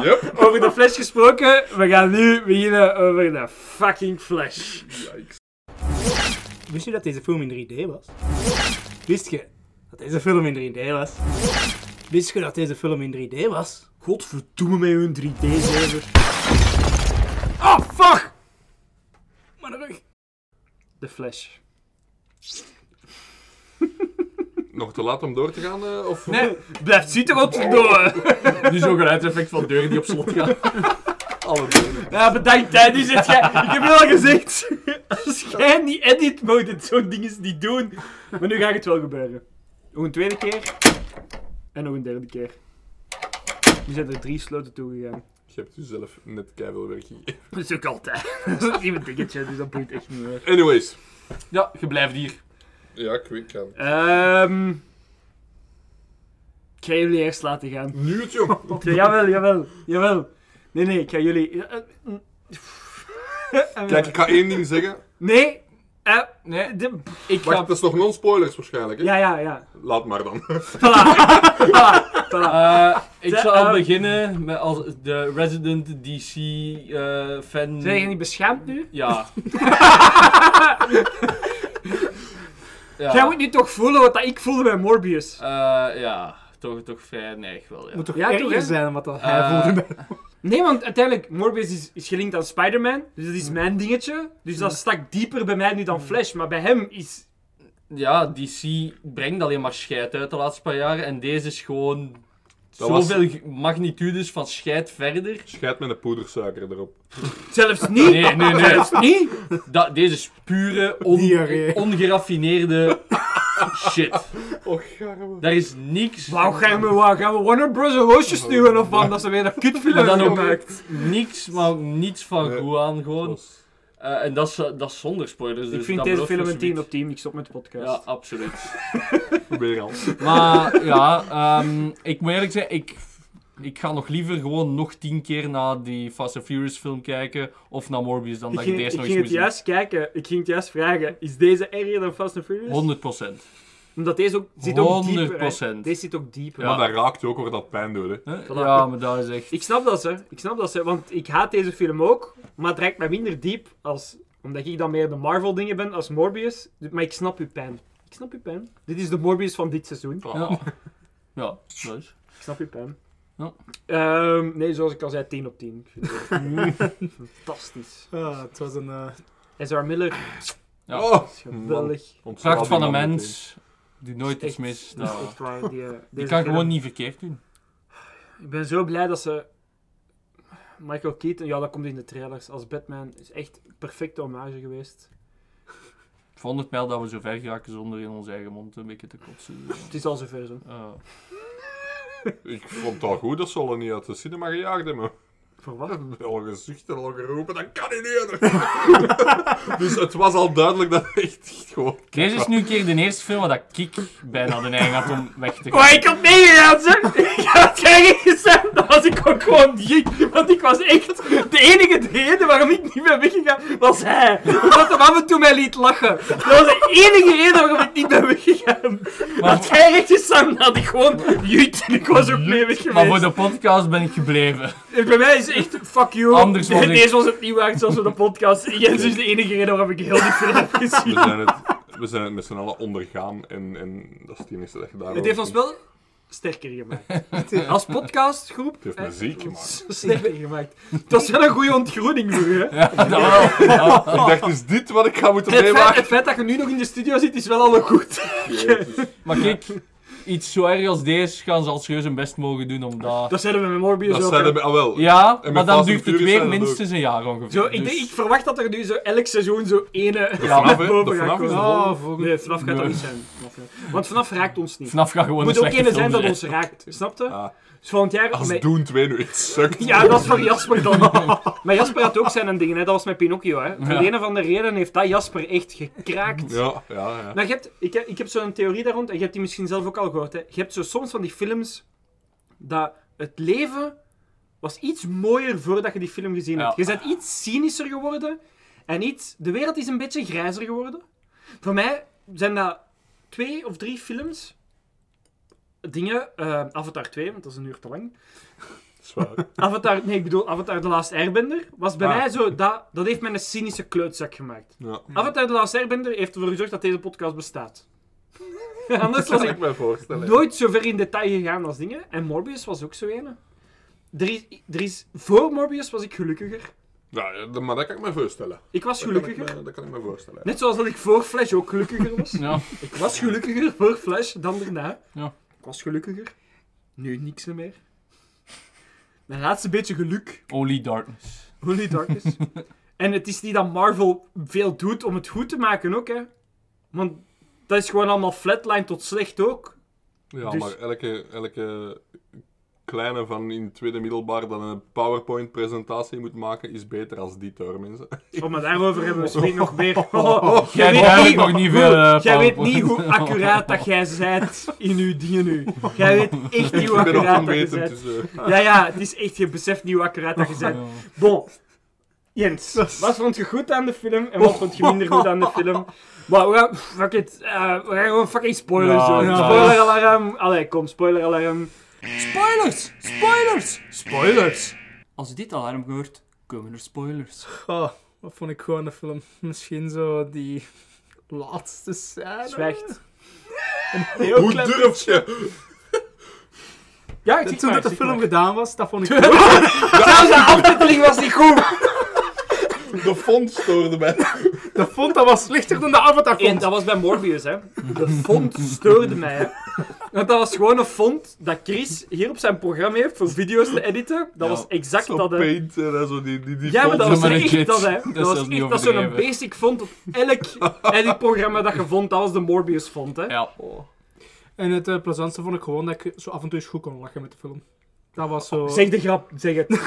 Speaker 10: Yep.
Speaker 1: Over de fles gesproken. We gaan nu beginnen over de fucking flash.
Speaker 11: Wist je dat deze film in 3D was? Wist je dat deze film in 3D was? Wist je dat deze film in 3D was?
Speaker 1: Godverdomme met hun 3D-zever. Oh, fuck!
Speaker 11: Maar terug.
Speaker 1: De flash.
Speaker 10: Nog te laat om door te gaan? eh, of...
Speaker 1: Nee, blijft zitten, godverdomme.
Speaker 12: Nu zo'n geluidseffect van deuren die op slot gaan.
Speaker 10: Alle deuren.
Speaker 1: Ja, bedankt, hè. Nu zit jij... Ik heb je al gezegd. Als jij niet edit mode en zo'n dingen niet doen. Maar nu gaat het wel gebeuren. Nog een tweede keer. En nog een derde keer. Nu zijn er drie sloten toegegaan.
Speaker 10: Je hebt jezelf net keihard werk gegeven.
Speaker 1: Dat is ook altijd. Dat is niet mijn dingetje, dus dat boeit echt niet meer.
Speaker 10: Anyways.
Speaker 12: Ja, je blijft hier.
Speaker 10: Ja, ik weet kan.
Speaker 1: Ehm... Ik ga jullie eerst laten gaan.
Speaker 10: Nu het, jong.
Speaker 1: Ja, jawel, jawel, jawel. Nee, nee, ik ga jullie... eh,
Speaker 10: Kijk, ik ga één ding zeggen.
Speaker 1: Nee. eh, de- ik
Speaker 10: Wacht,
Speaker 1: ga...
Speaker 10: dat is nog non-spoilers waarschijnlijk, hè?
Speaker 1: Ja, ja, ja.
Speaker 10: Laat maar dan.
Speaker 12: Eh, ik
Speaker 1: De-
Speaker 12: zal
Speaker 1: Ah. eh,
Speaker 12: beginnen met als de resident DC eh, fan.
Speaker 1: Zijn je niet beschaamd nu?
Speaker 12: Ja. ja.
Speaker 1: Jij moet nu toch voelen wat dat ik voelde bij Morbius.
Speaker 12: Eh, ja, toch, toch vrij neig wel. Ja.
Speaker 11: Moet toch
Speaker 1: Ja, toch,
Speaker 11: erger
Speaker 1: hè?
Speaker 11: zijn dan wat dat
Speaker 12: Eh,
Speaker 11: hij voelde bij
Speaker 1: Nee, want uiteindelijk, Morbius is, is gelinkt aan Spider-Man. Dus dat
Speaker 12: Mm.
Speaker 1: is mijn dingetje. Dus dat stak dieper bij mij nu dan Flash. Maar bij hem is...
Speaker 12: ja, DC brengt alleen maar scheid uit de laatste paar jaren. En deze is gewoon
Speaker 10: Dat was-
Speaker 12: zoveel g- magnitudes van scheid verder.
Speaker 10: Scheid met een poedersuiker erop.
Speaker 1: Zelfs niet.
Speaker 12: Nee, nee, nee.
Speaker 1: Zelfs niet.
Speaker 12: Da- deze is pure, on-
Speaker 11: Diarree.
Speaker 12: ongeraffineerde shit.
Speaker 10: Och, garme.
Speaker 12: Daar is niks.
Speaker 1: Wauw, gaan we, wauw, gaan we Warner Bros. een hoosje sturen of wat? Dat ze weer een
Speaker 12: Maar
Speaker 1: kutfilm
Speaker 12: dan
Speaker 1: hebben
Speaker 12: ook
Speaker 1: gemaakt.
Speaker 12: niks, maar niets van
Speaker 10: Nee.
Speaker 12: goed aan gewoon.
Speaker 10: Was-
Speaker 12: Eh, en dat is, eh, dat is zonder spoilers. Dus
Speaker 1: Ik vind
Speaker 12: dat
Speaker 1: deze
Speaker 12: belooft
Speaker 1: film
Speaker 12: me
Speaker 1: een 10
Speaker 12: zoiets.
Speaker 1: op 10. Ik stop met de podcast.
Speaker 12: Ja, absoluut.
Speaker 10: Probeer al.
Speaker 12: maar ja, ehm, ik moet eerlijk zeggen, ik, ik ga nog liever gewoon nog tien keer naar die Fast and Furious film kijken of naar Morbius dan
Speaker 1: Ik
Speaker 12: dat je
Speaker 1: ging,
Speaker 12: deze
Speaker 1: ik
Speaker 12: nog
Speaker 1: ging
Speaker 12: eens
Speaker 1: het
Speaker 12: moet zien.
Speaker 1: juist kijken, ik ging het juist vragen, is deze erger dan Fast and Furious?
Speaker 12: 100 procent.
Speaker 1: Omdat deze ook, zit ook dieper. hè.
Speaker 12: 100%.
Speaker 1: Deze zit ook dieper.
Speaker 10: Maar dat raakt je ook waar dat pijn doet, hè.
Speaker 12: Ja, maar dat is echt...
Speaker 1: Ik snap dat ze, ik snap dat ze, want ik haat deze film ook, maar het raakt mij minder diep als, omdat ik dan meer de Marvel dingen ben als Morbius. Maar ik snap uw pijn. Ik snap uw pijn. Dit is de Morbius van dit seizoen.
Speaker 10: Oh.
Speaker 12: Ja. ja, dat is...
Speaker 1: Ik snap uw pijn.
Speaker 12: Ja.
Speaker 1: Ehm, nee, zoals ik al zei, 10 op 10. Ik vind het echt fantastisch.
Speaker 11: Ah, het was een... eh,
Speaker 1: S.R. Miller,
Speaker 12: Ja.
Speaker 10: Oh,
Speaker 1: geweldig.
Speaker 10: ontslaat
Speaker 12: Kracht
Speaker 10: die
Speaker 12: van een
Speaker 10: man
Speaker 12: mens, die nooit iets mis.
Speaker 1: Dat
Speaker 12: Dat...
Speaker 1: is echt waar. Die, eh,
Speaker 12: Die
Speaker 1: deze
Speaker 12: kan
Speaker 1: film.
Speaker 12: gewoon niet verkeerd doen.
Speaker 1: Ik ben zo blij dat ze Michael Keaton, ja dat komt in de trailers, als Batman is echt perfecte hommage geweest.
Speaker 12: Ik vond het wel dat we zo ver geraken zonder in onze eigen mond een beetje te kotsen. Dus,
Speaker 1: Het is al zover zo.
Speaker 12: eh,
Speaker 10: meteen. Ik vond het al goed dat ze al niet uit de cinema gejaagd hebben.
Speaker 1: Voor wat?
Speaker 10: Al gezucht en al geroepen, dat kan niet eerder. dus het was al duidelijk dat het echt gewoon...
Speaker 12: Deze is nu een keer de eerste film waar dat ik bijna de neiging had om weg te
Speaker 1: Maar ik had meegedaan, zeg! Ik had gezegd, dat was ik ook gewoon dik. Want ik was echt... De enige reden waarom ik niet ben weggegaan, was hij. Omdat hij af en toe mij liet lachen. Dat was de enige reden waarom ik niet ben weggegaan. Had hij echt gezegd, had ik gewoon... Jut, en ik was ook mee weg
Speaker 12: Maar
Speaker 1: geweest.
Speaker 12: voor de podcast ben ik gebleven.
Speaker 1: En Bij mij is echt fuck you.
Speaker 12: Anders was ik-
Speaker 1: Deze was het niet waard, zoals we de podcast. Jens is de enige reden waarom ik heel die film heb
Speaker 10: We
Speaker 1: gezien.
Speaker 10: zijn het, we zijn het met z'n allen ondergaan en, en dat is het enige dat je daarover
Speaker 1: Het heeft ons
Speaker 10: kunt.
Speaker 1: wel sterker gemaakt. Als podcastgroep
Speaker 10: Het heeft me ziek gemaakt.
Speaker 1: sterker gemaakt. Het was wel een goede ontgroening voor u. Hè?
Speaker 10: Ik dacht, is dit wat ik ga moeten
Speaker 1: het, feit,
Speaker 10: meemaken?
Speaker 1: het feit dat je nu nog in de studio zit, is wel al een goed.
Speaker 12: Maar kijk, iets zo erg als deze gaan ze al serieus hun best mogen doen om dat...
Speaker 1: Dat zeiden we met Morbius
Speaker 10: Dat
Speaker 1: ook.
Speaker 10: zijn
Speaker 1: hè.
Speaker 10: we al wel.
Speaker 12: Ja,
Speaker 10: En met
Speaker 12: maar
Speaker 10: Fast
Speaker 12: dan
Speaker 10: and
Speaker 12: duurt het
Speaker 10: Furious
Speaker 12: weer
Speaker 10: zijn dat
Speaker 12: minstens een jaar ongeveer.
Speaker 1: Zo, ik,
Speaker 12: Dus-
Speaker 1: denk, ik verwacht dat er nu zo elk seizoen zo ene
Speaker 10: vanaf,
Speaker 1: naar
Speaker 10: hè.
Speaker 1: boven
Speaker 10: De
Speaker 1: gaat
Speaker 10: vanaf
Speaker 1: komen.
Speaker 10: is de volgende.
Speaker 1: Oh, volgende. nee, vanaf gaat dat
Speaker 12: Nee.
Speaker 1: niet zijn. Vanaf gaat- Want vanaf raakt ons niet.
Speaker 12: Vanaf gaat gewoon
Speaker 1: Het moet
Speaker 12: een
Speaker 1: ook
Speaker 12: slechte
Speaker 1: ene zijn dat
Speaker 12: film
Speaker 1: ons raakt, snapte?
Speaker 10: Ah.
Speaker 1: Dus volgend jaar...
Speaker 10: Als
Speaker 1: met-
Speaker 10: Doen 2 nu echt sukt.
Speaker 1: Ja, dat is voor Jasper dan. maar Jasper had ook zijn dingen, hè. dat was met Pinocchio. Hè. Voor
Speaker 12: Ja.
Speaker 1: de een of andere reden heeft dat Jasper echt gekraakt.
Speaker 10: Ja, ja, ja.
Speaker 1: Maar Nou, je hebt, ik, heb- ik heb zo'n theorie daar rond, en je hebt die misschien zelf ook al gehoord. Hè. Je hebt zo soms van die films dat het leven was iets mooier voordat je die film gezien hebt. Je bent iets cynischer geworden en iets... De wereld is een beetje grijzer geworden. Voor mij zijn dat twee of drie films... Dingen, eh, Avatar 2, want dat is een uur te lang.
Speaker 10: Zwaar.
Speaker 1: Avatar, nee, ik bedoel Avatar The Last Airbender, was bij
Speaker 10: Ah.
Speaker 1: mij zo, dat, dat heeft mij een cynische kleutzak gemaakt.
Speaker 10: Ja.
Speaker 1: Avatar The Last Airbender heeft ervoor gezorgd dat deze podcast bestaat. Anders was ik
Speaker 10: me voorstellen.
Speaker 1: nooit zo ver in detail gegaan als dingen. En Morbius was ook zo een. Er is, er is, voor Morbius was ik gelukkiger.
Speaker 10: Ja, ja, dat- maar dat kan ik me voorstellen.
Speaker 1: Ik was
Speaker 10: Dat kan ik me-
Speaker 1: gelukkiger.
Speaker 10: Dat kan ik me voorstellen.
Speaker 1: Net zoals dat ik voor Flash ook gelukkiger was.
Speaker 12: Ja.
Speaker 1: Ik was gelukkiger voor Flash dan daarna.
Speaker 12: Ja.
Speaker 1: Ik was gelukkiger. Nu niks meer. Mijn laatste beetje geluk.
Speaker 12: Only Darkness.
Speaker 1: Holy Darkness. en het is niet dat Marvel veel doet om het goed te maken ook, hè. Want dat is gewoon allemaal flatline tot slecht ook.
Speaker 10: Ja,
Speaker 1: Dus-
Speaker 10: maar elke, elke kleine van in het tweede middelbaar dat een PowerPoint-presentatie moet maken, is beter als die door mensen.
Speaker 1: Oh, maar daarover hebben we misschien nog meer.
Speaker 10: Oh.
Speaker 1: Oh.
Speaker 10: Jij
Speaker 1: weet
Speaker 10: duidelijk nog niet veel, eh,
Speaker 1: Jij weet
Speaker 10: PowerPoint.
Speaker 1: niet hoe accuraat dat jij zijt in uw die nu. Jij weet echt niet hoe
Speaker 10: Ik ben
Speaker 1: accuraat
Speaker 10: ook
Speaker 1: dat je
Speaker 10: onwetend,
Speaker 1: zijt.
Speaker 10: dus, eh.
Speaker 1: Ja, ja, het is echt, je beseft niet hoe accuraat dat je zijt.
Speaker 13: Oh.
Speaker 1: Bon. Jens, wat vond je goed aan de film en wat vond je minder goed aan de film? Maar we gaan, fuck it, eh, we gaan gewoon fucking spoilers
Speaker 13: Ja,
Speaker 1: doen.
Speaker 13: ja.
Speaker 1: spoiler alarm. Allee, kom, spoiler alarm.
Speaker 13: Spoilers! Spoilers!
Speaker 1: Spoilers!
Speaker 13: Als je dit alarm hoort, komen er spoilers.
Speaker 11: Goh, wat vond ik gewoon een film? Misschien zo die laatste scène.
Speaker 1: Zwijgt.
Speaker 11: Een heel
Speaker 1: Hoe
Speaker 11: klein
Speaker 1: durf
Speaker 11: beetje.
Speaker 1: Ja, ik
Speaker 11: En
Speaker 1: zie
Speaker 11: toen
Speaker 1: maar,
Speaker 11: dat de
Speaker 1: ik zie
Speaker 11: film
Speaker 1: maar.
Speaker 11: gedaan was, dat vond ik
Speaker 1: Zelfs de aftiteling was niet goed.
Speaker 10: De font stoorde mij.
Speaker 11: De font, dat was slechter dan de avatar
Speaker 1: En dat was bij Morbius, hè. De font stoorde mij, hè. Want dat was gewoon een font dat Chris hier op zijn programma heeft voor video's te editen. Dat was exact
Speaker 10: Zo
Speaker 1: dat, hè.
Speaker 10: paint en zo, die, die, die
Speaker 1: Ja, maar
Speaker 10: font.
Speaker 1: dat was echt dat, hè.
Speaker 12: Dat is
Speaker 1: Dat was
Speaker 12: zelfs niet
Speaker 1: echt dat zo'n
Speaker 12: overdreven.
Speaker 1: basic font op elk editprogramma dat je vond. Dat was de Morbius font, hè.
Speaker 12: Ja.
Speaker 11: En het eh, plezantste vond ik gewoon dat ik zo af en toe eens goed kon lachen met de film. Dat was zo...
Speaker 1: Zeg de grap, zeg het.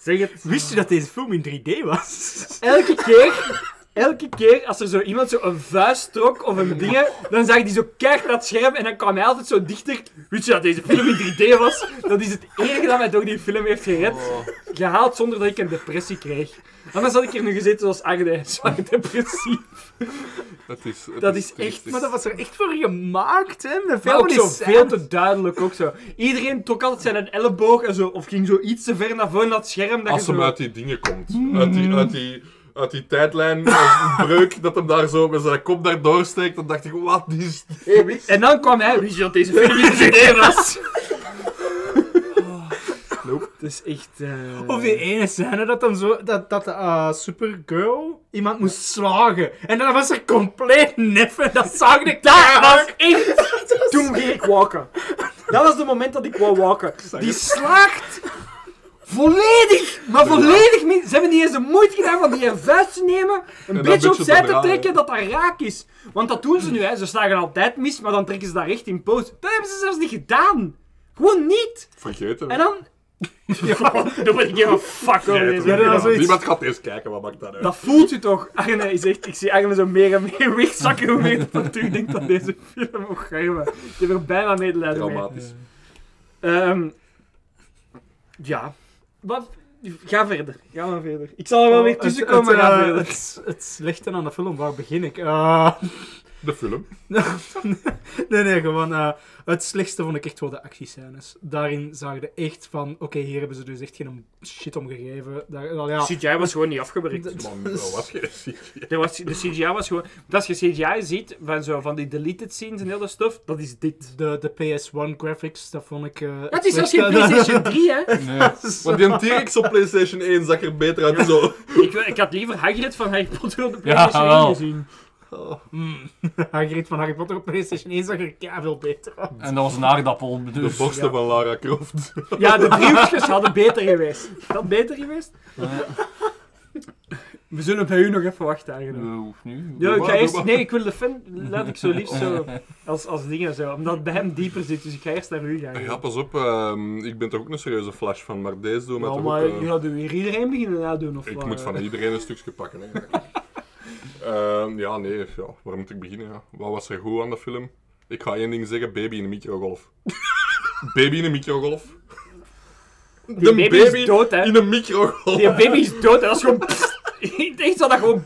Speaker 1: Zeg het.
Speaker 11: Wist je dat deze film in 3D was?
Speaker 1: Elke keer... Elke keer als er zo iemand zo een vuist trok of een ding, dan zag die zo keihard naar het scherm en dan kwam hij altijd zo dichter. Weet je dat deze film in 3D was? Dat is het enige dat mij door die film heeft gered.
Speaker 12: Oh.
Speaker 1: Gehaald zonder dat ik een depressie kreeg. Anders had ik hier nu gezeten zoals Arde, zwaar depressie.
Speaker 10: Het is, het
Speaker 1: Dat is
Speaker 10: triest.
Speaker 1: echt...
Speaker 11: Maar dat was er echt voor gemaakt, hè? Met
Speaker 1: Maar
Speaker 11: veel
Speaker 1: ook
Speaker 11: van
Speaker 1: zo
Speaker 11: die
Speaker 1: veel
Speaker 11: scènes.
Speaker 1: te duidelijk ook zo. Iedereen trok altijd zijn elleboog en zo, of ging zo iets te ver naar voren naar het scherm. Dat
Speaker 10: Als
Speaker 1: je
Speaker 10: hem
Speaker 1: zo...
Speaker 10: uit die dingen komt. Uit die, uit die, uit die tijdlijn, als een breuk, dat hem daar zo met zijn kop daar doorsteekt, dan dacht ik, wat is dit?
Speaker 1: En dan kwam hij, wist je dat deze film in 3D was? Oh,
Speaker 10: Nope.
Speaker 1: Het is echt...
Speaker 10: Oh,
Speaker 1: eh,
Speaker 11: Of die ene scène dat, hem zo, dat, dat eh, Supergirl iemand moest slagen. En dat was er compleet neffen. Dat zag ik
Speaker 1: Dat
Speaker 11: daar.
Speaker 1: was echt... Toen ging ik walken. Dat was het moment dat ik wou walken. Die slaagt... Volledig! Maar volledig mis. Ze hebben niet eens de moeite gedaan van die vuist te nemen, een
Speaker 10: dat
Speaker 1: beetje
Speaker 10: beetje
Speaker 1: opzij
Speaker 10: te
Speaker 1: te
Speaker 10: draaien.
Speaker 1: trekken, dat dat raak is. Want dat doen ze nu, hè. Ze slagen altijd mis, maar dan trekken ze dat recht in poot. Dat hebben ze zelfs niet gedaan. Gewoon niet.
Speaker 10: Vergeten.
Speaker 1: En dan... Dan ben ik helemaal fuck over deze
Speaker 10: Ja,
Speaker 1: film.
Speaker 10: Niemand gaat eens kijken, wat maakt dat uit?
Speaker 1: Dat voelt je toch? Ah, Arne is echt, ik zie Arne zo meer en meer wegzakken hoe meer dat ik terug denk aan deze film. Och, Arne. Ik heb er bijna medelijden mee.
Speaker 10: Traumatisch.
Speaker 1: Ehm, ja. Wat? Ga verder. Ga maar verder. Ik zal er wel weer tussen komen.
Speaker 11: Het,
Speaker 1: maar ga
Speaker 11: eh,
Speaker 1: verder.
Speaker 11: het, het slechte aan de film, waar begin ik? Eh,
Speaker 10: De film.
Speaker 11: nee, nee, gewoon. eh, het slechtste vond ik echt wel de actiescènes. Daarin zag je echt van: oké, hier hebben ze dus echt geen shit om gegeven. Daar, wel, ja.
Speaker 1: CGI was gewoon niet afgewerkt.
Speaker 10: Man, dat was geen CGI.
Speaker 1: Er was- De CGI was gewoon... want Als je CGI ziet van, zo, van die deleted scenes en heel dat stuff, dat is dit.
Speaker 11: De, de PS1 graphics, dat vond ik. eh,
Speaker 1: Dat is zelfs geen
Speaker 11: slechtste.
Speaker 1: PlayStation 3, hè?
Speaker 10: Want die T-Rex op PlayStation 1 zag er beter uit dan zo.
Speaker 1: Ik, wil- ik had liever Hagrid van Harry Potter op de PlayStation 1
Speaker 12: jawel.
Speaker 1: gezien.
Speaker 11: Oh, mm. Hagrid van Harry Potter op PlayStation 1 zag er veel beter uit.
Speaker 12: En dat was een aardappel,
Speaker 10: De
Speaker 12: dus...
Speaker 10: borsten van Lara Croft.
Speaker 1: Ja, de driehoekjes hadden beter geweest. Is Dat beter geweest? We zullen bij u nog even wachten eigenlijk.
Speaker 12: Eh, nu?
Speaker 1: Ja, ik ga
Speaker 10: maar, doe
Speaker 1: eerst...
Speaker 10: maar.
Speaker 1: Nee, ik wil de fan... Laat ik zo liefst zo... Als, als dingen zo. Omdat het bij hem dieper zit, dus ik ga eerst naar u gaan.
Speaker 10: Ja, pas op, ehm, ik ben toch ook een serieuze flash van, maar deze doen met
Speaker 1: Nou,
Speaker 10: toch
Speaker 1: maar
Speaker 10: ook, eh,
Speaker 1: je gaat u weer iedereen beginnen nadoen, of
Speaker 10: Ik
Speaker 1: wat?
Speaker 10: moet van iedereen een stukje pakken. Hè. Ehm, ja, nee, ja, waar moet ik beginnen? Ja? Wat was er goed aan de film? Ik ga één ding zeggen: baby in een microgolf. baby in een microgolf.
Speaker 1: Die
Speaker 10: De
Speaker 1: baby,
Speaker 10: baby
Speaker 1: is dood, hè.
Speaker 10: in een microgolf.
Speaker 1: Die baby is dood, hè. Dat is gewoon... Ik denk dat dat gewoon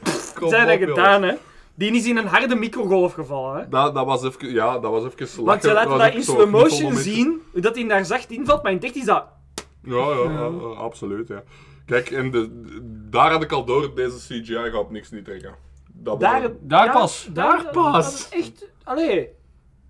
Speaker 1: zijn
Speaker 10: op,
Speaker 1: en gedaan, hè.
Speaker 10: jongens.
Speaker 1: Die is in een harde microgolf gevallen, hè.
Speaker 10: Dat, dat was even, ja, dat was even
Speaker 1: Want ze
Speaker 10: lachen.
Speaker 1: laten
Speaker 10: was
Speaker 1: dat
Speaker 10: even
Speaker 1: in
Speaker 10: zo'n
Speaker 1: slow motion
Speaker 10: knuffelmomentje.
Speaker 1: zien, hoe dat hij daar zacht invalt, maar in het echt is dat...
Speaker 10: Ja, ja, ja, ja, absoluut, ja. Kijk, en de, daar had ik al door, deze CGI gaat op niks niet trekken. Dat waren-
Speaker 1: Oh, Daar pas! Echt, allee...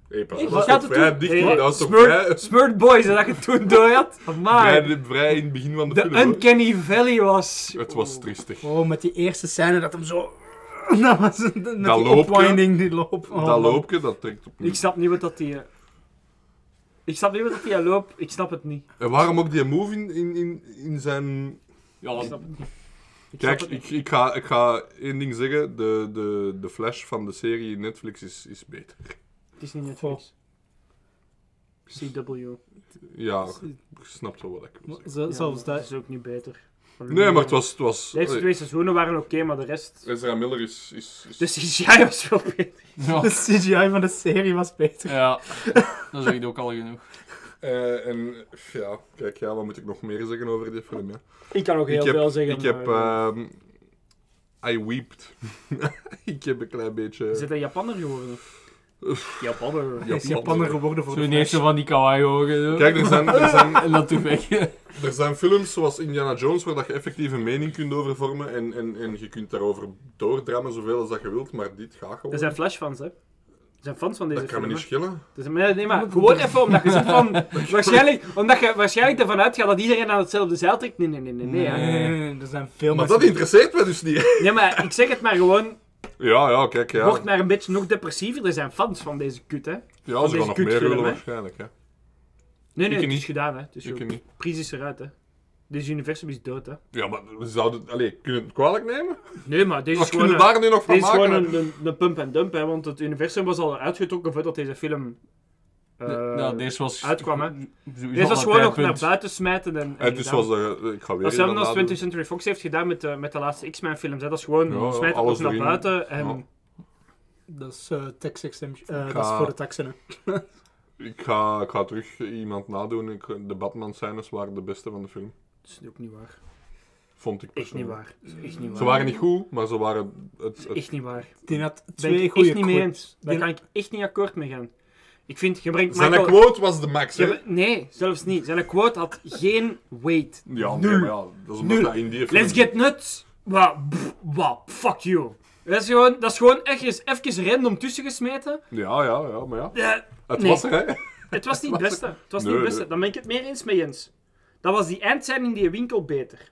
Speaker 10: Hey, pas,
Speaker 1: Ik
Speaker 10: dat was
Speaker 1: had
Speaker 10: toch
Speaker 1: het
Speaker 10: vrij
Speaker 1: toen-
Speaker 10: dicht,
Speaker 1: Hey,
Speaker 10: dat was toch
Speaker 1: Smurf-
Speaker 10: vrij,
Speaker 1: Smurf Boys, dat je toen door had. Maar
Speaker 10: vrij, vrij in het begin van de,
Speaker 1: de
Speaker 10: film. hoor.
Speaker 1: Uncanny Valley was...
Speaker 10: Het was triestig.
Speaker 11: Oh, met die eerste scène dat hem zo... dat was met
Speaker 10: Dat
Speaker 11: die
Speaker 10: loopje.
Speaker 11: opwinding, die loop. Oh,
Speaker 10: dat
Speaker 11: man.
Speaker 10: loopje, dat trekt op
Speaker 1: Ik snap niet wat dat die... Ik snap niet wat dat die loopt, ik snap het niet.
Speaker 10: En waarom ook die move in, in, in, in zijn...
Speaker 1: Ja, ik snap het niet. Ik snap
Speaker 10: Kijk,
Speaker 1: het
Speaker 10: ik, ik, ga, ik ga één ding zeggen. De, de, de flash van de serie Netflix is, is beter.
Speaker 1: Het is niet Netflix. CW.
Speaker 10: Ja, ik snap zo wat ik wil zeggen.
Speaker 1: Ja,
Speaker 11: zelfs
Speaker 1: maar het is ook niet beter.
Speaker 10: Nee, maar het was- het was-
Speaker 1: De eerste
Speaker 10: allee.
Speaker 1: twee seizoenen waren oké, maar de rest...
Speaker 10: Ezra Miller is... is, is...
Speaker 1: De CGI was veel beter.
Speaker 11: De CGI van de serie was beter.
Speaker 12: Ja, dat zeg ik ook al genoeg.
Speaker 10: Eh, en ja, kijk, ja, wat moet ik nog meer zeggen over dit film? Ja?
Speaker 1: Ik kan ook heel
Speaker 10: heb-
Speaker 1: veel zeggen,
Speaker 10: Ik heb...
Speaker 1: maar-
Speaker 10: ehm, I weeped. ik heb een klein beetje...
Speaker 1: Is het een Japanner geworden? Japanner.
Speaker 10: Hij is Japanner geworden
Speaker 12: Zo ineens zo van die kawaii ogen. zo.
Speaker 10: Kijk, er zijn, er zijn,
Speaker 12: en dat doe weg.
Speaker 10: er zijn films zoals Indiana Jones waar dat je effectief een mening kunt over vormen en, en, en je kunt daarover doordrammen zoveel als dat je wilt, maar dit gaat gewoon.
Speaker 1: Er zijn flashfans, hè? Er zijn fans van deze
Speaker 10: Dat kan me
Speaker 1: film,
Speaker 10: niet
Speaker 1: hè.
Speaker 10: schillen.
Speaker 1: Er zijn- nee, nee, maar gewoon even omdat je zegt van... waarschijnlijk, omdat je waarschijnlijk ervan uitgaat dat iedereen aan hetzelfde zeil trekt. Nee, nee, nee, nee. nee, hè.
Speaker 11: er zijn veel
Speaker 10: Maar
Speaker 11: mensen-
Speaker 10: dat interesseert me dus niet.
Speaker 1: Nee, maar ik zeg het maar gewoon.
Speaker 10: Ja, ja, kijk, ja.
Speaker 1: Word maar een beetje nog depressiever. Er zijn fans van deze kut, hè?
Speaker 10: ja, ze
Speaker 1: deze
Speaker 10: gaan nog meer
Speaker 1: kutfilm,
Speaker 10: willen
Speaker 1: hè.
Speaker 10: waarschijnlijk, hè.
Speaker 1: Nee, nee,
Speaker 10: Ik
Speaker 1: het is
Speaker 10: niet.
Speaker 1: gedaan, hè? Dus
Speaker 10: Ik
Speaker 1: joh,
Speaker 10: niet.
Speaker 1: Pries is eruit, hè? Deze universum is dood, hè?
Speaker 10: Ja, maar we zouden... Allee, kunnen we het kwalijk nemen?
Speaker 1: Nee, maar deze
Speaker 10: Wat
Speaker 1: is gewoon,
Speaker 10: kunnen we daar
Speaker 1: een-
Speaker 10: nu nog van
Speaker 1: deze is
Speaker 10: maken,
Speaker 1: gewoon een, een, een pump en dump, hè? Want het universum was al uitgetrokken voordat deze film eh,
Speaker 12: De- ja, deze was-
Speaker 1: uitkwam, hè?
Speaker 12: sowieso
Speaker 1: Deze
Speaker 12: al
Speaker 1: was
Speaker 12: een
Speaker 1: gewoon nog
Speaker 12: tijdpunt.
Speaker 1: naar buiten smijten en. en
Speaker 10: Het is
Speaker 1: gedaan.
Speaker 10: zoals dat- ik ga
Speaker 1: Dat
Speaker 10: weer
Speaker 1: is Hetzelfde als
Speaker 10: inderdaad
Speaker 1: 20th Century Fox heeft gedaan met de, met de laatste X-Men films. Hè. Dat is gewoon
Speaker 10: Ja, ja,
Speaker 1: smijt
Speaker 10: alles
Speaker 1: alles naar
Speaker 10: erin.
Speaker 1: buiten en
Speaker 10: Ja.
Speaker 11: Dat is eh, tax exemption. eh,
Speaker 10: Ik
Speaker 11: Dat is
Speaker 10: ga-
Speaker 11: voor de taxen. hè.
Speaker 10: Ik ga, ik ga terug iemand nadoen. Ik, de Batman-scènes waren de beste van de film.
Speaker 1: Dat is ook niet waar.
Speaker 10: Vond ik
Speaker 1: Echt niet
Speaker 10: persoonlijk.
Speaker 1: waar. Dat is echt niet waar.
Speaker 10: Ze waren niet goed, maar ze waren... Het, het-
Speaker 1: echt niet waar.
Speaker 11: Die had
Speaker 1: Ben
Speaker 11: twee
Speaker 1: ik
Speaker 11: goeie
Speaker 1: echt niet mee
Speaker 11: quotes.
Speaker 1: eens. Daar
Speaker 11: Die-
Speaker 1: kan ik echt niet akkoord mee gaan. Ik vind, je brengt
Speaker 10: Zijn
Speaker 1: Michael...
Speaker 10: quote was de max, hè?
Speaker 1: Je brengt- Nee, zelfs niet. Zijn quote had geen weight.
Speaker 10: Ja, nee,
Speaker 1: Nul.
Speaker 10: maar ja, dat is omdat
Speaker 1: Nul.
Speaker 10: dat in die film-
Speaker 1: Let's get nuts. Wow, pff, wow, fuck you. Dat is gewoon, dat is gewoon echt eens even random Eh, tussen gesmeten.
Speaker 10: Ja, ja, ja, maar ja.
Speaker 1: Ja,
Speaker 10: het
Speaker 1: nee.
Speaker 10: was er, hè?
Speaker 1: Het was niet het beste. Het was niet
Speaker 10: Nee,
Speaker 1: het beste.
Speaker 10: nee.
Speaker 1: Dan ben ik het meer eens met Jens. Dat was die eindscène in die winkel beter.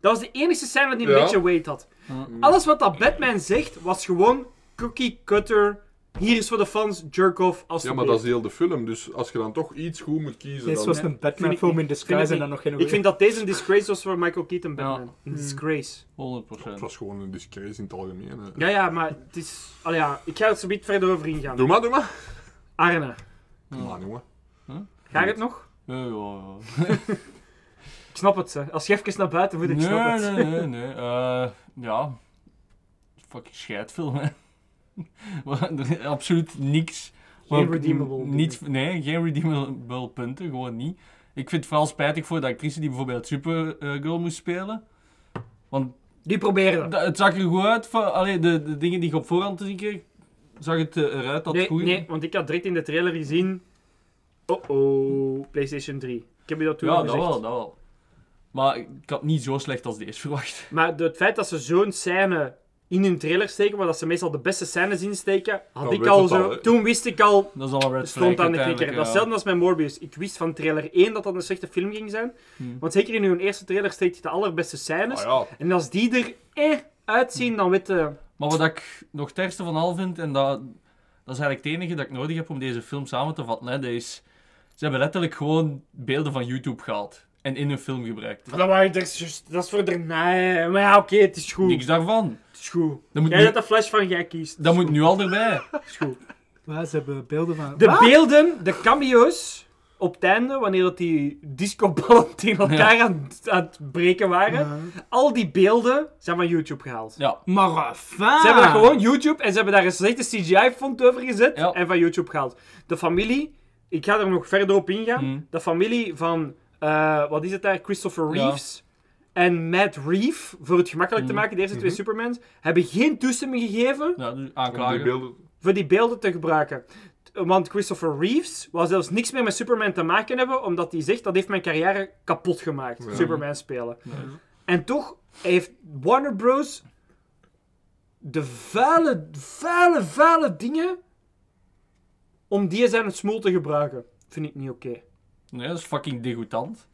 Speaker 1: Dat was de enige scène die een
Speaker 10: Ja.
Speaker 1: beetje weight had.
Speaker 10: Mm.
Speaker 1: Alles wat dat Batman zegt, was gewoon cookie cutter. Hier is voor de fans, jerk off, als
Speaker 10: Ja, maar dat is heel de film, dus als je dan toch iets goed moet kiezen...
Speaker 11: Dit
Speaker 10: dan...
Speaker 11: was een Batman-film in disguise en dan nog geen
Speaker 1: Ik
Speaker 11: goeie.
Speaker 1: vind dat deze een disgrace was voor Michael Keaton Batman. Een disgrace.
Speaker 12: 100%. Het
Speaker 10: was gewoon een disgrace in het algemeen. hè.
Speaker 1: Ja, ja, maar het is... Allee, ja, ik ga er zo niet verder over ingaan.
Speaker 10: Doe maar, doe maar.
Speaker 1: Arne,
Speaker 10: Kom aan, jongen.
Speaker 1: Hm? ga je het nog?
Speaker 12: Ja, ja,
Speaker 1: Ik snap het, hè. Als je even naar buiten moet, ik
Speaker 12: nee,
Speaker 1: snap het.
Speaker 12: Nee, nee, nee. Eh, ja. Fucking scheidfilm, hè. Maar er is Absoluut niks.
Speaker 1: Geen
Speaker 12: Ook
Speaker 1: redeemable
Speaker 12: n-
Speaker 1: dingen.
Speaker 12: Niets, nee, geen redeemable punten. Gewoon niet. Ik vind het vooral spijtig voor de actrice die bijvoorbeeld Supergirl moest spelen. Want...
Speaker 1: Die proberen
Speaker 12: Het zag er goed uit. van- Allee, de, de dingen die ik op voorhand te zien kreeg, zag het eh, eruit dat
Speaker 1: nee,
Speaker 12: het goed
Speaker 1: nee, want ik had direct in de trailer gezien. Oh oh, PlayStation 3. Ik heb je dat toen
Speaker 12: Ja,
Speaker 1: al
Speaker 12: dat
Speaker 1: gezegd.
Speaker 12: wel, dat wel. Maar ik had niet zo slecht als deze verwacht.
Speaker 1: Maar de- het feit dat ze zo'n scène in hun trailer steken, maar dat ze meestal de beste scènes insteken, had
Speaker 12: Dan
Speaker 1: ik
Speaker 12: weet
Speaker 1: al
Speaker 12: het
Speaker 1: zo.
Speaker 12: al, hè.
Speaker 1: toen wist ik al.
Speaker 12: Dat is al een red
Speaker 1: Stond
Speaker 12: flag
Speaker 1: aan de knikker.
Speaker 12: uiteindelijk,
Speaker 1: Dat is
Speaker 12: ja.
Speaker 1: hetzelfde als met Morbius. Ik wist van trailer 1 dat dat een slechte film ging zijn.
Speaker 12: Hmm.
Speaker 1: Want zeker in hun eerste trailer steekt je de allerbeste scènes.
Speaker 12: Ah,
Speaker 1: En als die er eh uitzien, dan weet je.
Speaker 12: Maar wat ik nog het ergste van al vind, en dat, dat is eigenlijk het enige dat ik nodig heb om deze film samen te vatten, hè, dat is, ze hebben letterlijk gewoon beelden van YouTube gehaald en in hun film gebruikt.
Speaker 1: Maar dat, wou ik- dat is juist- dat is voor daarna. hè. Maar ja, oké, het is goed.
Speaker 12: Niks daarvan.
Speaker 1: Het is goed.
Speaker 12: Dat moet
Speaker 1: jij
Speaker 12: nu-
Speaker 1: dat de flash van jij kiest.
Speaker 12: Dat moet nu al erbij.
Speaker 11: Maar ze hebben beelden van...
Speaker 1: De
Speaker 11: Wat?
Speaker 1: beelden, de cameo's op het einde, wanneer dat die discoballen tegen elkaar aan, aan het breken waren, al die beelden zijn van YouTube gehaald.
Speaker 12: Ja. dus
Speaker 11: Maar Ah.
Speaker 1: Ze hebben dat gewoon YouTube en ze hebben daar een slechte CGI-font over gezet en van YouTube gehaald. De familie, ik ga er nog verder op ingaan, de familie van eh, eh, wat is het daar? Christopher
Speaker 12: Ja.
Speaker 1: Reeves en Matt Reeve, voor het gemakkelijk te maken, de eerste twee Supermans, hebben geen toestemming gegeven
Speaker 12: aanklagen. Om die beelden-
Speaker 1: voor die beelden te gebruiken. T- Want Christopher Reeves wou zelfs niks meer met Superman te maken hebben, omdat hij zegt, dat heeft mijn carrière kapot gemaakt,
Speaker 12: Ja.
Speaker 1: Superman spelen.
Speaker 12: Ja.
Speaker 1: En toch heeft Warner Bros. de vuile, vuile, vuile dingen om die zijn het smoel te gebruiken. Vind ik niet oké.
Speaker 12: Nee, dat is fucking degoutant.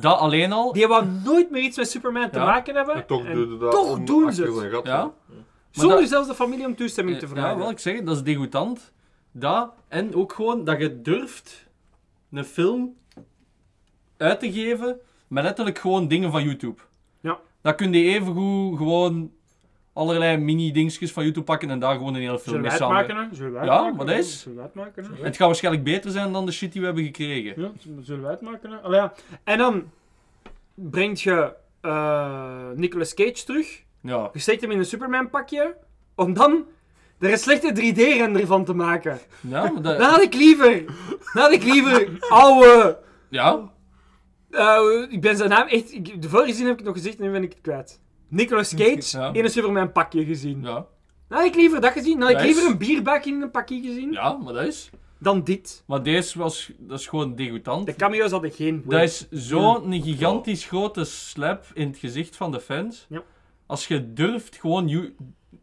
Speaker 12: Dat alleen al.
Speaker 1: Die wou nooit meer iets met Superman te
Speaker 12: Ja.
Speaker 1: maken hebben.
Speaker 12: En toch
Speaker 1: en
Speaker 12: deden dat
Speaker 1: toch
Speaker 12: om
Speaker 1: doen ze
Speaker 12: achter
Speaker 1: het.
Speaker 12: zijn gat, Ja. hè. Maar
Speaker 1: Zonder
Speaker 12: dat-
Speaker 1: zelfs de familie om toestemming te vragen.
Speaker 12: Ja, wil ik zeggen, dat is degoutant. Dat, en ook gewoon dat je durft een film uit te geven met letterlijk gewoon dingen van YouTube.
Speaker 1: Ja.
Speaker 12: Dat kun je evengoed gewoon allerlei mini-dingetjes van YouTube pakken en daar gewoon een hele film
Speaker 1: Zullen
Speaker 12: mee
Speaker 1: wij het
Speaker 12: samen...
Speaker 1: maken? hè? Zullen wij het
Speaker 12: ja,
Speaker 1: maken,
Speaker 12: wat
Speaker 1: hè?
Speaker 12: is?
Speaker 1: Zullen wij het maken? hè?
Speaker 12: Het gaat waarschijnlijk beter zijn dan de shit die we hebben gekregen.
Speaker 1: Ja, zullen wij het maken? hè? Allee, ja. En dan brengt je eh, Nicolas Cage terug.
Speaker 12: Ja.
Speaker 1: Je steekt hem in een Superman pakje. Om dan er een slechte 3D-render van te maken.
Speaker 12: Ja, maar dat-
Speaker 1: Dan had ik liever. Dan had ik liever. Ouwe.
Speaker 12: Ja.
Speaker 1: Eh, ik ben zijn naam echt. ik- de vorige zin heb ik het nog gezegd en nu ben ik het kwijt. Nicolas Cage
Speaker 12: Ja.
Speaker 1: in een Superman pakje gezien.
Speaker 12: Ja.
Speaker 1: Dan had ik liever dat gezien. Dan had ik
Speaker 12: Dat is-
Speaker 1: liever een bierbak in een pakje gezien.
Speaker 12: Ja, maar dat is...
Speaker 1: Dan dit.
Speaker 12: Maar deze was... Dat is gewoon degoutant.
Speaker 1: De cameo's hadden geen.
Speaker 12: Dat is zo'n gigantisch grote slap in het gezicht van de fans.
Speaker 1: Ja.
Speaker 12: Als je durft gewoon you-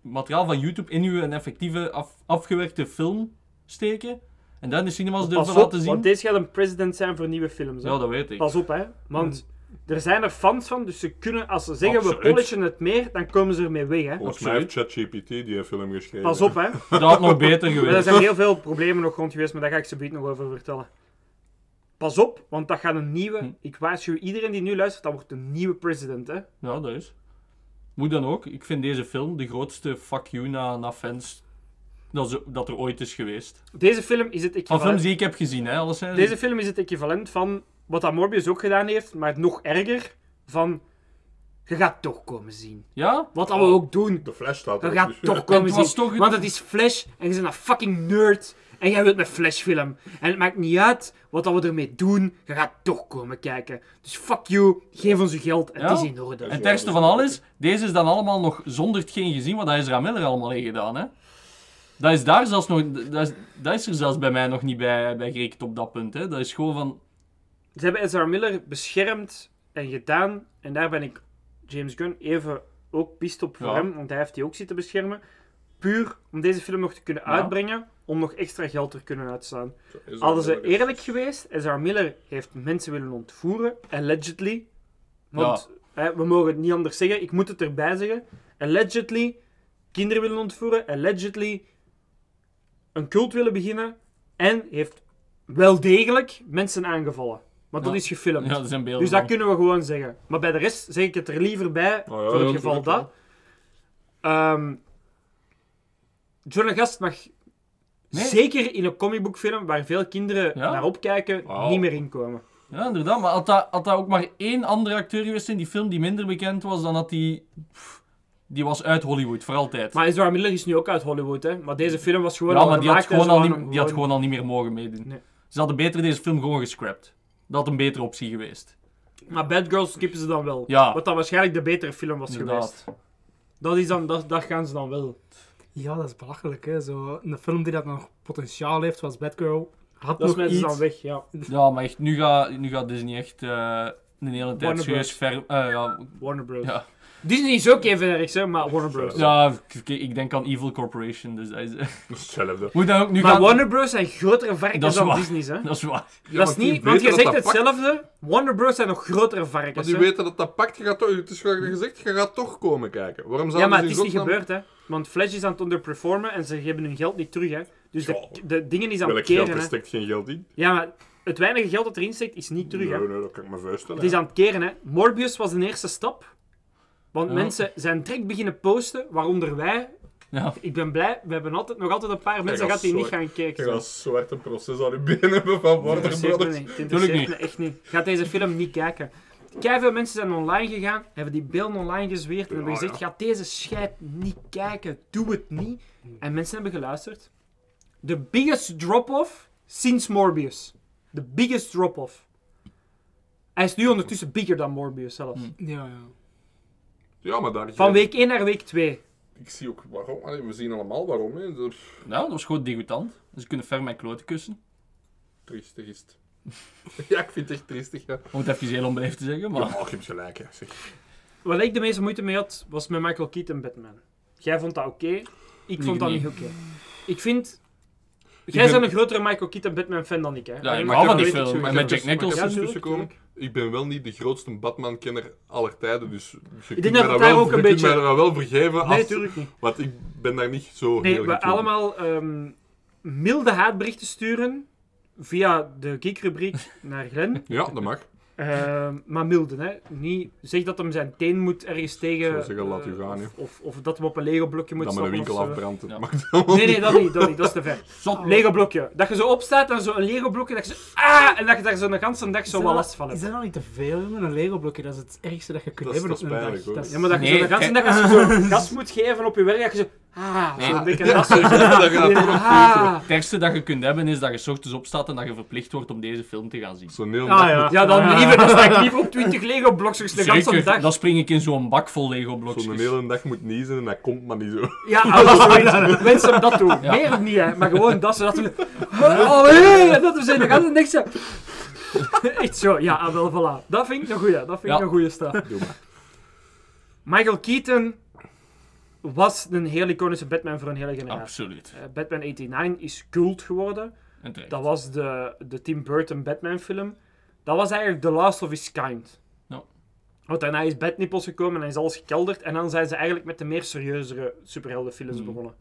Speaker 12: materiaal van YouTube in je een effectieve af- afgewerkte film steken. En dan de cinemas durven
Speaker 1: Pas op,
Speaker 12: laten zien.
Speaker 1: want deze gaat een president zijn voor nieuwe films. Hè?
Speaker 12: Ja, dat weet ik.
Speaker 1: Pas op, hè. Want
Speaker 12: Hmm.
Speaker 1: er zijn er fans van, dus ze kunnen, als ze zeggen we
Speaker 10: Absoluut.
Speaker 1: polishen het meer, dan komen ze ermee weg, hè.
Speaker 10: Volgens mij heeft ChatGPT die film geschreven.
Speaker 1: Pas op, hè. Maar Er zijn heel veel problemen nog rond geweest, maar daar ga ik zo nog over vertellen. Pas op, want dat gaat een nieuwe...
Speaker 12: Hmm.
Speaker 1: Ik waarschuw iedereen die nu luistert, dat wordt een nieuwe president, hè.
Speaker 12: Ja, dat is. Moet dan ook. Ik vind deze film de grootste fuck you na, na fans dat, ze- dat er ooit is geweest.
Speaker 1: Deze film is het
Speaker 12: Van
Speaker 1: equivalent...
Speaker 12: films die ik heb gezien, hè. Alles zijn
Speaker 1: Deze film is het equivalent van wat dat Morbius ook gedaan heeft, maar nog erger, van... Je gaat toch komen zien.
Speaker 12: Ja?
Speaker 1: Wat dat we ook doen.
Speaker 10: De Flash staat
Speaker 1: We
Speaker 10: er.
Speaker 1: gaan
Speaker 10: dus-
Speaker 1: toch komen zien. Want het is Flash en je bent een fucking nerd. En jij wilt een Flash film. En het maakt niet uit wat dat we ermee doen. Je gaat toch komen kijken. Dus fuck you. Geef ons uw geld. Het
Speaker 12: Ja?
Speaker 1: is in orde.
Speaker 12: En het ergste van alles, deze is dan allemaal nog zonder hetgeen gezien wat Ezra Miller allemaal heeft gedaan. Hè? Dat, is daar zelfs nog, dat, is, dat is er zelfs bij mij nog niet bij, bij gerekend op dat punt. Hè? Dat is gewoon van...
Speaker 1: Ze hebben Ezra Miller beschermd en gedaan. En daar ben ik James Gunn even ook pist op voor
Speaker 12: Ja.
Speaker 1: hem. Want hij heeft die ook zitten beschermen. Puur om deze film nog te kunnen
Speaker 12: Ja.
Speaker 1: uitbrengen. Om nog extra geld er kunnen uitstaan.
Speaker 12: Ezra
Speaker 1: Hadden ze
Speaker 12: Miller is-
Speaker 1: eerlijk geweest, Ezra Miller heeft mensen willen ontvoeren. Allegedly. Want hè, we mogen het niet anders zeggen. Ik moet het erbij zeggen. Allegedly kinderen willen ontvoeren. Allegedly een cult willen beginnen. En heeft wel degelijk mensen aangevallen. Want dat
Speaker 12: Ja.
Speaker 1: is gefilmd.
Speaker 12: Ja, er zijn beelden
Speaker 1: dus dat
Speaker 12: van.
Speaker 1: kunnen we gewoon zeggen. Maar bij de rest zeg ik het er liever bij.
Speaker 12: Oh ja,
Speaker 1: voor het
Speaker 12: dat
Speaker 1: geval
Speaker 12: klopt, ja.
Speaker 1: dat. Ehm John Gast mag zeker in een comicboekfilm waar veel kinderen
Speaker 12: Ja?
Speaker 1: naar opkijken,
Speaker 12: Wauw.
Speaker 1: niet meer inkomen.
Speaker 12: Ja, inderdaad. Maar had dat, had dat ook maar één andere acteur geweest in die film die minder bekend was, dan had die... pff, Die was uit Hollywood, voor altijd.
Speaker 1: Maar Ezra Miller is nu ook uit Hollywood, hè? Maar deze film was gewoon
Speaker 12: ja,
Speaker 1: al
Speaker 12: maar die had,
Speaker 1: gemaakt en
Speaker 12: gewoon
Speaker 1: ze
Speaker 12: al
Speaker 1: waren
Speaker 12: niet,
Speaker 1: hem
Speaker 12: die had gewoon al niet meer mogen meedoen.
Speaker 1: Nee.
Speaker 12: Ze hadden beter deze film gewoon gescrapt. Dat had een betere optie geweest.
Speaker 1: Maar Bad Girls skippen ze dan wel.
Speaker 12: Ja.
Speaker 1: Wat dan waarschijnlijk de betere film was
Speaker 12: Inderdaad.
Speaker 1: geweest. Dat, is dan, dat, dat gaan ze dan wel.
Speaker 11: Ja, dat is belachelijk, hè. Zo, een film die dat nog potentiaal heeft, zoals Batgirl, had
Speaker 1: Dat
Speaker 11: nog
Speaker 1: smijten
Speaker 11: iets...
Speaker 1: ze dan weg, ja.
Speaker 12: Ja, maar echt, nu gaat nu gaat Disney echt eh, een hele tijd
Speaker 1: Warner
Speaker 12: serieus ver... eh, ja.
Speaker 1: Warner Bros.
Speaker 12: Ja.
Speaker 1: Disney is ook even erg, hè? Maar Warner Bros.
Speaker 12: Ja, ik, ik denk aan Evil Corporation, dus dat is...
Speaker 10: Hetzelfde.
Speaker 12: Moet dan ook nu
Speaker 1: maar
Speaker 12: gaan...
Speaker 1: Warner Bros. zijn grotere
Speaker 12: Dat
Speaker 1: varkens
Speaker 12: is
Speaker 1: dan
Speaker 12: waar.
Speaker 1: Disney's, hè?
Speaker 12: Dat is waar.
Speaker 10: Ja,
Speaker 1: dat is
Speaker 10: want die
Speaker 1: niet, want je
Speaker 10: weten
Speaker 1: zegt
Speaker 10: dat dat pakt.
Speaker 1: hetzelfde. Warner Bros. zijn nog grotere varkens,
Speaker 10: Maar die
Speaker 1: hè?
Speaker 10: weten dat dat pakt. Je gaat toch, het is gewoon gezegd, je gaat toch komen kijken. Waarom zouden
Speaker 1: Ja, maar het
Speaker 10: ze
Speaker 1: is
Speaker 10: in
Speaker 1: niet
Speaker 10: godsnaam-
Speaker 1: gebeurd, hè. Want Flash is aan het underperformen en ze geven hun geld niet terug, hè. Dus de, de dingen die ze aan het
Speaker 10: Welk geld?
Speaker 1: keren,
Speaker 10: Er
Speaker 1: hè.
Speaker 10: steekt geen geld in.
Speaker 1: Ja, maar het weinige geld dat erin steekt is niet terug, hè.
Speaker 10: Nee, nee, dat kan ik me voorstellen.
Speaker 1: Het is
Speaker 10: ja.
Speaker 1: aan het keren, hè. Morbius was een eerste stap. Want
Speaker 10: Ja.
Speaker 1: mensen zijn direct beginnen posten, waaronder wij.
Speaker 12: Ja.
Speaker 1: Ik ben blij, we hebben altijd, nog altijd een paar
Speaker 10: Jij
Speaker 1: mensen gehad die niet
Speaker 10: zwart-
Speaker 1: gaan kijken.
Speaker 10: Je gaat zwart een proces aan je benen hebben van
Speaker 1: Het
Speaker 10: Warner
Speaker 1: interesseert me
Speaker 10: Brothers.
Speaker 1: niet, het interesseert me echt niet. Gaat deze film niet kijken. Kijk, veel mensen zijn online gegaan, hebben die beelden online gezweerd en hebben
Speaker 12: Ja,
Speaker 1: gezegd:
Speaker 12: ja.
Speaker 1: gaat deze scheid niet kijken, doe het niet. En mensen hebben geluisterd. The biggest drop-off sinds Morbius. The biggest drop-off. Hij is nu ondertussen bigger dan Morbius zelf.
Speaker 11: Ja, ja.
Speaker 10: Ja, maar daar...
Speaker 1: Van week 1 naar week 2.
Speaker 10: Ik zie ook waarom. Allee, we zien allemaal waarom. Hè. Dat is
Speaker 12: Nou, dat was gewoon degoutant. Dus Ze kunnen ver mijn kloten kussen.
Speaker 10: triestig is het. ja, ik vind het echt triestig, ja.
Speaker 12: Om het even heel onbeleefd te zeggen, maar...
Speaker 10: Ja, je hebt gelijk, hè. Zeg.
Speaker 1: Wat ik de meeste moeite mee had, was met Michael Keaton Batman. Jij vond dat oké, ik vond dat
Speaker 12: nee.
Speaker 1: niet oké. Ik vind...
Speaker 10: Ik
Speaker 1: Jij
Speaker 10: ben-
Speaker 1: bent een grotere Michael Keaton Batman fan dan ik, hè?
Speaker 12: ik
Speaker 1: Alleen
Speaker 12: hou
Speaker 1: maar
Speaker 12: van die
Speaker 1: weet
Speaker 12: film.
Speaker 1: het
Speaker 12: En
Speaker 1: sowieso.
Speaker 12: met Jack Nicholson.
Speaker 1: Ja,
Speaker 10: Even
Speaker 1: tuurlijk,
Speaker 10: tussenkomen. Ik ben wel niet de grootste Batman-kenner aller tijden, dus je kunt
Speaker 1: dat
Speaker 10: mij
Speaker 1: het daar
Speaker 10: wel-
Speaker 1: ook een
Speaker 10: je kunt
Speaker 1: beetje-
Speaker 10: mij dat wel vergeven.
Speaker 1: Nee,
Speaker 10: als-
Speaker 1: tuurlijk niet.
Speaker 10: Want ik ben daar niet zo
Speaker 1: Nee,
Speaker 10: heel
Speaker 1: we
Speaker 10: goed in.
Speaker 1: allemaal ehm, milde haatberichten sturen via de geekrubriek naar Glen.
Speaker 10: Ja, dat mag.
Speaker 1: maar milde, hè. Niet, zeg dat hem zijn teen moet ergens tegen...
Speaker 10: Ik zou zeggen, laat u
Speaker 1: eh,
Speaker 10: gaan,
Speaker 1: of-
Speaker 10: hè.
Speaker 1: Of, of dat hem op een Lego-blokje moet
Speaker 10: Dat met
Speaker 1: stappen
Speaker 10: een winkel
Speaker 1: of zo.
Speaker 10: afbrandt. dat
Speaker 12: Ja.
Speaker 10: maakt
Speaker 1: eh,
Speaker 10: allemaal
Speaker 1: Nee, nee,
Speaker 10: niet.
Speaker 1: dat niet, dat niet. Dat is te ver. Lego-blokje. Dat je zo opstaat en zo een Lego-blokje, dat je zo... Ah! En dat je daar zo'n ganse dag zo wel last van
Speaker 11: Is
Speaker 1: hebt.
Speaker 11: dat nou niet te veel, jongen? Een Lego-blokje, dat is het ergste dat je kunt
Speaker 10: Dat is-
Speaker 11: hebben
Speaker 10: dat
Speaker 11: op
Speaker 10: is
Speaker 11: een
Speaker 10: pijnlijk,
Speaker 11: dag.
Speaker 10: hoor.
Speaker 11: Dat is-
Speaker 1: Ja, maar dat je
Speaker 12: Nee, eh,
Speaker 1: zo'n ganse
Speaker 12: kijk.
Speaker 1: dag, als je zo gas moet geven op je werk, dat je zo... Ah,
Speaker 12: Nee.
Speaker 1: zo'n dikke
Speaker 10: Ja,
Speaker 1: das.
Speaker 10: dat is dat gaat toch nog
Speaker 1: Ah.
Speaker 12: Het ergste dat je kunt hebben is dat je 's ochtends opstaat en dat je verplicht wordt om deze film te gaan zien.
Speaker 10: Zo'n heel
Speaker 11: Ah,
Speaker 10: nacht
Speaker 11: ja.
Speaker 1: Ja, dan liever, dan sta ik liever op 20 Lego-blokjes dus de ganse
Speaker 12: Zeker,
Speaker 1: dag.
Speaker 12: dan spring ik in zo'n bak vol
Speaker 10: moet-
Speaker 12: Lego-blokjes.
Speaker 10: Zo'n hele dag moet niezen en dat komt maar niet zo.
Speaker 1: Ja, als zoiets. Mensen hem dat doen.
Speaker 12: Ja.
Speaker 1: Meer ook niet, hè. Maar gewoon dat ze dat doen. Allee, en dat we zijn. Dan gaan ze niks zo. Echt zo. Ja, ah, wel, voilà. Dat vind ik een goeie. Dat vind ik
Speaker 12: Ja.
Speaker 1: een goeie staat.
Speaker 10: Doe maar.
Speaker 1: Michael Keaton was een heel iconische Batman voor een hele generatie.
Speaker 12: Absoluut.
Speaker 1: Eh, Batman 89 is cult geworden.
Speaker 12: En terecht.
Speaker 1: Dat was de, de Tim Burton Batman film. Dat was eigenlijk The Last of His Kind.
Speaker 12: Ja.
Speaker 1: Want daarna is Batnippels gekomen en dan is alles gekelderd. En dan zijn ze eigenlijk met de meer serieuzere
Speaker 10: Mm.
Speaker 1: superheldenfilms begonnen.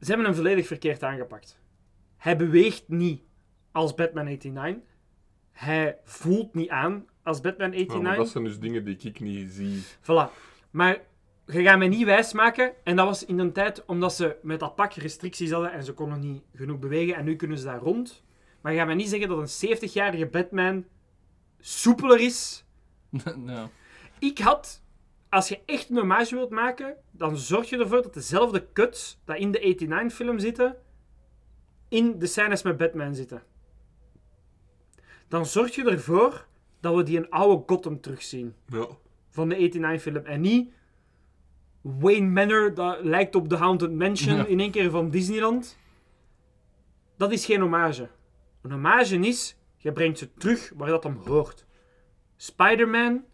Speaker 1: Ze hebben hem volledig verkeerd aangepakt. Hij beweegt niet als Batman 89. Hij voelt niet aan als Batman
Speaker 10: Ja, maar
Speaker 1: 89.
Speaker 10: dat zijn dus dingen die ik niet zie.
Speaker 1: Voilà. Maar je gaat mij niet wijsmaken. En dat was in een tijd omdat ze met dat pak restricties hadden en ze konden niet genoeg bewegen. En nu kunnen ze daar rond. Maar je gaat mij niet zeggen dat een 70-jarige Batman soepeler is.
Speaker 12: ja.
Speaker 1: Ik had, als je echt een hommage wilt maken, dan zorg je ervoor dat dezelfde cuts die in de 89-film zitten, in de scènes met Batman zitten. Dan zorg je ervoor dat we die een oude Gotham terugzien
Speaker 10: Ja.
Speaker 1: van de E 89 film en niet Wayne Manor, dat lijkt op The Haunted Mansion
Speaker 12: Ja.
Speaker 1: in één keer van Disneyland. Dat is geen hommage. Een hommage is, je brengt ze terug waar dat hem hoort. Spider-Man,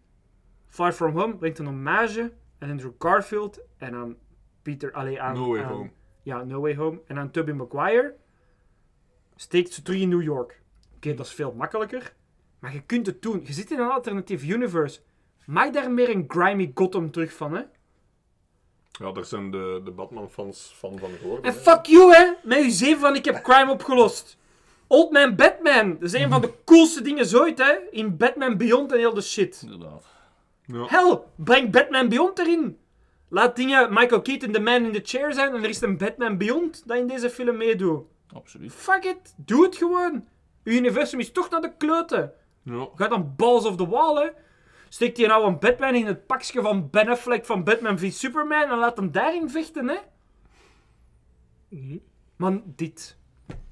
Speaker 1: Far From Home, brengt een hommage aan Andrew Garfield en aan Peter, allee, aan...
Speaker 10: No Way
Speaker 1: aan-
Speaker 10: Home.
Speaker 1: Ja, No Way Home. En aan Tobey Maguire steekt ze terug in New York. Oké, dat is veel makkelijker. Maar je kunt het doen. Je zit in een alternatief universe. Maak daar meer een grimy Gotham terug van, hè?
Speaker 10: Ja, daar zijn de, de Batman-fans van van geworden.
Speaker 1: En
Speaker 10: hè.
Speaker 1: fuck you, hè? Met uw zeven van ik heb crime opgelost. Old Man Batman. Dat is een van de coolste dingen ooit, hè? In Batman Beyond en heel de shit.
Speaker 12: Inderdaad.
Speaker 1: Hell, breng Batman Beyond erin. Laat dingen Michael Keaton de man in the chair zijn en er is een Batman Beyond dat in deze film meedoet.
Speaker 12: Absoluut.
Speaker 1: Fuck it, doe het gewoon. Uw universum is toch naar de kloten.
Speaker 10: Ja.
Speaker 1: Ga dan balls of the wall, hè. Steek die nou een Batman in het pakje van Ben Affleck van Batman v Superman en laat hem daarin vechten, hè. Man, dit.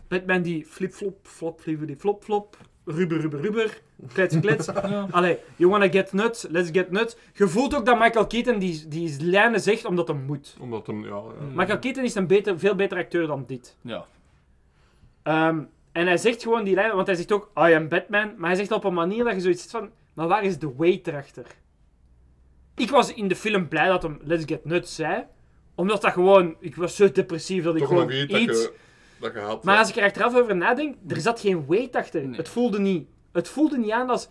Speaker 1: Batman die flip-flop, flop, die flop-flop, rubber, rubber, rubber, klets, klets. Allee, you wanna get nuts, let's get nuts. Je voelt ook dat Michael Keaton die, die lijnen zegt omdat hij moet.
Speaker 10: Omdat hem, ja, ja.
Speaker 1: Michael Keaton is een beter, veel beter acteur dan dit.
Speaker 12: Ja.
Speaker 1: Ehm, en hij zegt gewoon die lijn, want hij zegt ook I am Batman, maar hij zegt dat op een manier dat je zoiets zit van, maar waar is de weight erachter? Ik was in de film blij dat hem Let's Get Nuts zei, omdat dat gewoon, ik was zo depressief dat ik
Speaker 10: toch nog
Speaker 1: gewoon
Speaker 10: niet dat
Speaker 1: iets.
Speaker 10: je, dat je had.
Speaker 1: Maar als ik er achteraf over nadenk, er zat geen weight achter.
Speaker 12: Nee.
Speaker 1: Het voelde niet. Het voelde niet aan als,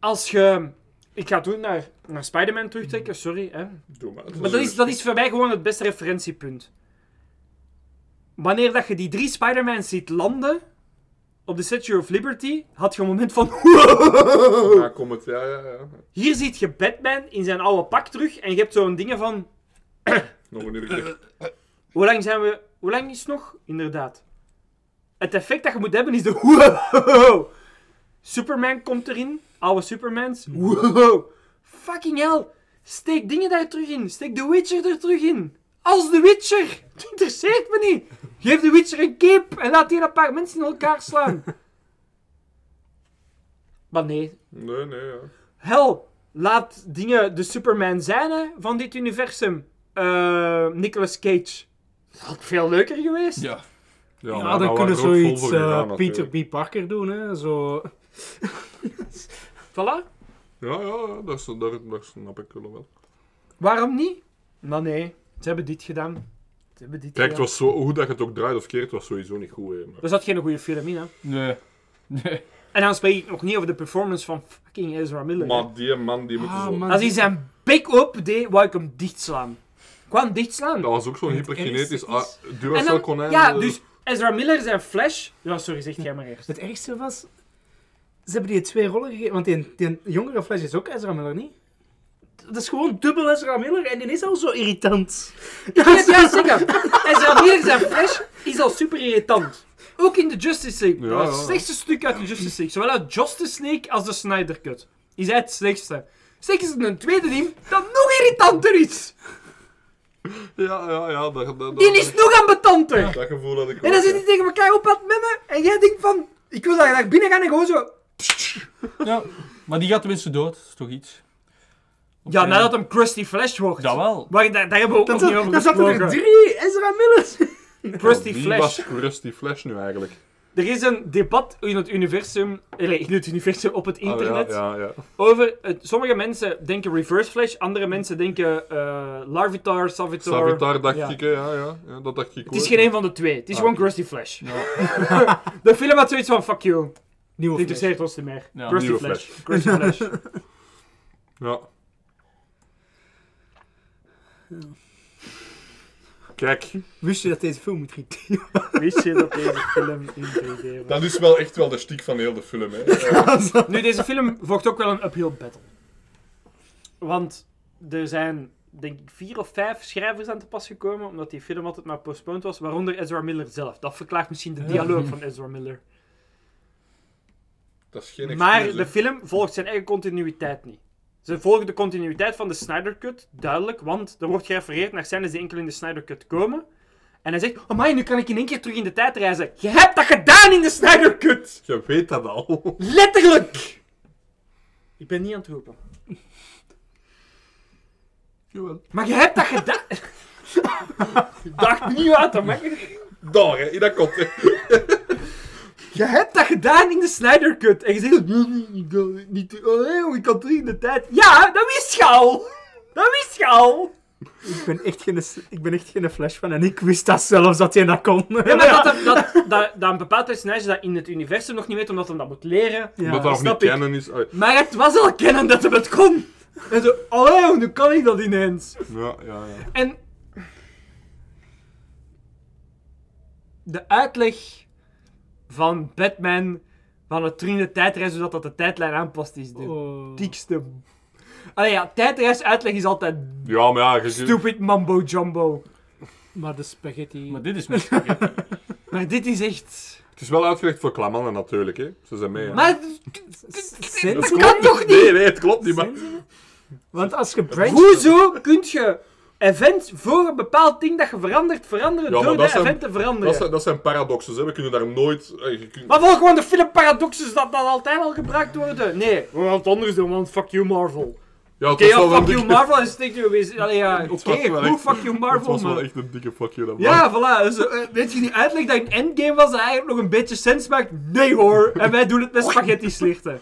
Speaker 1: als je, ik ga het doen naar, naar Spider-Man terugtrekken, sorry hè,
Speaker 10: Doe maar.
Speaker 1: maar dat is, dat is voor mij gewoon het beste referentiepunt. Wanneer dat je die drie Spider-Mans ziet landen op de Statue of Liberty, had je een moment van...
Speaker 10: Ja, komt het, ja, ja, ja.
Speaker 1: Hier ziet je Batman in zijn oude pak terug en je hebt zo'n dingen van...
Speaker 10: Nog een uur. terug.
Speaker 1: Hoe lang zijn we... Hoe lang is het nog? Inderdaad. Het effect dat je moet hebben is de... Wow. Superman komt erin. Oude Supermans. Wow. Fucking hell. Steek dingen daar terug in. Steek The Witcher er terug in. Als The Witcher. Het interesseert me niet. Geef de Witcher een kip en laat die een paar mensen in elkaar slaan. maar nee.
Speaker 10: Nee, nee, ja.
Speaker 1: Hel, laat dingen de Superman zijn hè, van dit universum. Eh, Nicolas Cage. Dat had veel leuker geweest.
Speaker 12: Ja.
Speaker 11: Ja, dan
Speaker 10: maar daar
Speaker 11: kunnen
Speaker 10: waren er ook
Speaker 11: zoiets
Speaker 10: vol voor gedaan,
Speaker 11: eh, Peter
Speaker 10: natuurlijk.
Speaker 11: B. Parker doen, hè. Zo...
Speaker 1: voilà.
Speaker 10: Ja, ja, ja, daar, s- daar, daar snap ik wel wel.
Speaker 1: Waarom niet? Maar nee, ze hebben dit gedaan. Ze hebben dit
Speaker 10: Kijk,
Speaker 1: gedaan.
Speaker 10: het was zo, hoe dat je het ook draait of keert, het was sowieso niet goed. Hè, maar...
Speaker 1: Er zat geen goede film in, hè.
Speaker 12: Nee. Nee.
Speaker 1: En dan spreek ik nog niet over de performance van fucking Ezra Miller. hè.
Speaker 10: maar die man, die
Speaker 11: ah,
Speaker 10: moet zo...
Speaker 1: Als hij zijn bek op deed, wou ik hem dichtslaan. Ik wou hem dichtslaan.
Speaker 10: Dat was ook zo'n hyperkinetisch ah,
Speaker 1: En
Speaker 10: Duracell
Speaker 1: dan-
Speaker 10: konijn.
Speaker 1: Ja,
Speaker 10: eh,
Speaker 1: dus Ezra Miller zijn Flash... Ja, sorry, zeg jij maar eerst.
Speaker 11: Het ergste was... Ze hebben die twee rollen gegeven, want die, die jongere Flash is ook Ezra Miller, niet? Dat is gewoon dubbel Ezra Miller en die is al zo irritant.
Speaker 1: Ik wil het juist zeggen. Ezra Miller zijn Flash is al super irritant. Ook in de Justice League.
Speaker 10: Ja,
Speaker 1: dat was
Speaker 10: ja,
Speaker 1: het
Speaker 10: ja.
Speaker 1: slechtste stuk uit de Justice League. Zowel uit Justice League als de Snyder Cut. Is hij het slechtste. Steek eens een tweede in dat nog irritanter is.
Speaker 10: Ja, ja, ja. Dat, dat, dat,
Speaker 1: Die is nog ambetanter.
Speaker 10: dat gevoel had ik
Speaker 1: En dan zit hij tegen elkaar op aan het memmen. En jij denkt van... Ik wil dat je naar binnen gaan en gewoon zo...
Speaker 12: Ja. Maar die gaat tenminste dood, dat is toch iets?
Speaker 1: Ja, nadat hem Krusty Flash wordt.
Speaker 12: Dat wel.
Speaker 1: Maar daar, daar hebben we ook
Speaker 11: Dat
Speaker 1: nog niet over
Speaker 11: zat, daar zaten er
Speaker 1: gesproken.
Speaker 11: drie Ezra Millers.
Speaker 1: Krusty
Speaker 10: Wie
Speaker 1: Flash.
Speaker 10: was Krusty Flash nu eigenlijk?
Speaker 1: Er is een debat in het universum... Nee, in het universum op het
Speaker 10: Ah,
Speaker 1: internet.
Speaker 10: ja, ja, ja.
Speaker 1: Over, het- sommige mensen denken Reverse Flash, andere mensen denken eh, Larvitar, Savitar.
Speaker 10: Savitar dacht
Speaker 1: Ja.
Speaker 10: ik, hè, ja, ja, ja. Dat dacht ik
Speaker 1: Het is geen een van de twee, het is
Speaker 10: Ah,
Speaker 1: gewoon
Speaker 10: oké.
Speaker 1: Krusty Flash. de film had zoiets van, fuck you, het
Speaker 11: Nieuwe Flash.
Speaker 1: interesseert ons niet meer.
Speaker 12: Ja,
Speaker 1: Krusty
Speaker 10: nieuwe
Speaker 1: Flash. Krusty Flash.
Speaker 10: Ja. Kijk,
Speaker 11: Wist je dat deze film moet gieten?
Speaker 1: Wist je dat deze film in 3D was?
Speaker 10: dat is wel echt wel de stiek van heel de film, hè. Eh,
Speaker 1: Nu, deze film vocht ook wel een uphill battle. Want er zijn, denk ik, vier of vijf schrijvers aan te pas gekomen, omdat die film altijd maar postponed was, waaronder Ezra Miller zelf. Dat verklaart misschien de dialoog van Ezra Miller.
Speaker 10: Dat is geen
Speaker 1: Maar
Speaker 10: excuus,
Speaker 1: de
Speaker 10: hè.
Speaker 1: film volgt zijn eigen continuïteit niet. Ze volgen de continuïteit van de Snyder Cut, duidelijk, want er wordt gerefereerd naar scènes die enkel in de Snyder Cut komen. En hij zegt, amai, nu kan ik in één keer terug in de tijd reizen. Je hebt dat gedaan in de Snyder Cut!
Speaker 10: Je weet dat al.
Speaker 1: Letterlijk! Ik ben niet aan het roepen.
Speaker 10: Jawel.
Speaker 1: Maar je hebt dat gedaan! Ik dacht niet uit, dat mag niet.
Speaker 10: Daar, hè. In dat kop, hè.
Speaker 1: Je hebt dat gedaan in de Snyder Cut. En je zegt, "Nee, nee, ik kan niet, oh, ik kan terug in de tijd. Ja, dat wist je al! Dat wist je al!
Speaker 11: Ik ben echt geen, ik ben echt geen Flash fan en ik wist dat zelfs dat hij dat kon.
Speaker 1: Ja, maar dat, dat, dat, dat, dat een bepaald personage dat in het universum nog niet weet, omdat hij dat moet leren.
Speaker 11: Ja.
Speaker 10: dat dat nog niet
Speaker 1: snap ik.
Speaker 10: kennen is. ah, Ai.
Speaker 1: Maar het was al kennen dat hij het kon. En zo, allee, hoe nu kan ik dat ineens?
Speaker 10: Ja, ja, ja.
Speaker 1: En... De uitleg van Batman van het terug in de tijdreis, zodat dat de tijdlijn aanpast, is de
Speaker 11: Oh.
Speaker 1: diekste... Allee ja, tijdreis uitleg is altijd
Speaker 10: Ja, maar ja, je ziet-
Speaker 1: stupid mambo jumbo.
Speaker 11: Maar de spaghetti...
Speaker 12: Maar dit is met spaghetti.
Speaker 1: Maar dit is echt...
Speaker 10: Het is wel uitgelegd voor klamannen natuurlijk, hè. Ze zijn mee, hè.
Speaker 1: Maar
Speaker 11: Sense?
Speaker 1: dat kan toch niet?
Speaker 10: Nee, nee, het klopt niet, maar...
Speaker 11: Want als je branch...
Speaker 1: Hoezo kun je events voor een bepaald ding dat je verandert, veranderen
Speaker 10: Ja, maar
Speaker 1: door de
Speaker 10: dat zijn-
Speaker 1: event te veranderen?
Speaker 10: Dat zijn, dat zijn paradoxen, hè. We kunnen daar nooit... eh, je kunt-
Speaker 1: Maar volg gewoon de film paradoxes dat dat altijd al gebruikt worden. Nee, we gaan het anders doen, want fuck you Marvel.
Speaker 10: Ja, het
Speaker 1: Oké,
Speaker 10: was
Speaker 1: ja,
Speaker 10: wel een
Speaker 1: fuck you
Speaker 10: dikke-
Speaker 1: Marvel en steek je weer... Allee, ja,
Speaker 10: Het
Speaker 1: oké,
Speaker 10: was wel
Speaker 1: cool,
Speaker 10: echt-
Speaker 1: fuck you
Speaker 10: Het
Speaker 1: Marvel,
Speaker 10: was wel
Speaker 1: man.
Speaker 10: echt een dikke fuck you, dat was.
Speaker 1: Ja, voilà. dus, eh, weet je die uitleg dat in Endgame was dat eigenlijk nog een beetje sens maakt? Nee hoor, en wij doen het met spaghetti slichten.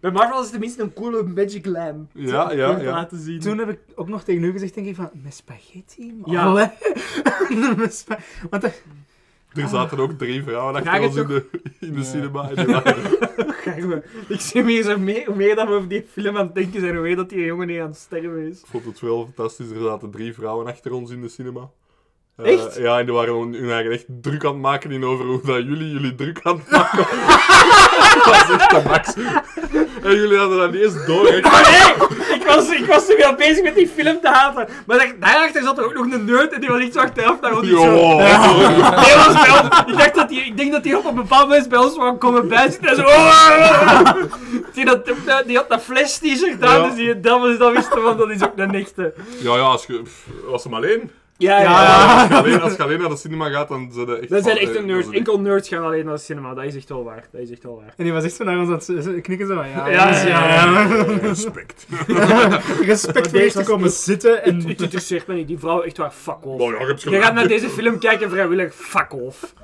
Speaker 1: Bij Marvel is het tenminste een coole magic lamp.
Speaker 10: Ja, ja,
Speaker 1: Om te
Speaker 10: ja.
Speaker 1: laten zien.
Speaker 11: Toen heb ik ook nog tegen u gezegd, denk ik van, met spaghetti? Man.
Speaker 1: Ja.
Speaker 11: Allee. Met spa- Want dat-
Speaker 10: Er zaten ook drie vrouwen
Speaker 1: Vraag
Speaker 10: achter
Speaker 1: het
Speaker 10: ons in de, in de cinema. En die waren-
Speaker 1: Kijk, we- Ik zie meer, zo mee, hoe meer dat we over die film aan het denken zijn, hoe meer dat die jongen niet aan het sterven is.
Speaker 10: Ik vond het wel fantastisch. Er zaten drie vrouwen achter ons in de cinema. Eh,
Speaker 1: Echt?
Speaker 10: Ja, en die waren hun hun eigen echt druk aan het maken in over hoe dat jullie jullie druk aan het maken. dat is echt de max. En jullie hadden dat niet eens door. hè.
Speaker 1: Ah, Nee, ik was, ik was toen wel bezig met die film te haten. Maar daar, daarachter zat er ook nog een nerd en Oh, die was iets zo achteraf naar ons. iets zo-
Speaker 10: Joh.
Speaker 1: Nee, was bij ons. Ik, dacht dat die, ik denk dat hij op een bepaald moment bij ons kwam komen bijzitten en zo... "Oh." Die, had, die had een flash t-shirt aan,
Speaker 10: Ja.
Speaker 1: dus die, dat was dat wisten, want dat is ook een echte.
Speaker 10: Ja, ja, als, je, pff, was hem alleen.
Speaker 1: Ja, ja,
Speaker 10: Als
Speaker 1: Ah, ja.
Speaker 10: je, alleen, als je alleen naar de cinema gaat, dan zijn dat echt...
Speaker 1: Dat zijn
Speaker 10: fan-
Speaker 1: echt een
Speaker 10: eh,
Speaker 1: nerds.
Speaker 10: dat is echt-
Speaker 1: Enkel nerds gaan alleen naar de cinema. Dat is echt wel waar. Dat is echt wel waar.
Speaker 11: En die was echt zo naar ons aan het z- z- knikken. Zo. van, Ja,
Speaker 1: Ja,
Speaker 11: dus
Speaker 1: ja, ja.
Speaker 10: Respect.
Speaker 11: Respect voor echt te komen zitten. En...
Speaker 1: Het, het interesseert me niet. Die vrouw, echt waar, fuck off.
Speaker 10: Nou ja, je hebt
Speaker 1: je
Speaker 10: gelijk.
Speaker 1: gaat naar deze film kijken vrijwillig, fuck off.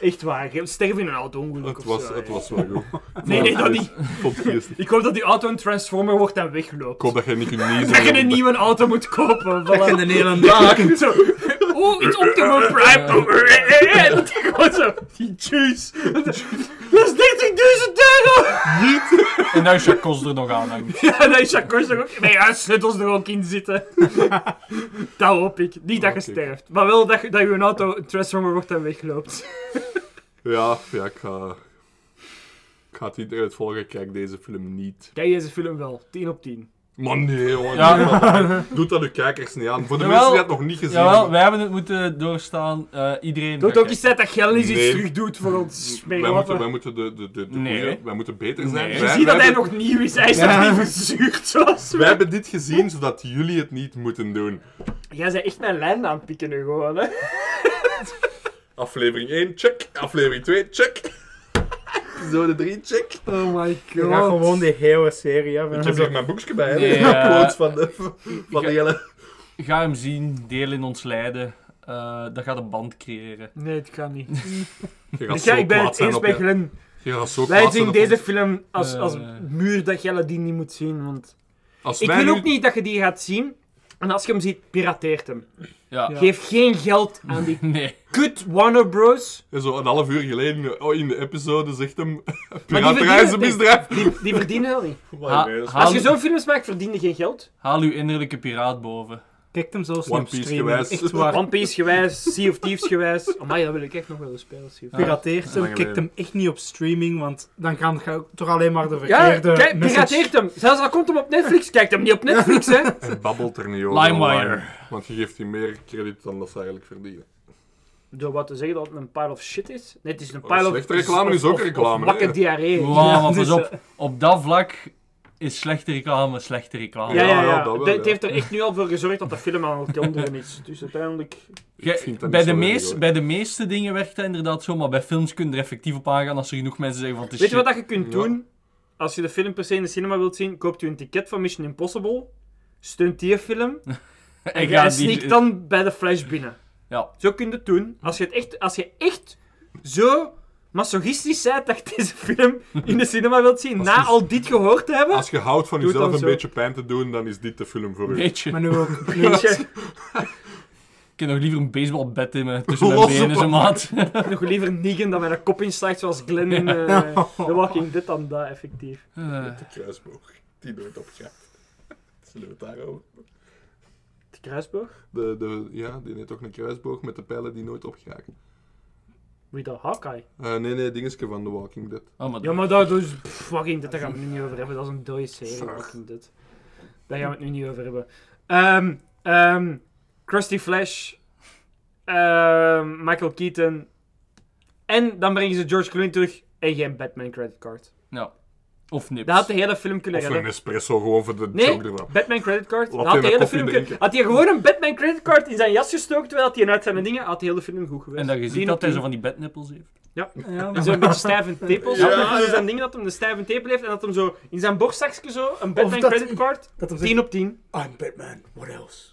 Speaker 1: Echt waar, je sterft in een auto-ongeluk
Speaker 10: Het
Speaker 1: of
Speaker 10: was,
Speaker 1: zo,
Speaker 10: het
Speaker 1: ja.
Speaker 10: was wel goed.
Speaker 1: Nee, nee, dat niet.
Speaker 10: Ik vond het eerst.
Speaker 1: Ik hoop dat die auto een Transformer wordt en wegloopt.
Speaker 10: Ik hoop dat jij niet kunt niezen.
Speaker 1: Dat je een nieuwe auto moet kopen. voilà.
Speaker 11: je een hele
Speaker 1: Zo, Oh, iets Optimum Prime. Oh, eh, eh, eh, Dat ik gewoon zo. Die juice. Dat is 30.000 euro!
Speaker 14: En nou is Jacques er nog aan. hangt.
Speaker 1: Ja, dat is Jacques er ook. Nee, ja, sleutels er ook in zitten. dat hoop ik. Niet dat je sterft. Maar wel dat, je- dat je een auto een Transformer wordt en wegloopt.
Speaker 10: Ja, ja, ik ga... Ik ga het niet uitvolgen, ik kijk deze film niet.
Speaker 1: Kijk deze film wel. 10 op 10.
Speaker 10: Man, nee, jongen.
Speaker 14: Ja.
Speaker 10: doe dat niet. Doe dat de kijkers niet aan. Voor de
Speaker 14: Jawel,
Speaker 10: mensen die dat nog niet gezien
Speaker 14: Jawel,
Speaker 10: hebben.
Speaker 14: wij hebben het moeten doorstaan. eh, iedereen.
Speaker 1: Doe het
Speaker 14: gaat
Speaker 1: ook eens tijd dat Gellis iets
Speaker 10: Nee.
Speaker 1: terug doet voor ons.
Speaker 10: Wij moeten, wij moeten, de, de, de, de
Speaker 14: Nee.
Speaker 10: goeie- wij moeten beter zijn.
Speaker 14: Nee.
Speaker 10: Wij,
Speaker 1: Je ziet dat
Speaker 10: wij
Speaker 1: hij
Speaker 10: hebben-
Speaker 1: nog nieuw is. Hij is nog niet verzuurd zoals
Speaker 10: Wij hebben dit gezien zodat jullie het niet moeten doen.
Speaker 1: Jij bent echt mijn lijn aan het pikken nu gewoon, hè.
Speaker 10: Aflevering 1, check. Aflevering 2, check. Episode 3, check.
Speaker 1: Oh my god.
Speaker 11: Je gaat gewoon die hele serie af.
Speaker 10: Ik heb hier mijn boekje bij, hè.
Speaker 14: Nee,
Speaker 10: de
Speaker 14: eh,
Speaker 10: quotes van de, van de
Speaker 14: ga-
Speaker 10: hele...
Speaker 14: Ga hem zien, deel in ons lijden. eh dat gaat een band creëren.
Speaker 1: Nee, het kan niet.
Speaker 10: Je
Speaker 1: Dus ja, ik ben het eens bij Glenn.
Speaker 10: Je gaat zo
Speaker 1: Wij
Speaker 10: kwaad zijn
Speaker 1: zien
Speaker 10: op
Speaker 1: deze
Speaker 10: ons.
Speaker 1: film als, als
Speaker 14: Eh.
Speaker 1: muur dat Jelle die niet moet zien. Want
Speaker 10: Als
Speaker 1: ik
Speaker 10: wij
Speaker 1: wil
Speaker 10: nu-
Speaker 1: ook niet dat je die gaat zien. En als je hem ziet, pirateert hem.
Speaker 14: Ja.
Speaker 1: Geef geen geld aan die
Speaker 14: Nee.
Speaker 1: kut Warner Bros.
Speaker 10: En Zo een half uur geleden oh, in de episode zegt hem...
Speaker 1: Maar die
Speaker 10: Piraterij is een
Speaker 1: verdienen-
Speaker 10: misdrijf.
Speaker 1: Die, die verdienen wel niet.
Speaker 14: Ha-
Speaker 10: nee, dat is-
Speaker 14: haal,
Speaker 1: Als je zo'n films maakt, verdien je geen geld.
Speaker 14: haal uw innerlijke piraat boven.
Speaker 11: Kijk hem zo
Speaker 10: One Piece gewijs.
Speaker 1: One Piece gewijs, Sea of Thieves gewijs. Amai, dat wil ik echt nog wel eens spelen. Sea of Thieves.
Speaker 11: Pirateert hem,
Speaker 10: Lange
Speaker 11: kijkt hem
Speaker 10: leven.
Speaker 11: echt niet op streaming, want dan gaan je toch alleen maar de
Speaker 1: Ja,
Speaker 11: verkeerde
Speaker 1: kijk,
Speaker 11: message...
Speaker 1: pirateert hem. Zelfs al komt hem op Netflix, kijkt hem niet op Netflix, hè.
Speaker 10: En babbelt er niet over.
Speaker 14: LimeWire.
Speaker 10: online. Want je geeft die meer krediet dan dat ze eigenlijk verdienen.
Speaker 1: Door wat te zeggen dat het een pile of shit is. Nee, het is een
Speaker 10: Oh,
Speaker 1: pile of...
Speaker 10: slechte reclame is ook
Speaker 1: of- of
Speaker 10: reclame,
Speaker 1: Wakke
Speaker 10: hè.
Speaker 1: diarree.
Speaker 14: Wow, maar pas
Speaker 1: Dus, eh,
Speaker 14: op. Op dat vlak is slechte reclame slechte reclame.
Speaker 1: Ja, ja,
Speaker 10: Ah, Ja,
Speaker 1: ja.
Speaker 10: ja, dat wel,
Speaker 1: Het-
Speaker 10: ja.
Speaker 1: Het heeft er echt nu al voor gezorgd dat de film aan het donderen is. Dus uiteindelijk...
Speaker 14: Jij-
Speaker 10: vind dat
Speaker 14: bij,
Speaker 10: niet
Speaker 14: de
Speaker 10: zo erg,
Speaker 14: meest,
Speaker 10: hoor.
Speaker 14: bij de meeste dingen werkt dat inderdaad zo, maar bij films kun je er effectief op aangaan als er genoeg mensen zeggen van het is
Speaker 1: Weet je wat
Speaker 14: shit.
Speaker 1: dat je kunt
Speaker 10: Ja.
Speaker 1: doen? Als je de film per se in de cinema wilt zien, koopt u een ticket van Mission Impossible, steunt die film, en
Speaker 14: Ik
Speaker 1: jij
Speaker 14: ga
Speaker 1: sneakt dan bij de Flash binnen.
Speaker 14: Ja.
Speaker 1: Zo kun je het doen. Als je, het echt, als je echt zo masochistisch bent dat je deze film in de cinema wilt zien, na
Speaker 10: je-
Speaker 1: al dit gehoord te hebben...
Speaker 10: Als je houdt van
Speaker 1: Doe het dan
Speaker 10: jezelf een
Speaker 1: zo.
Speaker 10: beetje pijn te doen, dan is dit de film voor u.
Speaker 14: Beetje.
Speaker 11: Maar nu ook...
Speaker 1: weet je,
Speaker 14: Ik heb nog liever een baseballbat in me,
Speaker 1: Oh,
Speaker 14: tussen mijn
Speaker 10: Los
Speaker 14: benen,
Speaker 10: op-
Speaker 14: zo maat.
Speaker 1: nog liever Negan dan mijn kop inslaagt zoals Glenn in eh, The Walking Dead dan dat, effectief.
Speaker 14: Eh,
Speaker 10: De kruisboog. Die nooit opgaat. Zullen we het daarover?
Speaker 1: De kruisboog?
Speaker 10: De, de, ja, die heeft toch een kruisboog met de pijlen die nooit opgaken.
Speaker 1: Wie dat? Hawkeye?
Speaker 10: Eh, nee, nee, dingetje van The Walking Dead.
Speaker 14: oh, maar
Speaker 1: Ja, maar dat is. Pff, Walking Dead, daar gaan we het nu niet over hebben. Dat is een dode serie, Walking Dead. Daar gaan we het nu niet over hebben. Ehm, ehm, Krusty Flash, ehm, Michael Keaton. En dan brengen ze George Clooney terug en geen Batman creditcard.
Speaker 14: ja. Of nips.
Speaker 1: Dat had de hele film kunnen
Speaker 10: Of een
Speaker 1: redden.
Speaker 10: espresso gewoon voor de
Speaker 1: Nee,
Speaker 10: joke ervan.
Speaker 1: Batman creditcard.
Speaker 10: Laat
Speaker 1: Dat had
Speaker 10: hij
Speaker 1: de
Speaker 10: een
Speaker 1: hele
Speaker 10: koffie
Speaker 1: film
Speaker 10: drinken.
Speaker 1: kunnen... Had hij gewoon een Batman creditcard in zijn jas gestoken terwijl hij uit zijn dingen... Had de hele film goed geweest.
Speaker 14: En dat je ziet
Speaker 1: Tien
Speaker 14: dat
Speaker 1: op
Speaker 14: hij zo
Speaker 1: tien.
Speaker 14: van die bednippels heeft.
Speaker 1: Ja.
Speaker 11: Ja,
Speaker 1: En
Speaker 11: maar-
Speaker 1: zo een beetje stijve tepels.
Speaker 10: Ja.
Speaker 1: Dat is een ding dat hem de stijve tepel heeft en dat hem zo in zijn borstzakje zo een Batman
Speaker 11: dat-
Speaker 1: creditcard.
Speaker 11: dat hem
Speaker 1: 10 op 10.
Speaker 11: I'm Batman, what else?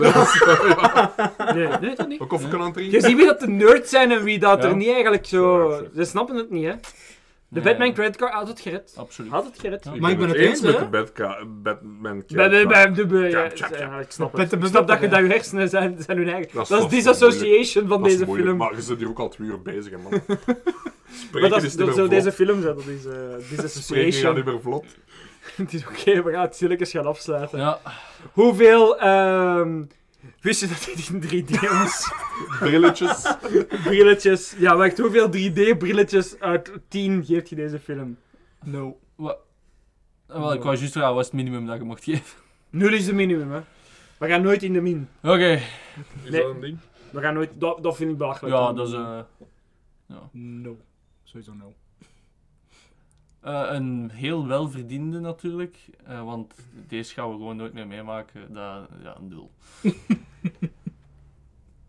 Speaker 10: else?
Speaker 1: Nee, nee, toch niet.
Speaker 10: Een koffie kan aan het drinken?
Speaker 1: Ah, Je ziet wie dat de nerds zijn en wie dat
Speaker 14: Ja.
Speaker 1: er niet eigenlijk zo. Ze snappen het niet, hè? De
Speaker 14: Nee.
Speaker 1: Batman creditcard had het gered.
Speaker 14: Absoluut.
Speaker 1: Had het gered.
Speaker 14: Ja.
Speaker 10: Ik
Speaker 11: Maar ik ben
Speaker 10: het
Speaker 11: het
Speaker 10: eens
Speaker 11: eens,
Speaker 10: met
Speaker 11: hè?
Speaker 10: de Batka- Batman
Speaker 1: Bij- bij- bij- bij-
Speaker 10: character.
Speaker 1: bij- ja,
Speaker 10: Tjap, tjap, tjap.
Speaker 1: ja, Ik snap het.
Speaker 11: Batman-
Speaker 1: Ik snap dat je
Speaker 11: Batman,
Speaker 1: dat je hersenen zijn, zijn hun eigen. Dat
Speaker 10: Dat is-
Speaker 1: is,
Speaker 10: dat is
Speaker 1: disassociation van
Speaker 10: Dat is
Speaker 1: deze
Speaker 10: moeilijk,
Speaker 1: film.
Speaker 10: Maar je zit hier ook al twee uur bezig, hè, man. Spreken
Speaker 1: Maar dat
Speaker 10: is
Speaker 1: is dat
Speaker 10: niet meer
Speaker 1: zo
Speaker 10: vlot.
Speaker 1: deze film zijn, dat is eh,
Speaker 10: Spreken gaat niet
Speaker 1: disassociation.
Speaker 10: meer vlot.
Speaker 1: Het is oké, we gaan het stilletjes gaan afsluiten.
Speaker 14: Ja.
Speaker 1: Hoeveel ehm, wist je dat dit in 3D was?
Speaker 10: Brilletjes.
Speaker 1: brilletjes. Ja, wacht, hoeveel 3D-brilletjes uit 10 geeft je deze film?
Speaker 11: No.
Speaker 14: Wa- eh, Wel, ik wou juist vragen, wat is het minimum dat je mocht geven?
Speaker 1: 0 is de minimum, hè? We gaan nooit in de min.
Speaker 14: Oké,
Speaker 10: Is
Speaker 1: Nee.
Speaker 10: dat een ding?
Speaker 1: We gaan nooit, dat, dat vind ik belachelijk.
Speaker 14: ja, dat is eh,
Speaker 11: No. Sowieso no.
Speaker 14: eh, een heel welverdiende natuurlijk. eh, want deze gaan we gewoon nooit meer meemaken. Dat, ja, een nul.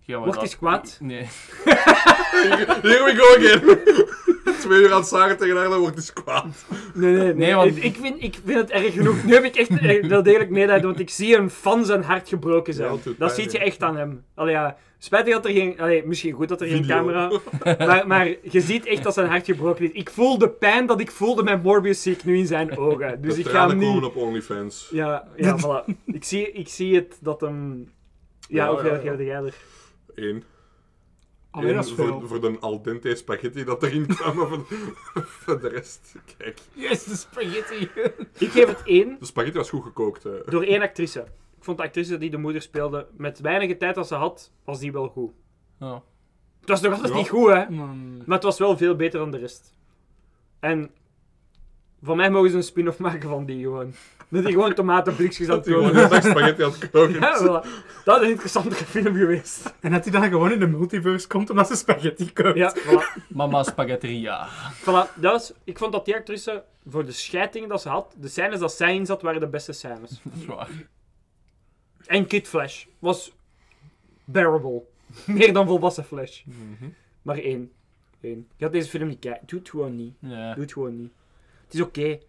Speaker 12: Gaan we
Speaker 1: Word
Speaker 12: dat-
Speaker 1: eens kwaad.
Speaker 12: Nee.
Speaker 10: Here we go again. Twee uur aan het zagen tegen haar, dan wordt het kwaad.
Speaker 1: Nee, nee, nee.
Speaker 10: Nee, want-
Speaker 1: ik, ik vind, ik vind het erg genoeg. Nu heb ik echt eh, wel degelijk medelijden, want ik zie hem van zijn hart gebroken zijn.
Speaker 10: doet
Speaker 1: dat
Speaker 10: pijn,
Speaker 1: ziet je echt aan hem. Allee, ja, spijtig dat er geen... Allee, misschien goed dat er geen
Speaker 10: Video.
Speaker 1: camera... Maar, maar je ziet echt dat zijn hart gebroken is. Ik voel de pijn dat ik voelde met Morbius zie ik nu in zijn ogen. Dus
Speaker 10: de
Speaker 1: ik ga
Speaker 10: tranen
Speaker 1: hem niet...
Speaker 10: komen op OnlyFans.
Speaker 1: Ja, ja, voilà. Ik zie, ik zie het dat hem... Ja,
Speaker 10: Ja,
Speaker 1: hoeveel
Speaker 10: ja, ja.
Speaker 1: geef jij er?
Speaker 10: Eén.
Speaker 1: Allee,
Speaker 10: Eén
Speaker 1: dat is veel.
Speaker 10: voor, voor de al dente spaghetti dat erin kwam, maar voor, voor de rest, kijk.
Speaker 1: Yes, de spaghetti. Ik geef het één.
Speaker 10: De spaghetti was goed gekookt. hè.
Speaker 1: Door één actrice. Ik vond de actrice die de moeder speelde, met weinige tijd dat ze had, was die wel goed.
Speaker 12: Ja.
Speaker 1: Het was nog altijd
Speaker 12: Ja.
Speaker 1: niet goed, hè?
Speaker 12: Mm.
Speaker 1: Maar het was wel veel beter dan de rest. En van mij mogen ze een spin-off maken van die gewoon. Dat die gewoon tomatenblikjes aan het
Speaker 10: Die gewoon
Speaker 1: koken is.
Speaker 10: een zak spaghetti aan het koken is.
Speaker 1: Ja, voilà. Dat is een interessantere film geweest.
Speaker 11: En dat hij dan gewoon in de multiverse komt omdat ze spaghetti kookt.
Speaker 1: Ja, voilà.
Speaker 12: Mama Spaghetteria.
Speaker 1: Voilà, dat was, ik vond dat die actrice, voor de scheiding dat ze had, de scènes dat zij in zat, waren de beste scènes. Dat
Speaker 12: is waar.
Speaker 1: En Kid Flash was bearable. Meer dan volwassen Flash.
Speaker 10: Mhm.
Speaker 1: Maar één. één. Je had deze film niet kijken. Doe het gewoon niet.
Speaker 12: Ja.
Speaker 1: Doe het gewoon niet. Het is oké. Het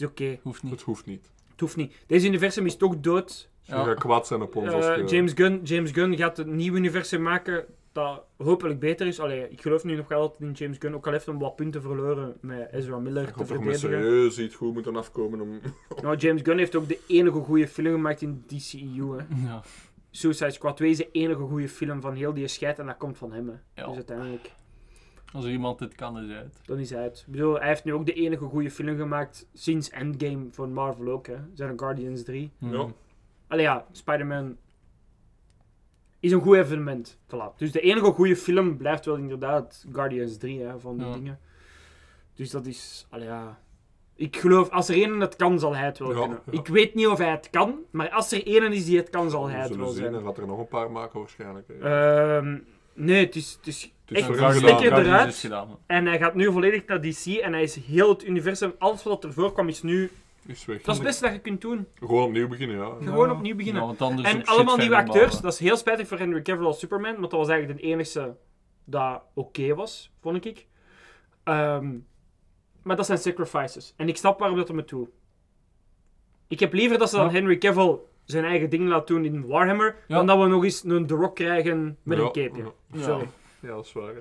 Speaker 1: is oké.
Speaker 12: Hoeft niet.
Speaker 10: Het hoeft niet.
Speaker 1: Het hoeft niet. Deze universum is toch dood.
Speaker 10: Je gaat kwaad zijn op ons
Speaker 1: Eh,
Speaker 10: als je-
Speaker 1: James, Gunn, James Gunn gaat een nieuw universum maken dat hopelijk beter is. Allee, ik geloof nu nog altijd in James Gunn, ook al heeft hij wat punten verloren met Ezra Miller
Speaker 10: Ik
Speaker 1: te
Speaker 10: had toch met
Speaker 1: verdedigen.
Speaker 10: serieus iets goed moeten afkomen om...
Speaker 1: Nou, James Gunn heeft ook de enige goede film gemaakt in DCEU. Hè.
Speaker 12: Ja.
Speaker 1: Suicide Squad 2 is de enige goede film van heel die scheid en dat komt van hem. Hè.
Speaker 12: Ja.
Speaker 1: Dus uiteindelijk,
Speaker 12: Als er iemand dit kan, is hij uit.
Speaker 1: dan is hij uit. Ik bedoel, hij heeft nu ook de enige goede film gemaakt sinds Endgame van Marvel ook. Hè. Zijn Guardians 3.
Speaker 12: Ja.
Speaker 1: Allee ja, Spider-Man is een goed evenement. Voilà. Dus de enige goede film blijft wel inderdaad Guardians 3 hè, van die
Speaker 12: Ja.
Speaker 1: dingen. Dus dat is, allee ja. Ik geloof, als er één het kan, zal hij het wel
Speaker 10: Ja,
Speaker 1: kunnen.
Speaker 10: ja.
Speaker 1: Ik weet niet of hij het kan, maar als er één is die het kan, zal hij
Speaker 10: We
Speaker 1: het wel
Speaker 10: zullen zien,
Speaker 1: zijn.
Speaker 10: en gaat er nog een paar maken waarschijnlijk. hè.
Speaker 1: Ehm, nee, het is, het is
Speaker 10: Het is
Speaker 1: echt
Speaker 10: voor hem
Speaker 1: slikker
Speaker 10: gedaan.
Speaker 1: eruit.
Speaker 10: Guardians is gedaan.
Speaker 1: En hij gaat nu volledig naar DC en hij is heel het universum. Alles wat ervoor kwam is nu...
Speaker 10: Is weg.
Speaker 1: Dat is het beste dat je kunt doen.
Speaker 10: Gewoon opnieuw beginnen, ja.
Speaker 1: Gewoon opnieuw beginnen.
Speaker 12: Ja, want anders ook
Speaker 1: en
Speaker 12: shit
Speaker 1: allemaal
Speaker 12: verder
Speaker 1: nieuwe acteurs.
Speaker 12: bouwen.
Speaker 1: Dat is heel spijtig voor Henry Cavill als Superman, want dat was eigenlijk de enige dat oké was, vond ik. Ehm, maar dat zijn sacrifices. En ik snap waarom dat er me toe. Ik heb liever dat ze dan Henry Cavill zijn eigen ding laat doen in Warhammer, dan dat we nog eens een The Rock krijgen met
Speaker 10: Ja,
Speaker 1: een capeje.
Speaker 10: ja.
Speaker 1: Sorry.
Speaker 10: Ja, dat is waar. hè.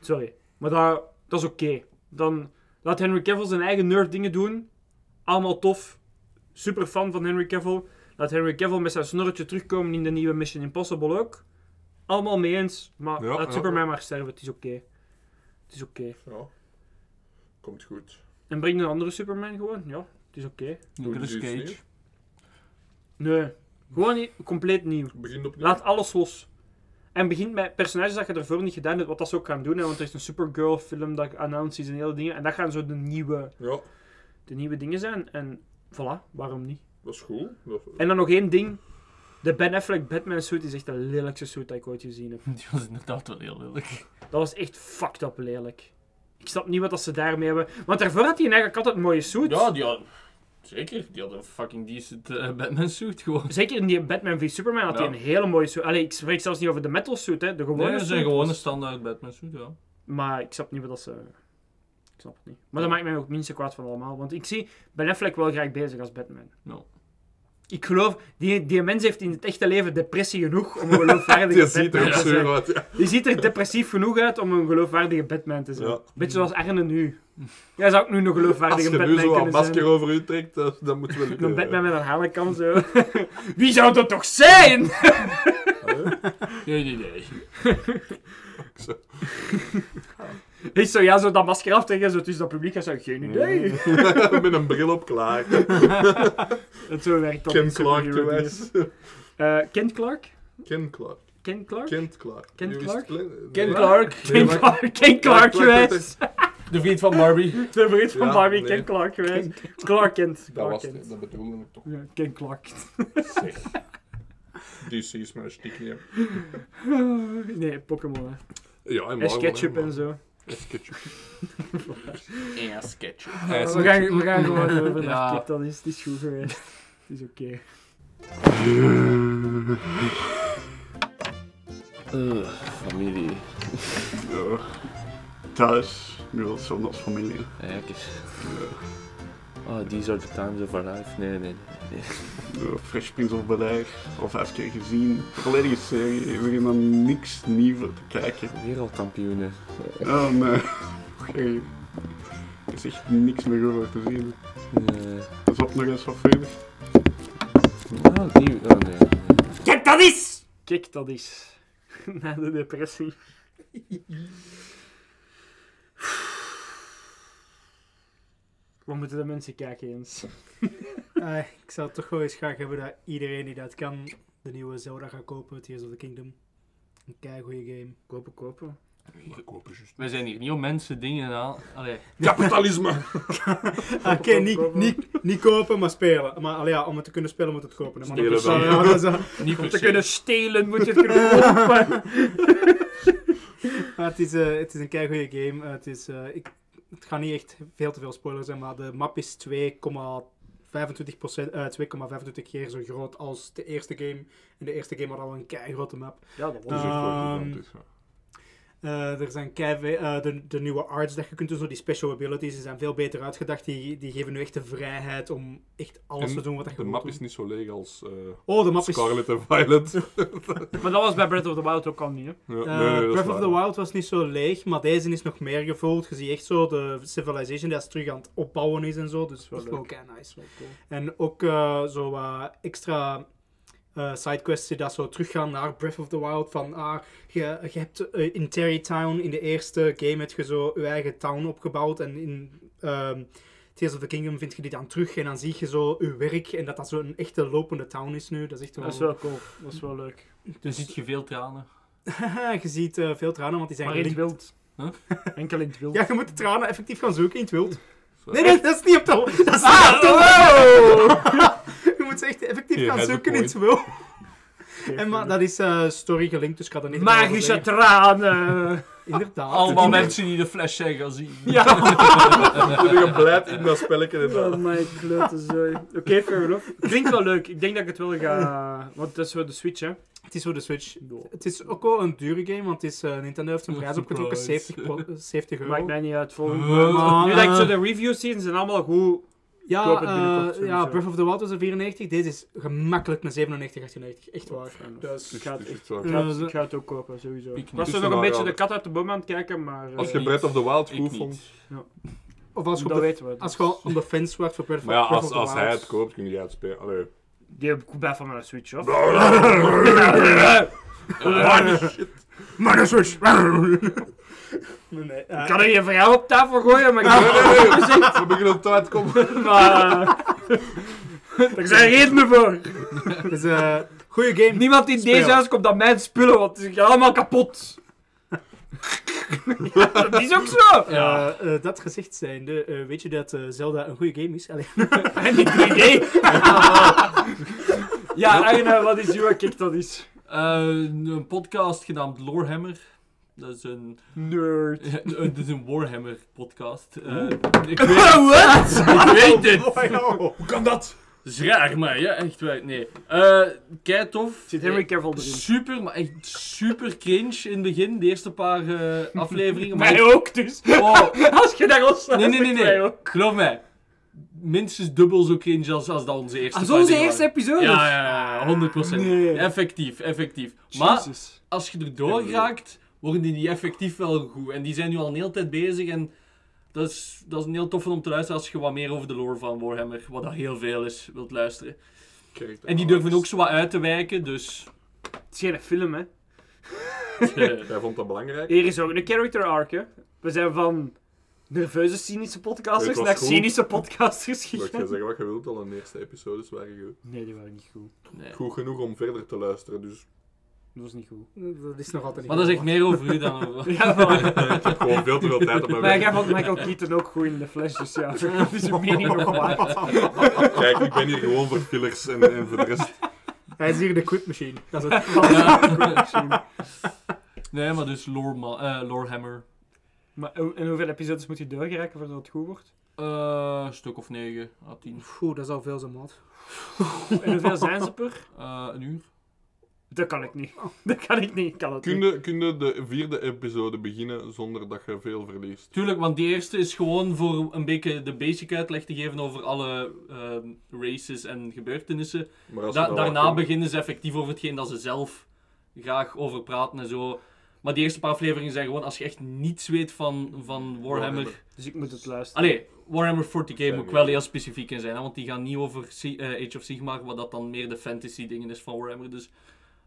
Speaker 1: Sorry. Maar dat, dat is oké. Dan laat Henry Cavill zijn eigen nerd dingen doen. Allemaal tof. Super fan van Henry Cavill. Laat Henry Cavill met zijn snorretje terugkomen in de nieuwe Mission Impossible ook. Allemaal mee eens. Maar
Speaker 10: Ja,
Speaker 1: laat
Speaker 10: ja,
Speaker 1: Superman
Speaker 10: ja.
Speaker 1: maar sterven. Het is oké. Het is oké.
Speaker 10: Komt goed.
Speaker 1: En breng een andere Superman gewoon. Ja, het is oké.
Speaker 12: Nicolas
Speaker 10: Doe die iets
Speaker 12: Cage.
Speaker 1: Nee. Gewoon niet, compleet nieuw. Laat alles los. En begint met personages dat je ervoor niet gedaan hebt, wat dat ze ook gaan doen. Hè, want er is een Supergirl film dat announced is en hele dingen. En dat gaan zo de nieuwe,
Speaker 10: Ja.
Speaker 1: de nieuwe dingen zijn. En voilà, waarom niet?
Speaker 10: Dat is goed. Dat-
Speaker 1: En dan nog één ding. De Ben Affleck Batman suit is echt de lelijkste suit dat ik ooit gezien heb.
Speaker 12: Die was inderdaad wel heel lelijk.
Speaker 1: Dat was echt fucked up lelijk. Ik snap niet wat dat ze daarmee hebben. Want daarvoor had hij eigenlijk altijd een mooie suit.
Speaker 12: Ja, die had... Zeker, die had een fucking decent eh, Batman suit gewoon.
Speaker 1: Zeker in die Batman v Superman had hij
Speaker 12: Ja.
Speaker 1: een hele mooie suit. Allee, ik spreek zelfs niet over de metal suit, hè. De gewone
Speaker 12: Nee, dat
Speaker 1: suit.
Speaker 12: zijn gewoon een standaard Batman suit, ja.
Speaker 1: Maar ik snap niet wat dat ze... Ik snap het niet. Maar dat maakt mij ook het minste kwaad van allemaal. Want ik zie Ben Affleck wel graag bezig als Batman.
Speaker 12: No.
Speaker 1: Ik geloof, die, die mens heeft in het echte leven depressie genoeg om een geloofwaardige Batman
Speaker 10: Die ziet er ook
Speaker 1: te
Speaker 10: zo
Speaker 1: zijn.
Speaker 10: uit, ja.
Speaker 1: Die ziet er depressief genoeg uit om een geloofwaardige Batman te zijn.
Speaker 10: Ja.
Speaker 1: Beetje zoals Arne nu. Jij zou ook nu een
Speaker 10: Als
Speaker 1: geloofwaardige
Speaker 10: je
Speaker 1: Batman
Speaker 10: nu
Speaker 1: kunnen
Speaker 10: zo
Speaker 1: zijn.
Speaker 10: een masker over u trekt, dat, dat moet wel lukken.
Speaker 1: Een Batman met een hanenkam zo. Wie zou dat toch zijn?
Speaker 12: Nee, nee, nee.
Speaker 10: Zo.
Speaker 1: Is zo, ja, zo dat masker aftrekken, zo tussen dat publiek, hij zou geen idee.
Speaker 10: met een bril op klaar.
Speaker 1: Dat zo werkt dat
Speaker 10: Ken
Speaker 1: in
Speaker 10: Clark
Speaker 1: superhero
Speaker 10: geweest.
Speaker 1: dingen. Eh, Ken Clark?
Speaker 10: Ken Clark.
Speaker 1: Ken Clark?
Speaker 10: Kent Clark.
Speaker 1: Ken
Speaker 10: Die
Speaker 1: Clark?
Speaker 10: wist- Nee,
Speaker 1: Ken
Speaker 10: nee.
Speaker 1: Clark?
Speaker 10: Nee,
Speaker 1: Ken
Speaker 10: maar-
Speaker 1: Clark? Ken Clark geweest?
Speaker 12: De vriend van Barbie.
Speaker 1: De vriend van
Speaker 10: Ja,
Speaker 1: Barbie,
Speaker 10: nee.
Speaker 1: Ken Clark geweest. Clark Kent.
Speaker 10: Dat
Speaker 1: Clark
Speaker 10: was
Speaker 1: Kent.
Speaker 10: het, dat bedoelde ik toch.
Speaker 1: Ja, Ken Clark.
Speaker 10: Zeg. DC smash die knieën.
Speaker 1: nee, Pokémon hè.
Speaker 10: Ja, en
Speaker 1: En
Speaker 10: Marvel,
Speaker 1: Ketchup
Speaker 10: hè,
Speaker 1: en zo.
Speaker 10: En Sketchup.
Speaker 12: Ja, sketch.
Speaker 1: We gaan, we gaan gewoon over naar
Speaker 12: Ja.
Speaker 1: Kijk, dat is, het is goed geweest. Het is oké.
Speaker 15: Eh, familie. Ja. Thuis. Nu wel soms als familie. Eikes. Oh, these are the times of our life. Nee, nee, nee. Ja, Fresh Prince of Bel-Air. Al vijf keer gezien. Volledige serie. We hebben dan niks nieuws voor te kijken. Wereldkampioenen. Oh, nee. Geen- Er is echt niks meer over te zien. Nee. Dat is op nog eens wat verder. Oh, die... Oh, nee.
Speaker 1: Kijk dat is! Kijk dat is. Na de depressie. Wat moeten de mensen kijken eens?
Speaker 11: Eh, ik zou het toch wel eens graag hebben dat iedereen die dat kan de nieuwe Zelda gaat kopen, Tears of the Kingdom. Een kei goede game.
Speaker 1: Kopen, kopen.
Speaker 16: Wij zijn hier niet om mensen dingen aan. Allee.
Speaker 11: Ah, Oké, niet, niet, niet kopen, maar spelen. Maar allee, ja, om het te kunnen spelen moet het kopen. hè, man.
Speaker 16: Stelen
Speaker 11: Sorry,
Speaker 16: wel.
Speaker 11: ja, dat is-
Speaker 16: Niet
Speaker 1: Om te kunnen stelen moet je het kunnen kopen.
Speaker 11: maar het is, eh, het is een kei goede game. Eh, het, is, eh, ik, het gaat niet echt veel te veel spoilers zijn, maar de map is 2,25 eh, 2,25 keer zo groot als de eerste game. En de eerste game had al een kei grote map.
Speaker 1: Ja,
Speaker 10: dus
Speaker 1: dat was
Speaker 11: Ehm,
Speaker 1: echt wel
Speaker 10: gigantisch,
Speaker 11: eh, er zijn kei ve- eh, de, de nieuwe arts dat je kunt doen, zo die special abilities, die zijn veel beter uitgedacht. Die, die geven nu echt de vrijheid om echt alles
Speaker 10: En
Speaker 11: te doen wat dat je
Speaker 10: de
Speaker 11: wilt
Speaker 10: map
Speaker 11: doen.
Speaker 10: is niet zo leeg als eh,
Speaker 11: Oh, de map is-
Speaker 10: Scarlet en Violet.
Speaker 1: maar dat was bij Breath of the Wild ook al niet, hè?
Speaker 10: Ja,
Speaker 11: Eh,
Speaker 10: nee, nee, dat is
Speaker 11: Breath of
Speaker 10: waar.
Speaker 11: the Wild was niet zo leeg, maar deze is nog meer gevuld. Je ziet echt zo de civilization die als terug aan het opbouwen is en zo. Dus dat is wel kei nice. En ook eh, zo wat extra eh, sidequests die dat zo teruggaan naar Breath of the Wild. Van, ah, je, je hebt eh, in Terrytown, in de eerste game, heb je zo je eigen town opgebouwd. En in ehm, Tears of the Kingdom vind je die dan terug. En dan zie je zo je werk en dat dat zo een echte lopende town is nu. Dat is echt wel...
Speaker 1: Dat is wel cool. Dat is wel leuk.
Speaker 16: Dan ziet je veel tranen.
Speaker 11: je ziet eh, veel tranen, want die zijn
Speaker 1: Maar in het
Speaker 11: gelinkt.
Speaker 1: wild. Enkel in het wild.
Speaker 11: Ja, je moet de tranen effectief gaan zoeken in het wild. Nee, nee, dat is niet op de Dat is niet
Speaker 1: Ah,
Speaker 11: op de Je moet ze echt effectief
Speaker 1: Hier,
Speaker 11: gaan
Speaker 1: hij is
Speaker 11: zoeken
Speaker 1: ook
Speaker 11: in het wild. En maar dat is eh, story gelinkt, dus ik ga dat niet meer over
Speaker 1: Magische
Speaker 11: zeggen.
Speaker 1: tranen!
Speaker 11: Inderdaad.
Speaker 16: Allemaal
Speaker 11: Inder-
Speaker 16: mensen die de fles zijn gaan zien.
Speaker 1: Ja.
Speaker 10: blijft in dat spelletje inderdaad.
Speaker 1: Oh my kleuterzooi. Oké, fair enough. Klinkt wel leuk. Ik denk dat ik het wel ga... Want dat is wel de Switch, hè?
Speaker 11: Het is voor de Switch. Het is ook wel een dure game, want het is, eh, Nintendo heeft een prijs opgetrokken,
Speaker 1: Surprise.
Speaker 11: 70, pro- eh, 70 euro.
Speaker 1: Maakt mij niet uit. Volgende
Speaker 11: Huh?
Speaker 1: maand. Nu dat ik zo
Speaker 11: Maar,
Speaker 1: de reviews zie, ze zijn allemaal goed. Ik
Speaker 11: Ja,
Speaker 1: koop het binnenkort
Speaker 11: eh, ja
Speaker 1: sowieso.
Speaker 11: Breath of the Wild was een 94, deze is gemakkelijk een 97, 98. Echt waar. Dus,
Speaker 1: Ik ga het, echt-
Speaker 11: Eh,
Speaker 1: ik ga het-
Speaker 11: ze-
Speaker 1: ik ga het ook kopen, sowieso. Ik
Speaker 11: Piek
Speaker 1: was
Speaker 11: niet.
Speaker 1: er nog een beetje
Speaker 11: Tussen-
Speaker 1: de kat uit de boom aan het kijken, maar... eh,
Speaker 10: Als je Breath of the Wild goed vond.
Speaker 1: Ja.
Speaker 11: Of als je, op
Speaker 1: Dat
Speaker 11: de,
Speaker 1: weten we,
Speaker 11: als
Speaker 1: dus.
Speaker 11: je on the fence wordt voor Breath
Speaker 10: Maar ja,
Speaker 11: Breath
Speaker 10: als,
Speaker 11: of the
Speaker 10: als hij
Speaker 11: Wild.
Speaker 10: het koopt, kun je het spelen. Allee.
Speaker 1: Dus Die blijft van mijn Switch af.
Speaker 11: Mijn Switch!
Speaker 1: Ik kan er je verhaal op tafel gooien, maar ik
Speaker 10: We beginnen op tijd komen.
Speaker 1: Maar... Er zijn redenen voor.
Speaker 11: Het is een goede game.
Speaker 1: Niemand in deze
Speaker 11: Speel.
Speaker 1: huis komt aan mijn spullen, want ze gaan allemaal kapot. Ja, dat is ook zo.
Speaker 11: Ja. Eh, dat gezegd zijnde, eh, weet je dat eh, Zelda een goede game is? Allee.
Speaker 1: En ik heb idee. Ja, Arne, wat is jouw kick dat is?
Speaker 12: Eh, een podcast genaamd Lorehammer. Dat is een...
Speaker 1: Nerd.
Speaker 12: Ja, eh, dit is een Warhammer podcast. Eh,
Speaker 1: Oeh.
Speaker 12: ik weet
Speaker 1: Wat? oh.
Speaker 12: Ik weet het!
Speaker 1: Wow.
Speaker 12: Hoe kan dat? Zraag maar, ja, echt waar. Nee. Eh kei tof.
Speaker 1: Zit Henry Cavill erin?
Speaker 12: Super, maar echt super cringe in het begin. De eerste paar eh, afleveringen.
Speaker 1: Mij ook dus. Als je daar ons
Speaker 12: Nee, nee, nee.
Speaker 1: Mij
Speaker 12: nee. Geloof mij. Minstens dubbel zo cringe als, als dat onze eerste
Speaker 1: Als
Speaker 12: paar
Speaker 1: onze
Speaker 12: dingen
Speaker 1: eerste
Speaker 12: waren.
Speaker 1: episode?
Speaker 12: Ja, ja, ja, 100 Effectief, effectief. Maar
Speaker 1: Jezus.
Speaker 12: als je erdoor raakt, worden die niet effectief wel goed. En die zijn nu al een hele tijd bezig. En dat is, dat is een heel tof om te luisteren als je wat meer over de lore van Warhammer, wat dat heel veel is, wilt luisteren. en
Speaker 10: Oh,
Speaker 12: die durven ook zo wat uit te wijken, dus...
Speaker 1: Het is geen film, hè?
Speaker 10: Hij vond dat belangrijk.
Speaker 1: Hier is ook een character arc, hè. We zijn van nerveuze, cynische
Speaker 10: Het
Speaker 1: podcasters
Speaker 10: was
Speaker 1: naar
Speaker 10: goed.
Speaker 1: cynische podcasters
Speaker 10: Mag jij
Speaker 1: gegaan.
Speaker 10: zeggen wat je wilt, al de eerste episodes waren goed.
Speaker 1: Nee, die waren niet goed.
Speaker 10: Goed genoeg om verder te luisteren, dus...
Speaker 1: Dat was niet goed.
Speaker 11: Dat is nog altijd
Speaker 12: Maar dat zegt meer over u dan over...
Speaker 1: Ja, maar...
Speaker 10: Ik heb gewoon veel te veel tijd op mijn
Speaker 1: Maar
Speaker 10: werk.
Speaker 1: jij vond Michael Keaton ook goed in de Flash, dus ja, dat is uw mening nog
Speaker 11: Oh,
Speaker 1: waard.
Speaker 10: Kijk, ik ben hier gewoon voor killers en, en voor de rest.
Speaker 11: Hij is hier de quit machine. Dat is het.
Speaker 12: Ja. Nee, maar dus lore, ma- eh, Lorehammer.
Speaker 1: Maar hoe- en hoeveel episodes moet je doorgeraken voordat het goed wordt?
Speaker 12: Eh, een stuk of 9 à 10.
Speaker 11: Oeh, dat is al veel zo maat.
Speaker 1: En hoeveel zijn ze per?
Speaker 12: een Eh, uur.
Speaker 1: Dat kan ik niet. Dat kan ik niet. Ik Kan het
Speaker 10: Kun
Speaker 1: niet.
Speaker 10: je, kun je de vierde episode beginnen zonder dat je veel verliest?
Speaker 12: Tuurlijk, want die eerste is gewoon voor een beetje de basic uitleg te geven over alle ehm, races en gebeurtenissen.
Speaker 10: Maar als
Speaker 12: Da-
Speaker 10: ze dat wel
Speaker 12: daarna
Speaker 10: kunnen.
Speaker 12: beginnen ze effectief over hetgeen dat ze zelf graag over praten en zo. Maar die eerste paar afleveringen zijn gewoon als je echt niets weet van, van Warhammer.
Speaker 1: Warhammer. Dus ik moet het luisteren.
Speaker 12: Allee, Warhammer 40k moet
Speaker 1: niet.
Speaker 12: ik wel heel specifiek in zijn, hè, want die gaan niet over Si- eh, Age of Sigmar, wat dat dan meer de fantasy dingen is van Warhammer. Dus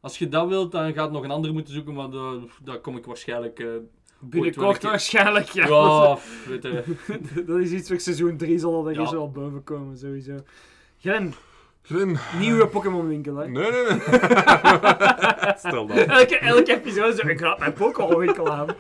Speaker 12: als je dat wilt, dan gaat nog een andere moeten zoeken, maar daar- daar kom ik waarschijnlijk... eh, ooit wel een
Speaker 1: Binnenkort
Speaker 12: keer-
Speaker 1: waarschijnlijk, ja.
Speaker 12: Ja, pff, weet je.
Speaker 1: dat is iets voor seizoen 3 zal dat
Speaker 12: Ja.
Speaker 1: eens wel boven komen, sowieso. Glen.
Speaker 10: Glen.
Speaker 1: Nieuwe Pokémon winkel, hè?
Speaker 10: Nee, nee, nee. Stel dat.
Speaker 1: Elke, elke episode zo, ik ga mijn Pokémon winkel aan.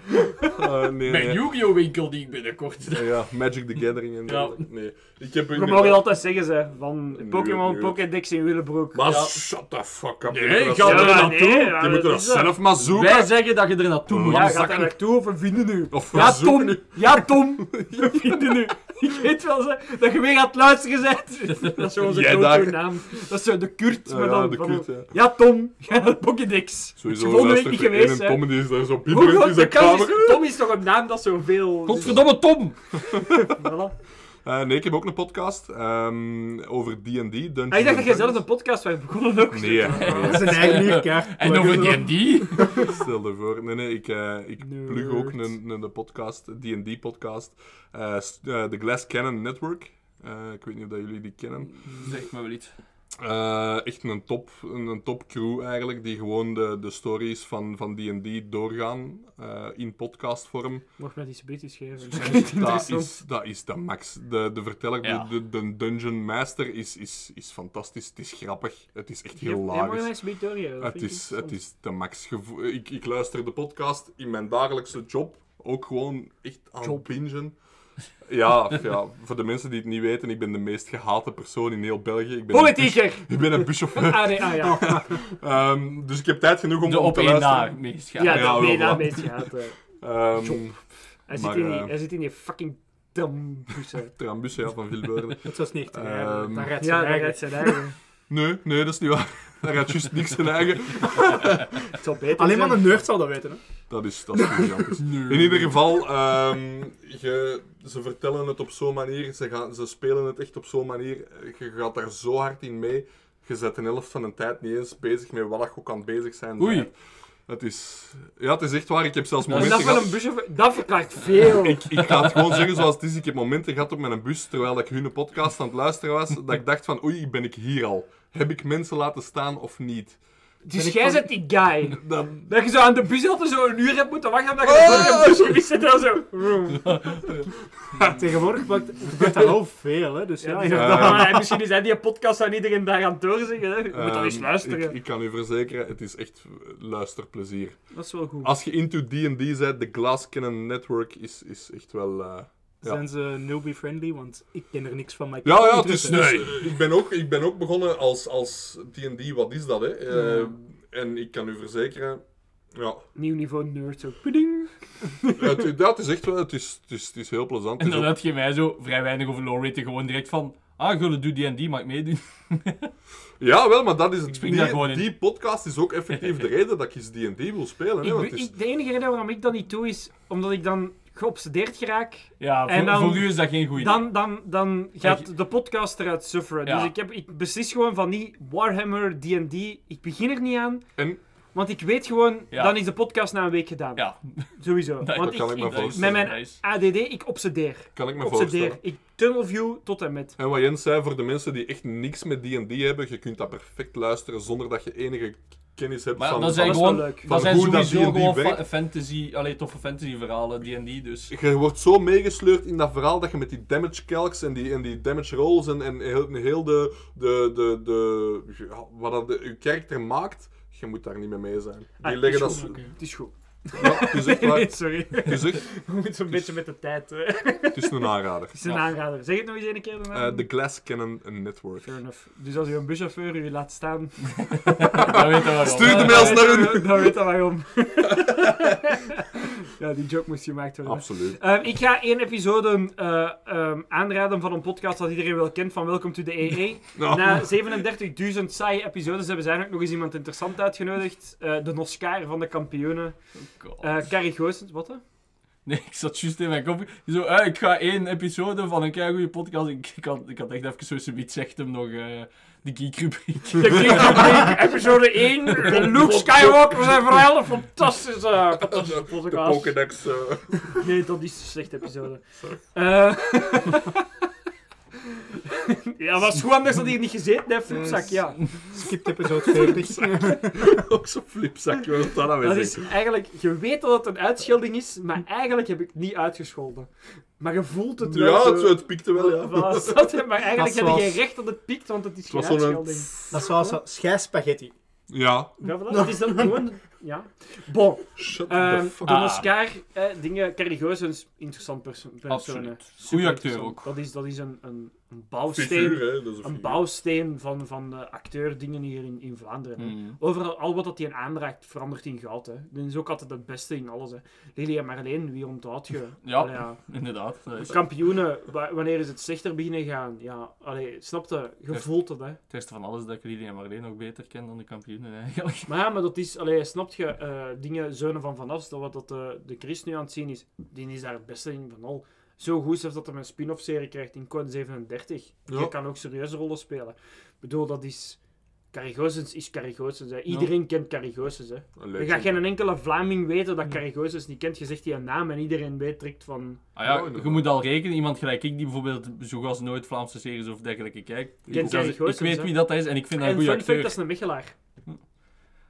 Speaker 10: Eh, nee,
Speaker 12: Mijn
Speaker 10: nee.
Speaker 12: Yu-Gi-Oh! winkel die ik binnenkort...
Speaker 10: Ja, ja, Magic the Gathering en
Speaker 12: Ja.
Speaker 10: Nee, ik heb
Speaker 1: We
Speaker 10: inderdaad-
Speaker 1: mogen altijd zeggen, ze, van Pokémon,
Speaker 10: nu.
Speaker 1: Pokédex in Willebroek.
Speaker 10: Maar shut the fuck up.
Speaker 12: Nee, ik ga er naartoe.
Speaker 10: Die moeten dat zelf maar zoeken.
Speaker 12: Wij zeggen dat je er naartoe moet.
Speaker 1: Ja, gaat er naartoe of we vinden nu.
Speaker 10: Of we
Speaker 1: ja,
Speaker 10: zoeken
Speaker 1: Tom. Ja, Tom. We vinden nu. Ik weet wel ze, dat je weer aan het luisteren bent. Dat is zo onze
Speaker 10: Jij
Speaker 1: grote
Speaker 10: daar.
Speaker 1: naam. Dat is zo de Kurt.
Speaker 10: Ja,
Speaker 1: maar
Speaker 10: ja,
Speaker 1: dan
Speaker 10: de
Speaker 1: van-
Speaker 10: Kurt, ja.
Speaker 1: Tom. Ga naar Pokédex.
Speaker 10: Sowieso eh,
Speaker 1: Is volgende week
Speaker 10: luistert
Speaker 1: niet
Speaker 10: er één
Speaker 1: geweest,
Speaker 10: en
Speaker 1: hè. Oh,
Speaker 10: Tom die is daar zo
Speaker 1: Hoe
Speaker 10: pieperend
Speaker 1: groot
Speaker 10: in
Speaker 1: de
Speaker 10: zijn
Speaker 1: kans
Speaker 10: kamer.
Speaker 1: is- Tom is toch een naam dat zoveel...
Speaker 12: Godverdomme Tom!
Speaker 1: Voilà.
Speaker 10: Eh, nee, ik heb ook een podcast ehm, over D&D. Dungeons
Speaker 1: Ah, ik dacht dat jij
Speaker 10: and
Speaker 1: zelf een podcast was begonnen ook.
Speaker 10: Nee, ja.
Speaker 1: Dat is een eigen huurkaart.
Speaker 10: En over
Speaker 12: D&D?
Speaker 10: Stel ervoor. Nee, nee, ik, eh, ik plug ook een, een, een podcast, D&D-podcast. eh st- eh, The Glass Cannon Network. Eh, ik weet niet of dat jullie die kennen.
Speaker 12: Zeg maar wel iets.
Speaker 10: Eh, echt een top, een, een top crew eigenlijk, die gewoon de, de stories van van D&D doorgaan eh, in podcastvorm.
Speaker 1: Mocht mij die subities geven.
Speaker 10: Dat is, dat is de max. De, de verteller,
Speaker 1: Ja.
Speaker 10: de, de, de dungeon master, is, is, is fantastisch. Het is grappig. Het is echt
Speaker 1: Ja, ja,
Speaker 10: heel
Speaker 1: maar
Speaker 10: laag.
Speaker 1: wij smeten doorgaan, dat
Speaker 10: Het
Speaker 1: vind ik
Speaker 10: is,
Speaker 1: interessant.
Speaker 10: het is de max. Gevo- Ik, ik luister de podcast in mijn dagelijkse job. Ook gewoon echt aan het bingen. Ja, ja, voor de mensen die het niet weten, ik ben de meest gehate persoon in heel België. Ik ben een
Speaker 1: Politieker!
Speaker 10: bus- Ik ben een buschauffeur.
Speaker 1: Ah, nee, ah, ja.
Speaker 10: Ehm, dus ik heb tijd genoeg om,
Speaker 1: De
Speaker 10: om
Speaker 1: op
Speaker 10: te
Speaker 1: één na
Speaker 10: luisteren.
Speaker 1: meest gehate. Ja, de op
Speaker 10: wel,
Speaker 1: één na
Speaker 10: voilà.
Speaker 1: meest gehate.
Speaker 10: Ehm,
Speaker 1: Job. Hij,
Speaker 10: maar,
Speaker 1: eh, zit in die,
Speaker 10: eh,
Speaker 1: hij zit in die fucking dambussen.
Speaker 10: Trambus, ja, van Vilbeurde.
Speaker 1: Het was niet te rijden,
Speaker 10: Ehm,
Speaker 1: daar rijdt zijn Ja, daar eigen. rijdt zijn eigen.
Speaker 10: Nee, nee, dat is niet waar. Daar gaat juist niks zijn eigen.
Speaker 1: Het zou beter
Speaker 11: Alleen
Speaker 1: zijn.
Speaker 11: maar een nerd zal dat weten, hè?
Speaker 10: Dat is, dat is gigantisch.
Speaker 11: Nee.
Speaker 10: In ieder geval, ehm, je, ze vertellen het op zo'n manier, ze, gaan, ze spelen het echt op zo'n manier. Je gaat daar zo hard in mee. Je zet de helft van de tijd niet eens bezig met wat je ook aan het bezig zijn.
Speaker 1: Oei.
Speaker 10: bent. Het is, ja, het is echt waar. Ik heb zelfs
Speaker 1: En
Speaker 10: momenten
Speaker 1: dat wel
Speaker 10: gehad-
Speaker 1: een busje... Dat verklaart veel.
Speaker 10: ik, ik ga het gewoon zeggen zoals het is. Ik heb momenten gehad op mijn bus, terwijl ik hun podcast aan het luisteren was, dat ik dacht van, oei, ben ik hier al? Heb ik mensen laten staan of niet?
Speaker 1: Dus
Speaker 10: Ben ik
Speaker 1: jij
Speaker 10: van-
Speaker 1: bent die guy.
Speaker 10: Dan- Oh!
Speaker 1: Dat je zo aan de bus altijd zo een uur hebt moeten wachten omdat je de fucking bus gemist hebt en dan zo... vroom.
Speaker 11: Tegenwoordig wordt wordt dat wel veel, hè? Dus ja, inderdaad.
Speaker 1: Maar ja, misschien is hij die podcast aan iedereen daar aan het doorzeggen. Hè. Je moet dat eens
Speaker 10: Ehm,
Speaker 1: luisteren.
Speaker 10: Ik, ik kan u verzekeren, het is echt eh, luisterplezier.
Speaker 1: Dat is wel goed.
Speaker 10: Als je into D&D bent, de Glass Cannon Network is, is echt wel... eh, ja.
Speaker 11: Zijn ze newbie-friendly? Want ik ken er niks van, maar ik
Speaker 10: Ja,
Speaker 11: heb
Speaker 10: ja, het
Speaker 11: interesse.
Speaker 10: is, dus, eh, ik, ben ook, ik ben ook begonnen als, als D&D, wat is dat, hè? Eh,
Speaker 1: Ja.
Speaker 10: En ik kan u verzekeren, ja,
Speaker 1: Nieuw niveau nerd zo. Puding.
Speaker 10: het, dat is echt wel, het is, het is, het is heel plezant.
Speaker 12: En
Speaker 10: Het is
Speaker 12: dan
Speaker 10: ook-
Speaker 12: had je mij zo vrij weinig over lore weten, gewoon direct van... Ah, gulle, doe die en die, mag ik meedoen?
Speaker 10: Ja, wel, maar dat is het.
Speaker 12: spring daar gewoon
Speaker 10: Die,
Speaker 12: in.
Speaker 10: die podcast is ook effectief de reden dat ik eens D&D wil spelen. Hè,
Speaker 1: Ik,
Speaker 10: want
Speaker 1: be-
Speaker 10: het is-
Speaker 1: ik- de enige reden waarom ik dat niet doe is omdat ik dan geobsedeerd geraak.
Speaker 12: Ja, voor- voor u is dat geen goeie.
Speaker 1: Dan, dan, dan
Speaker 12: Ja,
Speaker 1: gaat de podcast eruit sufferen.
Speaker 12: Ja.
Speaker 1: Dus ik, heb, ik beslis gewoon van niet Warhammer, D&D. Ik begin er niet aan.
Speaker 10: En?
Speaker 1: Want ik weet gewoon,
Speaker 12: Ja.
Speaker 1: dan is de podcast na een week gedaan. Sowieso.
Speaker 12: Dat-
Speaker 1: Want
Speaker 10: dat kan ik me
Speaker 1: met
Speaker 10: voorstellen.
Speaker 1: mijn ADD, ik obsedeer.
Speaker 10: Kan ik me
Speaker 1: obsedeer.
Speaker 10: voorstellen.
Speaker 1: Ik tunnelview tot en met.
Speaker 10: En wat Jens zei, voor de mensen die echt niks met D&D hebben, je kunt dat perfect luisteren zonder dat je enige kennis hebt
Speaker 12: Maar ja,
Speaker 10: van,
Speaker 12: dat zijn
Speaker 10: van,
Speaker 12: gewoon...
Speaker 10: van
Speaker 12: Dat zijn
Speaker 10: hoe
Speaker 12: sowieso
Speaker 10: dat D&D
Speaker 12: gewoon
Speaker 10: werkt.
Speaker 12: fa- fantasy... Allee, toffe fantasy verhalen, die en die, dus...
Speaker 10: Je wordt zo meegesleurd in dat verhaal dat je met die damage calcs en die, en die damage rolls en, en heel, en heel de, de, de, de, ja, wat dat de, je karakter maakt, je moet daar niet mee mee zijn. Die
Speaker 1: Ah, het
Speaker 10: leggen
Speaker 1: is
Speaker 10: dat...
Speaker 1: goed, oké. Het is goed.
Speaker 10: Ja, het is echt
Speaker 1: Nee,
Speaker 10: waar.
Speaker 1: nee, sorry.
Speaker 10: Het is echt-
Speaker 1: We moeten
Speaker 10: Dus-
Speaker 1: een beetje met de tijd. hè.
Speaker 10: Het is een aanrader.
Speaker 1: Het is een aanrader. Zeg het nog eens een keer. dan.
Speaker 10: Eh, De Glass Cannon Network.
Speaker 1: Fair enough. Dus als u een buschauffeur u laat staan... Eh,
Speaker 10: Stuur de mails naar hun.
Speaker 1: Dan weet dat waarom. Ja, die joke moest gemaakt worden.
Speaker 10: Absoluut.
Speaker 1: Ehm, ik ga één episode eh, ehm, aanraden van een podcast dat iedereen wel kent van Welcome to the EE.
Speaker 10: Ja.
Speaker 1: Na 37.000 saaie episodes hebben zij ook nog eens iemand interessant uitgenodigd. Eh, de Oscar van de kampioenen. Eh Carrie Goossens, wat hè?
Speaker 12: Nee, ik zat juist in mijn kop. Zo, eh, ik ga één episode van een keigoede podcast. Ik, ik, had, ik had echt even zo'n subiet zegt hem nog eh, de geekrubriek.
Speaker 1: De Geek episode 1. De Luke Skywalker zijn verhaal. Fantastische, eh, fantastische podcast.
Speaker 10: De Pokédex. eh.
Speaker 1: Nee, dat is een slechte episode.
Speaker 10: Sorry.
Speaker 1: Eh, ja, was goed anders dat hij hier niet gezeten heeft, Flipzak, ja.
Speaker 11: Skip episode 40.
Speaker 10: Ook zo'n flipzak, je wilt dat nou weer
Speaker 1: Dat is
Speaker 10: zeggen.
Speaker 1: eigenlijk, je weet dat het een uitschilding is, maar eigenlijk heb ik het niet uitgescholden. Maar je voelt het wel.
Speaker 10: Ja,
Speaker 1: zo.
Speaker 10: het- het piekte wel, ja.
Speaker 1: Voilà, snap je? Maar
Speaker 11: Dat is
Speaker 1: eigenlijk heb je geen
Speaker 11: zoals-
Speaker 1: recht dat het piekt, want het is
Speaker 10: Het
Speaker 1: geen
Speaker 10: was zo'n-
Speaker 1: uitschilding.
Speaker 11: Dat is zoals zo- schijspaghetti.
Speaker 10: Ja.
Speaker 1: Ja, voilà. Het is dan gewoon... Ja. Bon.
Speaker 10: Shut
Speaker 1: Ehm,
Speaker 10: the fuck
Speaker 1: Don
Speaker 10: up.
Speaker 12: Ah,
Speaker 1: Oscar, eh, dingen, Carrie Geus is een interessant perso persoon.
Speaker 12: Absoluut.
Speaker 1: hè.
Speaker 12: Goeie
Speaker 1: Super
Speaker 12: acteur
Speaker 1: interessant. Dat is, dat is een, een, een bouwsteen,
Speaker 10: Figuur, hè, Ah, dat is een
Speaker 1: een
Speaker 10: figuur.
Speaker 1: bouwsteen van, van de acteurdingen hier in, in Vlaanderen. hè.
Speaker 12: Mm.
Speaker 1: Overal al wat dat hij aanraakt, verandert in goud. Hè. Dat is ook altijd het beste in alles. Hè. Lily en Marleen, wie onthoudt je?
Speaker 12: Ja,
Speaker 1: Allee,
Speaker 12: inderdaad, dat is-
Speaker 1: Kampioenen, wa- wanneer is het slechter beginnen gaan? Ja, allee, snapte, je voelt het. Hè.
Speaker 12: Het eerste van alles dat ik Lili en Marleen nog beter ken dan de kampioenen eigenlijk.
Speaker 1: Maar ja, maar dat is, allee, snap je, eh, dingen zeunen van vanaf, dat wat dat, eh, de Chris nu aan het zien is, die is daar het beste in van al. Zo goed zelfs dat hij een spin-off serie krijgt in Code 37.
Speaker 12: Ja.
Speaker 1: Je kan ook serieuze rollen spelen. Ik bedoel, dat is... Carrie Goossens is Carrie Goossens, hè. Iedereen kent Carrie Goossens, hè.
Speaker 12: legend.
Speaker 1: Je gaat geen enkele Vlaming weten dat Carrie Goossens niet kent. Je zegt die een naam en iedereen weet direct van...
Speaker 12: Ah ja, je moet al rekenen, iemand gelijk ik die bijvoorbeeld zo goed als nooit Vlaamse series of dergelijke kijkt.
Speaker 1: Kent
Speaker 12: Ik,
Speaker 1: Carrie
Speaker 12: ik
Speaker 1: Goossens,
Speaker 12: weet
Speaker 1: hè.
Speaker 12: wie dat is en ik vind dat een
Speaker 1: En
Speaker 12: goede
Speaker 1: fun fact,
Speaker 12: acteur. Hm.
Speaker 1: dat is een Mechelaar.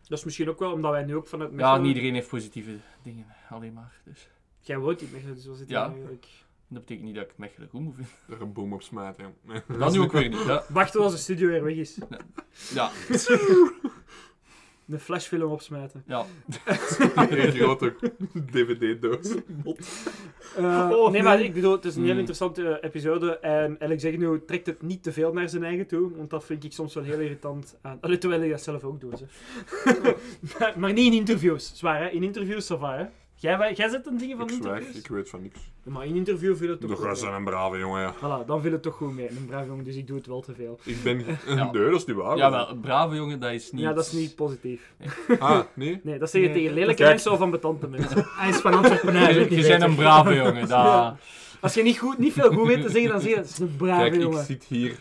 Speaker 1: Dat is misschien ook wel omdat wij nu ook vanuit
Speaker 12: Ja,
Speaker 1: Mechelen-
Speaker 12: niet iedereen heeft positieve dingen, alleen maar. Dus.
Speaker 1: Jij woont niet Mechelen, dus wat zit
Speaker 12: Ja.
Speaker 1: hier eigenlijk?
Speaker 12: Dat betekent niet dat ik Mechelen goed moet vinden.
Speaker 10: Er een boom op smijten. ja.
Speaker 12: Dat nu ook weer niet, ja.
Speaker 1: Wacht tot onze studio weer weg is.
Speaker 12: Ja.
Speaker 1: De flashfilm opsmijten.
Speaker 12: Ja.
Speaker 10: Een grote DVD-doos.
Speaker 1: Eh,
Speaker 10: Oh,
Speaker 1: nee, maar
Speaker 10: nee.
Speaker 1: ik bedoel, het is een heel
Speaker 10: Hmm.
Speaker 1: interessante eh, episode. En Alex Zegno trekt het niet te veel naar zijn eigen toe. Want dat vind ik soms wel heel irritant aan. Allee, terwijl hij dat zelf ook doet. Hè. maar, maar niet in interviews, zwaar hè? In interviews, ça va, hè? Jij, wij- jij zet een ding van
Speaker 10: Ik zwijg,
Speaker 1: interviews?
Speaker 10: ik weet van niks.
Speaker 1: Ja, maar in interview viel het toch
Speaker 10: De
Speaker 1: goed
Speaker 10: gasten zijn een brave jongen, ja.
Speaker 1: Voilà, dan viel het toch goed mee. Een braaf jongen, dus ik doe het wel te veel.
Speaker 10: Ik ben een deur, dat is niet waar.
Speaker 12: Ja, wel, een brave jongen, dat is niet...
Speaker 1: Oh, Ja, dat is niet positief.
Speaker 10: Ah, nee?
Speaker 1: Nee, dat zeg je
Speaker 11: Nee,
Speaker 1: tegen
Speaker 11: dat
Speaker 1: lelijke
Speaker 11: kijk.
Speaker 1: mensen of van betante mensen.
Speaker 11: Hij is van Antwerpen, hij weet niet
Speaker 12: Je bent
Speaker 11: beter.
Speaker 12: een brave jongen, daar.
Speaker 1: Ja. Als je niet, goed, niet veel goed weet te zeggen, dan zeg je dat is een brave
Speaker 10: Kijk, ik
Speaker 1: jongen. Oh,
Speaker 10: zit hier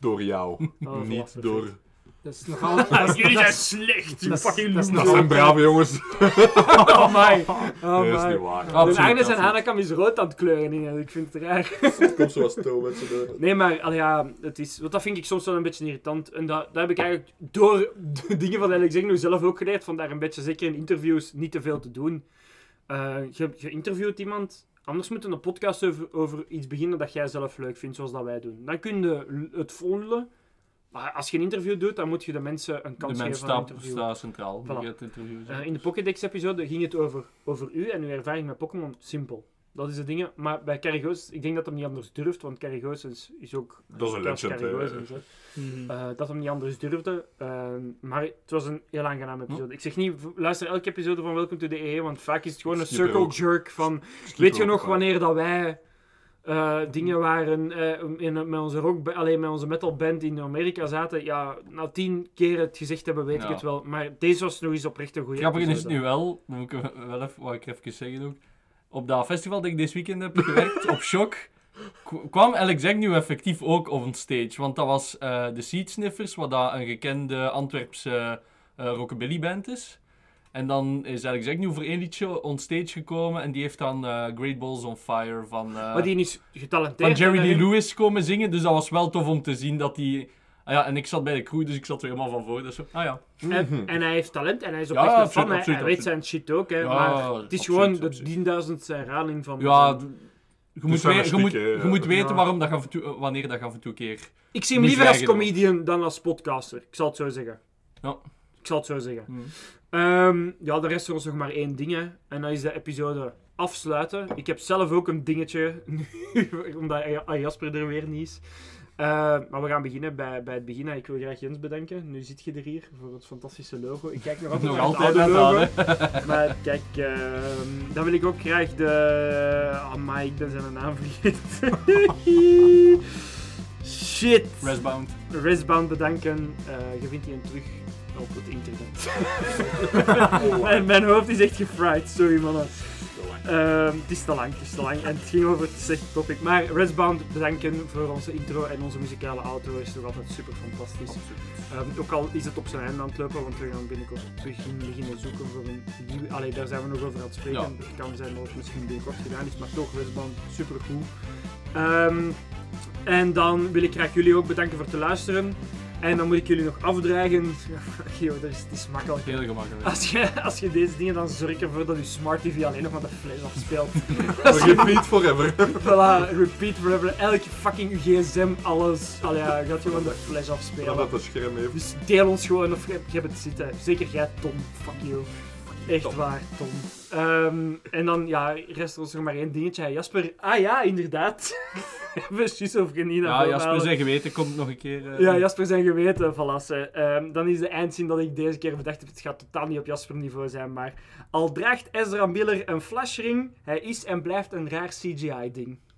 Speaker 10: door jou.
Speaker 1: voilà,
Speaker 10: niet door...
Speaker 11: Dat is nogal... dat is-
Speaker 1: Jullie
Speaker 11: dat
Speaker 1: zijn
Speaker 11: is-
Speaker 1: slecht, die
Speaker 11: dat is-
Speaker 1: fucking
Speaker 11: dat is
Speaker 10: Dat
Speaker 11: nogal-
Speaker 10: zijn brave jongens.
Speaker 1: Oh my. Oh my.
Speaker 10: Nee, dat is niet waar.
Speaker 1: De
Speaker 10: Absoluut,
Speaker 1: Agnes en
Speaker 10: absoluut.
Speaker 1: Hanekam is rood aan het kleuren. in, en Ik vind het raar.
Speaker 10: Het komt zoals toe met z'n deur.
Speaker 1: Nee, maar allee, ja, het is, want dat vind ik soms wel een beetje irritant. En dat, dat heb ik eigenlijk door de dingen van Alex Zegno zelf ook geleerd. Van daar een beetje, zeker in interviews, niet te veel te doen. Eh, je, je interviewt iemand. Anders moet een podcast over, over iets beginnen dat jij zelf leuk vindt, zoals dat wij doen. Dan kun je l- het volgen. Maar als je een interview doet, dan moet je de mensen een
Speaker 12: De
Speaker 1: kans
Speaker 12: mens
Speaker 1: geven van een
Speaker 12: staat
Speaker 1: interview.
Speaker 12: staat centraal.
Speaker 1: Voilà.
Speaker 12: Je gaat interviewen.
Speaker 1: Eh, in de Pokédex-episode ging het over, over u en uw ervaring met Pokémon. Simpel. Dat is de dingen. Maar bij Carrigoos, ik denk dat hem niet anders durft, want Carrigoos is, is ook...
Speaker 10: Dat is een
Speaker 1: dat
Speaker 10: legend, hè.
Speaker 1: Carrigoos, hè.
Speaker 12: Mm-hmm.
Speaker 11: Mhm.
Speaker 1: Eh, dat hem niet anders durfde. Ehm, maar het was een heel aangename episode. Ik zeg niet, v- luister elke episode van Welcome to the EE, want vaak is het gewoon een
Speaker 10: Skip er
Speaker 1: circle
Speaker 10: ook.
Speaker 1: jerk van...
Speaker 10: Skip
Speaker 1: weet
Speaker 10: er
Speaker 1: je
Speaker 10: ook
Speaker 1: nog
Speaker 10: een
Speaker 1: wanneer dat wij... eh, dingen waren eh, in, met onze rock, alleen met onze metalband in Amerika zaten. Ja, na tien keer het gezegd hebben, weet ik
Speaker 12: Ja.
Speaker 1: het wel. Maar deze was nog eens oprecht een goede.
Speaker 12: Grappig is het
Speaker 1: episode.
Speaker 12: nu wel, dat moet ik wel even, wat ik even zeggen ook. Op dat festival dat ik dit weekend heb gewerkt, op Shock, k- kwam Alex Egg nu effectief ook on stage. Want dat was eh, de Seed Sniffers, wat dat een gekende Antwerpse eh rockabilly band is. En dan is Alex Egg nu voor één liedje on stage gekomen en die heeft dan eh, Great Balls on Fire van... eh,
Speaker 1: Maar die is
Speaker 12: Van
Speaker 1: getalenteerd.
Speaker 12: Jerry
Speaker 1: hè,
Speaker 12: D. Lewis komen zingen, dus dat was wel tof om te zien dat die... Ah ja, en ik zat bij de crew, dus ik zat er helemaal van voor. Dus zo, ah ja.
Speaker 1: En, en hij heeft talent en hij is
Speaker 12: Ja,
Speaker 1: oprecht een
Speaker 12: absoluut,
Speaker 1: fan. Hij-
Speaker 12: absoluut,
Speaker 1: hij weet zijn
Speaker 12: absoluut.
Speaker 1: shit ook, hè,
Speaker 12: Ja,
Speaker 1: maar het is
Speaker 12: absoluut,
Speaker 1: gewoon de tienduizendste herhaling van...
Speaker 12: Ja,
Speaker 1: van-
Speaker 12: je moet,
Speaker 10: zijn
Speaker 12: we-
Speaker 10: een
Speaker 12: je moet,
Speaker 10: stiek, hè,
Speaker 12: je
Speaker 10: ja.
Speaker 12: moet weten
Speaker 1: Ja.
Speaker 12: waarom dat af en toe, eh, wanneer dat af en toe keer.
Speaker 1: Ik zie hem liever als
Speaker 12: misleidend wordt.
Speaker 1: comedian dan als podcaster. Ik zal het zo zeggen.
Speaker 12: Ja.
Speaker 1: Hmm. Ik zal het zo zeggen. Ehm, ja, de rest was nog maar één ding, hè. En dat is de episode afsluiten. Ik heb zelf ook een dingetje, nu, omdat A- Jasper er weer niet is. Eh, maar we gaan beginnen bij, bij het begin. Ik wil graag Jens bedanken. Nu zit je er hier voor het fantastische logo. Ik kijk nog altijd
Speaker 12: Nog
Speaker 1: naar het
Speaker 12: altijd
Speaker 1: oude
Speaker 12: naar
Speaker 1: logo.
Speaker 12: het oude.
Speaker 1: maar kijk, ehm, dan wil ik ook graag de... Amai, ik ben zijn naam vergeten. Shit.
Speaker 12: Resbound.
Speaker 1: Resbound bedanken. Eh, je vindt die een terug op het
Speaker 12: Oh,
Speaker 1: internet.
Speaker 12: wow.
Speaker 1: mijn, mijn hoofd is echt gefried, sorry mannen. Ehm, het is te lang, het is te lang. En het ging over het slechte topic. Maar Resbound bedanken voor onze intro en onze muzikale auto is nog altijd super fantastisch. Ehm, ook al is het op zijn einde aan het lopen, want we gaan binnenkort begin, beginnen zoeken voor een nieuwe. Allee, daar zijn we nog over aan het spreken.
Speaker 12: Ja.
Speaker 1: Het kan zijn dat het misschien binnenkort gedaan is, maar toch Resbound super goed. Ehm, en dan wil ik graag jullie ook bedanken voor het luisteren. En dan moet ik jullie nog afdreigen. Yo, dat is, het is makkelijk.
Speaker 12: Heel gemakkelijk.
Speaker 1: Als je, als je deze dingen dan zorg ervoor dat je smart TV alleen nog maar de fles afspeelt.
Speaker 10: Repeat forever.
Speaker 1: voilà, repeat forever. Elke fucking gsm, alles. Allee, ja, gaat gewoon de fles afspelen.
Speaker 10: Ja, dat dat scherm heeft.
Speaker 1: Dus deel ons gewoon of je je hebt het zitten. Zeker jij, Tom. Fuck you. Echt waar, Tom. Ehm, en dan ja, rest ons nog maar één dingetje. Jasper, ah ja, inderdaad. Precies of je niet naar
Speaker 12: Ja,
Speaker 1: voren
Speaker 12: Jasper
Speaker 1: halen.
Speaker 12: zijn geweten komt nog een keer. eh,
Speaker 1: Ja, Jasper zijn geweten, valassen. dan is de eindzin dat ik deze keer bedacht heb. Het gaat totaal niet op Jasper-niveau zijn, maar... Al draagt Ezra Miller een flashring, hij is en blijft een raar CGI-ding.